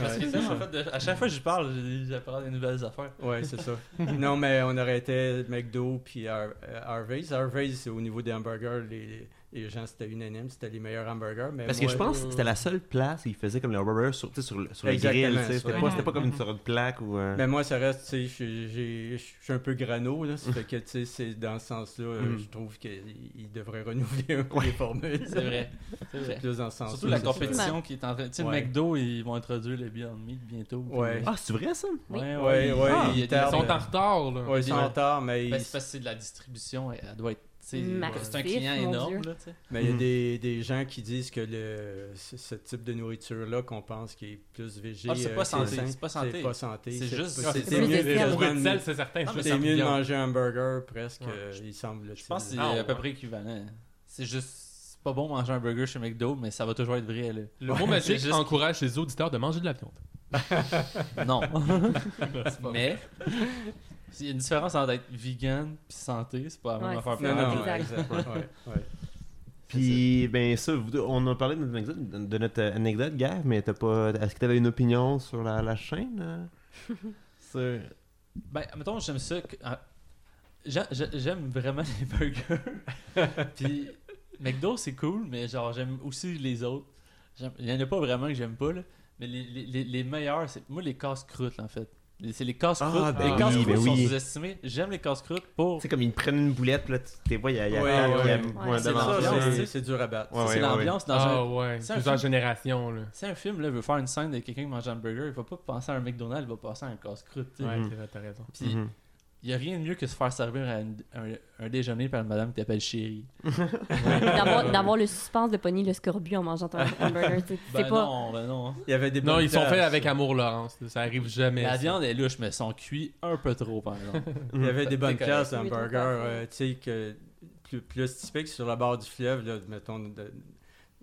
S3: Parce que ça, en fait, de- à chaque fois que je parle, j'ai- j'apprends des nouvelles affaires.
S5: Ouais,
S3: *laughs*
S5: c'est ça. non, mais on arrêtait McDo puis Har- euh, Harvey's. Harvey's, au niveau des hamburgers, les, les gens, c'était unanime, c'était les meilleurs hamburgers. Mais
S1: Parce que
S5: moi-
S1: je pense que c'était la seule place où ils faisaient comme le burger sur, tu sais, sur, le- sur le grill.
S5: Exactement,
S1: tu sais.
S5: sur
S1: C'était
S5: le
S1: pas,
S4: grill.
S1: c'était pas comme une, sur une plaque ou. euh,
S5: Mais moi, ça reste, tu sais, je suis- j'ai- je suis un peu grano, là. Ça fait que, tu sais, c'est dans ce sens-là, euh,
S1: Mm.
S5: je trouve qu'ils devraient renouveler un peu les formules.
S3: C'est
S5: *laughs*
S3: vrai. C'est
S5: C'est
S3: vrai.
S5: plus dans ce sens-là.
S3: Surtout la
S5: c'est ça.
S3: compétition qui est en train. Tu sais, le
S5: Ouais.
S3: McDo, ils vont introduire le Beyond Meat bientôt. puis-
S5: Ouais.
S1: Ah, c'est vrai ça?
S4: Oui.
S3: Ouais,
S5: Ouais, ouais,
S3: Ah,
S5: ils
S3: il y a des-
S5: tardent.
S2: Ils sont en retard, là. Ah,
S5: Ouais, ils sont en retard, mais
S3: Ben,
S5: ils-
S3: c'est parce que c'est de la distribution, elle, elle doit être. tu sais,
S4: Massif,
S3: C'est un client
S4: mon
S3: énorme,
S4: Dieu.
S3: là, tu sais.
S5: mais il y a
S1: Mhm.
S5: des, des gens qui disent que le, ce ce type de nourriture-là qu'on pense qui est plus végé...
S3: Ah, c'est
S5: euh,
S3: pas
S5: que
S3: santé,
S5: sain,
S3: c'est pas santé.
S5: C'est pas santé.
S3: C'est juste- Ah,
S5: pas-
S3: c'est
S5: C'était
S4: plus
S5: mieux,
S4: de sel.
S2: Beaucoup de
S5: quasiment-
S2: sel, c'est certain.
S3: Non, mais
S2: je
S5: C'était
S2: sais.
S5: mieux de
S2: Bien.
S5: manger un burger presque,
S2: Ouais.
S5: euh, il semble.
S3: Je pense que c'est
S2: Ah,
S3: à
S2: ouais.
S3: peu près équivalent. C'est juste. c'est Pas bon manger un burger chez McDo, mais ça va toujours être vrai. Là.
S2: Le mot magique
S3: Juste-
S2: encourage les auditeurs de manger de la viande.
S3: Non. mais il y a une différence entre être vegan et santé, c'est pas la même
S4: Ouais,
S3: affaire.
S4: c'est
S5: Non,
S4: ça.
S5: non,
S4: Exact.
S5: ouais, exact. Ouais, ouais.
S1: Puis, ben ça, vous deux, on a parlé de notre anecdote, de notre euh, anecdote Gav, mais t'as pas. Est-ce que t'avais une opinion sur la, la chaîne hein? Sur-
S3: Ben, mettons, j'aime *laughs* ça. que- ah, j'a- j'a- J'aime vraiment les burgers. Puis McDo, c'est cool, mais genre, j'aime aussi les autres. J'aime- Il n'y en a pas vraiment que j'aime pas, là. Mais les, les, les- les meilleurs, c'est. Moi, les casse-croûtes, en fait. Les- C'est les casse-croûtes.
S1: Ah,
S3: les
S1: ben
S3: casse-croûtes
S1: oui, ben
S3: sont
S1: oui.
S3: sous-estimés. J'aime les casse-croûtes pour.
S1: C'est comme ils prennent une boulette, là, tu les vois, il y a, il y a,
S5: Ouais,
S1: il y a- il y a-
S5: ouais.
S1: ouais,
S4: Ouais,
S5: C'est
S1: devant
S5: ça,
S1: toi.
S3: l'ambiance,
S5: c'est-
S3: tu sais.
S5: c'est dur à battre.
S1: Ouais,
S3: c'est
S1: ouais,
S3: l'ambiance dans un.
S2: Ah ouais,
S3: C'est un
S2: plusieurs
S3: film-
S2: générations, là.
S3: Si un film là, veut faire une scène de quelqu'un qui mange un hamburger, il va pas penser à un McDonald's, il va penser à un casse-croûte. tu sais.
S2: Ouais,
S1: Mhm.
S2: c'est vrai, t'as raison.
S3: Puis, il
S1: Mhm.
S3: y a rien de mieux que se faire servir à une- un, un déjeuner par une madame qui t'appelle chérie.
S4: D'avoir
S1: *laughs*
S4: d'avoir le suspense de pogner le scorbut en mangeant ton hamburger. tu sais, C'est
S3: Ben
S4: pas.
S3: non, ben non.
S5: Il y avait des
S2: Non, ils sont
S5: burritos.
S2: faits avec amour, Laurence. Ça arrive jamais.
S3: La
S2: ça.
S3: viande est louche, mais sont cuits un peu trop, par
S5: *laughs*
S3: exemple.
S1: Mhm.
S5: Il y avait des bonnes
S3: correct.
S5: places
S4: Oui, tout à fait.
S5: d'hamburgers, euh, tu sais, que plus, plus typiques sur la barre du fleuve, là, mettons, de- de-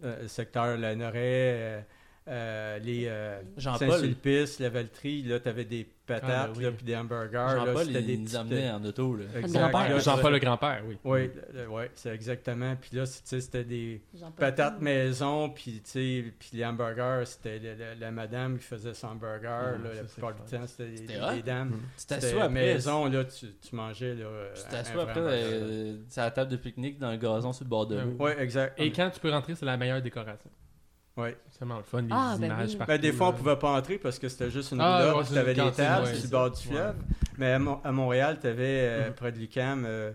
S5: euh, secteur La Noret, euh, euh, les euh,
S3: Jean-Paul.
S5: Saint-Sulpice, la Valtrie, là, t'avais des
S2: Ah,
S5: patates,
S2: ben oui.
S5: là, puis des hamburgers, là,
S3: Jean-Paul,
S5: c'était
S3: il
S5: des
S3: nous
S5: petites-
S3: amenait en auto. Là.
S5: Exact,
S3: Grand-père.
S5: là,
S2: Jean-Paul le grand-père, oui.
S5: Oui, le- le- ouais, c'est exactement. Puis là, c'est- tu sais, c'était des
S4: J'en peux
S5: patates
S4: plus.
S5: maison, puis tu sais, puis les hamburgers, c'était la, la- la madame qui faisait son burger,
S2: Mhm,
S5: là,
S2: ça,
S5: la
S2: c'est
S5: plupart du
S2: fun.
S5: temps, c'était des,
S3: C'était hot.
S5: des dames.
S3: Tu
S5: C'était
S3: t'assois après.
S5: maison, là, tu, tu mangeais, là. euh,
S3: Tu
S5: un-
S3: t'assois
S5: un
S3: après
S5: vrai hamburger.
S3: euh, sur la table de pique-nique dans le gazon sur le bord de
S2: Ah
S3: l'eau.
S2: oui.
S5: Oui, exact.
S2: Et quand tu peux rentrer, c'est la meilleure décoration.
S5: Ouais.
S2: C'est vraiment le fun, les
S4: Ah, ben
S2: images
S4: oui.
S2: partout.
S5: Ben, des fois, on
S2: là.
S5: pouvait pas entrer parce que c'était juste une
S2: Ah,
S5: rue là,
S2: ouais,
S5: puis
S2: c'est
S5: t'avais
S2: une
S5: des
S2: cantine,
S5: tables
S2: ouais,
S5: sur
S2: c'est
S5: le bord
S2: ça.
S5: du fleuve. Mais à, Mon- à Montréal, t'avais, euh,
S2: Mhm.
S5: près de l'UQAM, euh,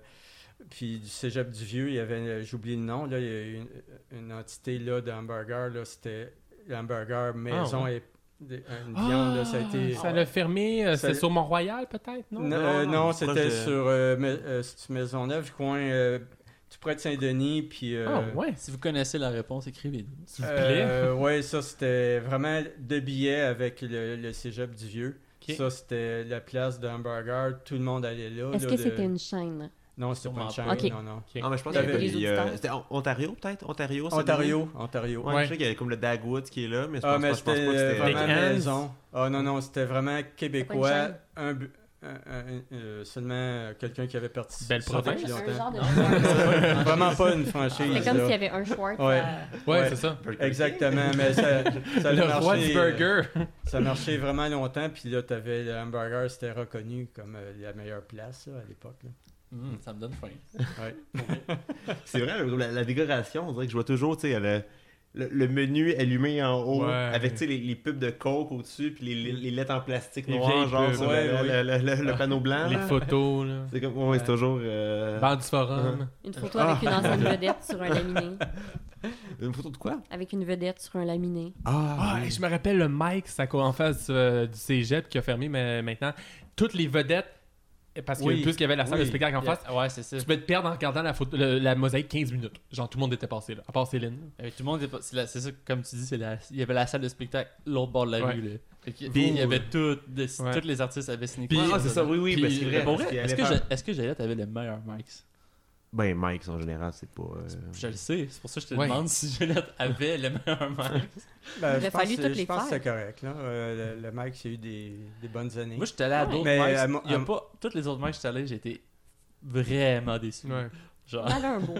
S5: puis du cégep du Vieux, il y avait, euh, j'oublie le nom, là, il y a une, euh, une entité, là, de hamburger, là, c'était l'hamburger maison
S2: Ah, ouais.
S5: et des- une
S2: Ah,
S5: viande, là, ça a été...
S2: Ça l'a fermé, euh, c'est
S5: Ça l'a-
S2: sur Mont-Royal peut-être,
S5: Non,
S2: non? Ah.
S5: euh,
S1: non,
S5: non,
S1: c'est proche
S5: c'était
S1: de-
S5: sur euh, mais- euh, c'est-tu Maisonneuve, coin, euh, tout près de Saint-Denis, puis... euh,
S2: Ah ouais,
S3: Si vous connaissez la réponse, écrivez-nous.
S2: s'il vous plaît.
S5: Euh, ouais, ça c'était vraiment deux billets avec le, le cégep du vieux.
S2: Ok.
S5: Ça c'était la place de hamburger, tout le monde allait là.
S4: Est-ce
S5: là,
S4: que
S5: de-
S4: c'était une chaîne?
S5: Non, c'était pas une chaîne,
S4: Ok.
S5: non, non.
S1: Ah, mais je pense
S5: Les-
S1: qu'il y avait
S5: les
S1: des, euh,
S4: auditeurs.
S1: C'était Ont- Ontario, peut-être Ontario c'est
S5: Ontario, Ontario.
S1: devenu? Ouais,
S2: Ouais.
S1: je sais qu'il y avait comme le Dagwood qui est là, mais je pense,
S5: Ah, mais
S1: pas, je pense
S5: c'était
S1: pas que
S5: euh,
S1: c'était.
S2: Nick
S5: vraiment
S2: Hans.
S5: maison. Ah non, non, c'était vraiment
S4: C'était
S5: québécois.
S4: pas
S5: Un, bu- un- un- euh, seulement quelqu'un qui avait participé.
S2: Belle
S5: ça depuis
S2: province.
S5: longtemps.
S1: *laughs*
S4: de.
S5: vraiment pas une franchise.
S4: C'était comme
S5: là.
S4: s'il y avait un euh, Schwartz.
S5: Ouais.
S4: à-
S2: Ouais,
S5: ouais.
S2: c'est ça.
S5: Exactement, mais ça,
S2: *laughs*
S5: ça a
S2: le roi
S5: marché,
S2: du
S5: euh,
S2: burger.
S5: Ça marchait vraiment longtemps, puis là, t'avais le hamburger, c'était reconnu comme euh, la meilleure place là, à l'époque. là.
S3: Hum, ça me donne faim.
S5: Ouais.
S1: C'est vrai, la, la décoration, on dirait que je vois toujours, tu sais, le, le- le menu allumé en haut,
S2: Ouais.
S1: avec, tu sais, les, les pubs de coke au-dessus, puis les, les, les lettres en plastique
S2: Les
S1: noir,
S2: vieilles
S1: genre,
S2: pubs.
S1: sur le-
S5: Ouais,
S1: le,
S5: ouais.
S1: le- le- le panneau
S5: Ah.
S1: blanc.
S2: Les
S1: là.
S2: photos, Bah. là.
S1: C'est comme, ouais, c'est toujours euh,
S2: Bar du forum.
S4: Une photo avec une ancienne
S5: Ah.
S4: vedette sur un
S5: *laughs*
S4: laminé.
S1: une photo de quoi?
S4: Avec une vedette sur un laminé.
S2: Ah, et je me rappelle le Mike, ça en face euh, du cégep qui a fermé mais maintenant. Toutes les vedettes, parce que
S5: Oui.
S2: plus qu'il y avait la salle
S5: Oui.
S2: de spectacle en
S3: Yeah.
S2: face,
S3: Ouais, c'est ça.
S2: tu peux te perdre en regardant la, photo, le- la mosaïque 15 minutes. Genre, tout le monde était passé, là, à part Céline.
S3: Euh, tout le monde, est pas- c'est la- c'est ça, comme tu dis, c'est la- il y avait la salle de spectacle, l'autre bord de la
S2: Ouais.
S3: rue. Là. Fait que-
S2: Puis-
S3: il y avait tout, de-
S2: Ouais.
S3: tous les artistes avaient signé.
S1: Puis- ah, c'est ça, oui, oui,
S3: Puis-
S1: ben, c'est vrai,
S3: mais pour
S1: parce qu'il
S3: Est-ce que,
S1: allait faire-
S3: je- est-ce que Joliette avait le meilleur Mike's
S1: Ben, Mike, en général, c'est pas. euh,
S3: Je le sais, c'est pour ça que je te
S2: Ouais.
S3: demande si Joliette avait le meilleur *laughs* Mike's.
S5: Ben,
S4: Il
S5: je
S4: a
S5: pense
S4: fallu
S5: que-
S4: toutes les
S5: Je pense que
S4: faire.
S5: c'est correct. Là. Euh, le, le Mike, il a eu des, des bonnes années.
S3: Moi, je suis allé à
S4: Ouais.
S3: d'autres
S5: Mais,
S3: Mike's.
S5: euh, moi-
S3: Il y a
S5: euh,
S3: pas, toutes les autres Mike's que je suis allé, j'étais vraiment déçu.
S5: Ah.
S3: Genre,
S4: Mal un beau.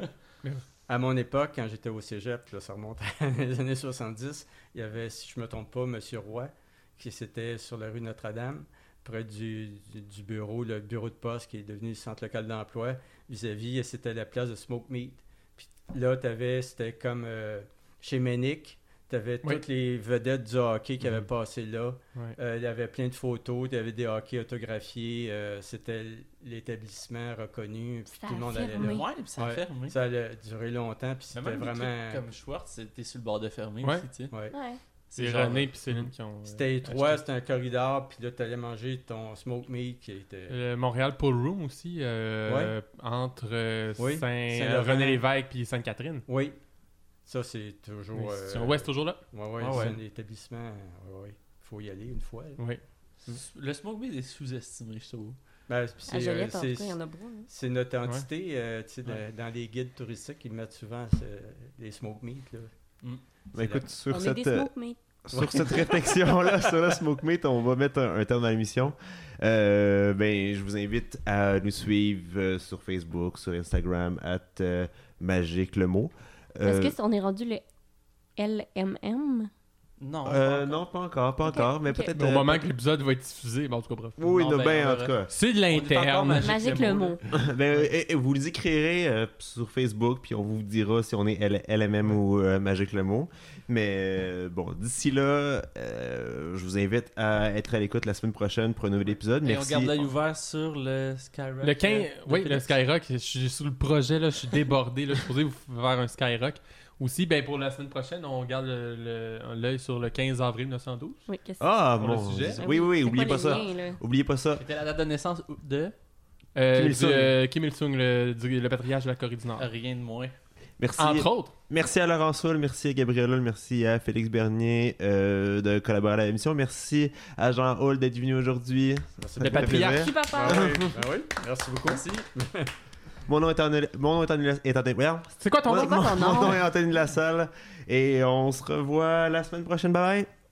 S5: À mon époque, quand j'étais au cégep, là, ça remonte à *laughs* les années 70, il y avait, si je me trompe pas, M. Roy, qui c'était sur la rue Notre-Dame, près du, du- du bureau, le bureau de poste qui est devenu le centre local d'emploi, vis-à-vis, c'était la place de Smoke Meat. Puis là, t'avais, c'était comme euh, chez Ménic, t'avais
S2: Oui.
S5: toutes les vedettes du hockey qui avaient
S2: Mhm.
S5: passé là.
S2: Ouais.
S5: Euh, il y avait plein de photos, il y avait des hockey autographiés, euh, c'était l'établissement reconnu, puis
S4: Ça
S5: tout le
S4: a
S5: monde allait là.
S4: fermé.
S3: ouais, puis ça a
S5: Ouais.
S3: fermé.
S5: Ça a duré longtemps, puis
S3: Mais
S5: c'était
S3: même des
S5: vraiment.
S3: trucs comme Schwartz, c'était sur le bord de fermé
S2: Ouais.
S3: aussi, tu sais.
S5: ouais.
S4: Ouais.
S2: C'est
S3: genre-
S2: René puis Céline qui ont. euh,
S5: C'était
S2: acheté.
S5: étroit, c'était un corridor, puis là, t'allais manger ton smoke meat qui était.
S3: Euh.
S2: Le Euh, Montréal Pool Room aussi, euh, entre euh,
S5: Oui.
S2: Saint,
S5: Saint-Laurent.
S2: René Lévesque puis Sainte-Catherine.
S5: Oui. Ça, c'est toujours.
S2: Mais c'est-
S5: euh,
S2: Ouais, c'est toujours là.
S5: Ouais, ouais,
S3: Ah
S5: c'est
S3: ouais.
S5: un établissement. Ouais, ouais. Faut y aller une fois. là.
S2: Oui.
S3: euh, Le smoke meat est sous-estimé, je trouve.
S5: Ben, puis
S4: À
S5: c'est, euh,
S4: Joliette, en tout
S5: c'est-
S4: cas, il y en a beaucoup. hein.
S5: c'est notre entité. euh, tu sais, dans-
S2: Ouais.
S5: Dans les guides touristiques, ils mettent souvent euh, les smoke meat.
S3: *laughs*
S5: Là.
S3: Mm.
S1: Ben,
S5: C'est la-
S1: écoute, sur
S4: On est des
S1: cette. euh,
S4: smoke meat.
S1: Sur cette
S2: *laughs*
S1: réflexion-là, sur la Smoke Meat, on va mettre un, un terme à l'émission. Euh, ben, je vous invite à nous suivre euh, sur Facebook, sur Instagram, at euh, Magique le mot. Euh,
S4: Est-ce qu'on est rendu le LMM?
S3: Non.
S1: Euh,
S3: pas encore.
S1: non, pas encore, pas
S4: Ok,
S1: encore, mais
S4: ok.
S1: peut-être.
S2: Au
S1: euh,
S2: moment que l'épisode va être diffusé, ben, en tout cas, bref.
S1: Oui,
S3: Non,
S1: non,
S3: ben,
S1: ben,
S3: on
S1: en tout
S2: *laughs*
S1: cas.
S2: C'est de
S3: est encore
S2: l'interne.
S3: magique,
S4: Magique
S3: le
S4: le
S3: mot,
S4: mot.
S1: Ben, et- et vous les écrirez euh, sur Facebook, puis on vous dira si on est L- LMM ou euh, Magic le mot. Mais euh, bon, d'ici là, euh, je vous invite à être à l'écoute la semaine prochaine pour un nouvel épisode.
S3: Et on
S1: Merci.
S3: garde l'œil ouvert sur le Skyrock.
S2: Le 15,
S3: euh,
S2: oui,
S3: de-
S2: le Skyrock, je suis sur le projet, là, je suis débordé. Là, je suis supposé vous faire un Skyrock. Aussi, ben, pour la semaine prochaine, on garde le- le- l'œil sur le 15 avril 1912.
S4: Oui, qu'est-ce que
S1: Ah,
S2: Pour le
S1: mon
S2: sujet?
S1: Dieu. Oui, oui, oui,
S4: c'est
S1: oubliez
S4: quoi
S1: pas
S4: les
S1: ça.
S4: liens, là?
S1: Oubliez pas ça.
S3: C'était la date de naissance ou- de
S2: Euh,
S1: Kim
S2: Kim
S1: Il-sung.
S2: Il-sung. Kim Il-sung, le, du- le patriarche de la Corée du Nord.
S3: rien de moins.
S1: Merci.
S2: Entre autres.
S1: Merci à Laurent Soul, merci à Gabriel Hull, merci à Félix Bernier euh, de collaborer à la mission. Merci à Jean Hall d'être venu aujourd'hui. Ça fait
S2: Le
S1: plaisir.
S2: patriarche.
S4: Qui va faire?
S5: Ah oui, ben oui, merci beaucoup.
S3: Merci.
S1: Mon nom est Anthony, mon nom est Anthony, est Anthony- voyons.
S2: C'est quoi ton
S1: Mon-
S4: nom, pas ton
S1: mon- mon
S4: nom.
S1: nom est Anthony Lassalle. Et on se revoit la semaine prochaine. Bye bye.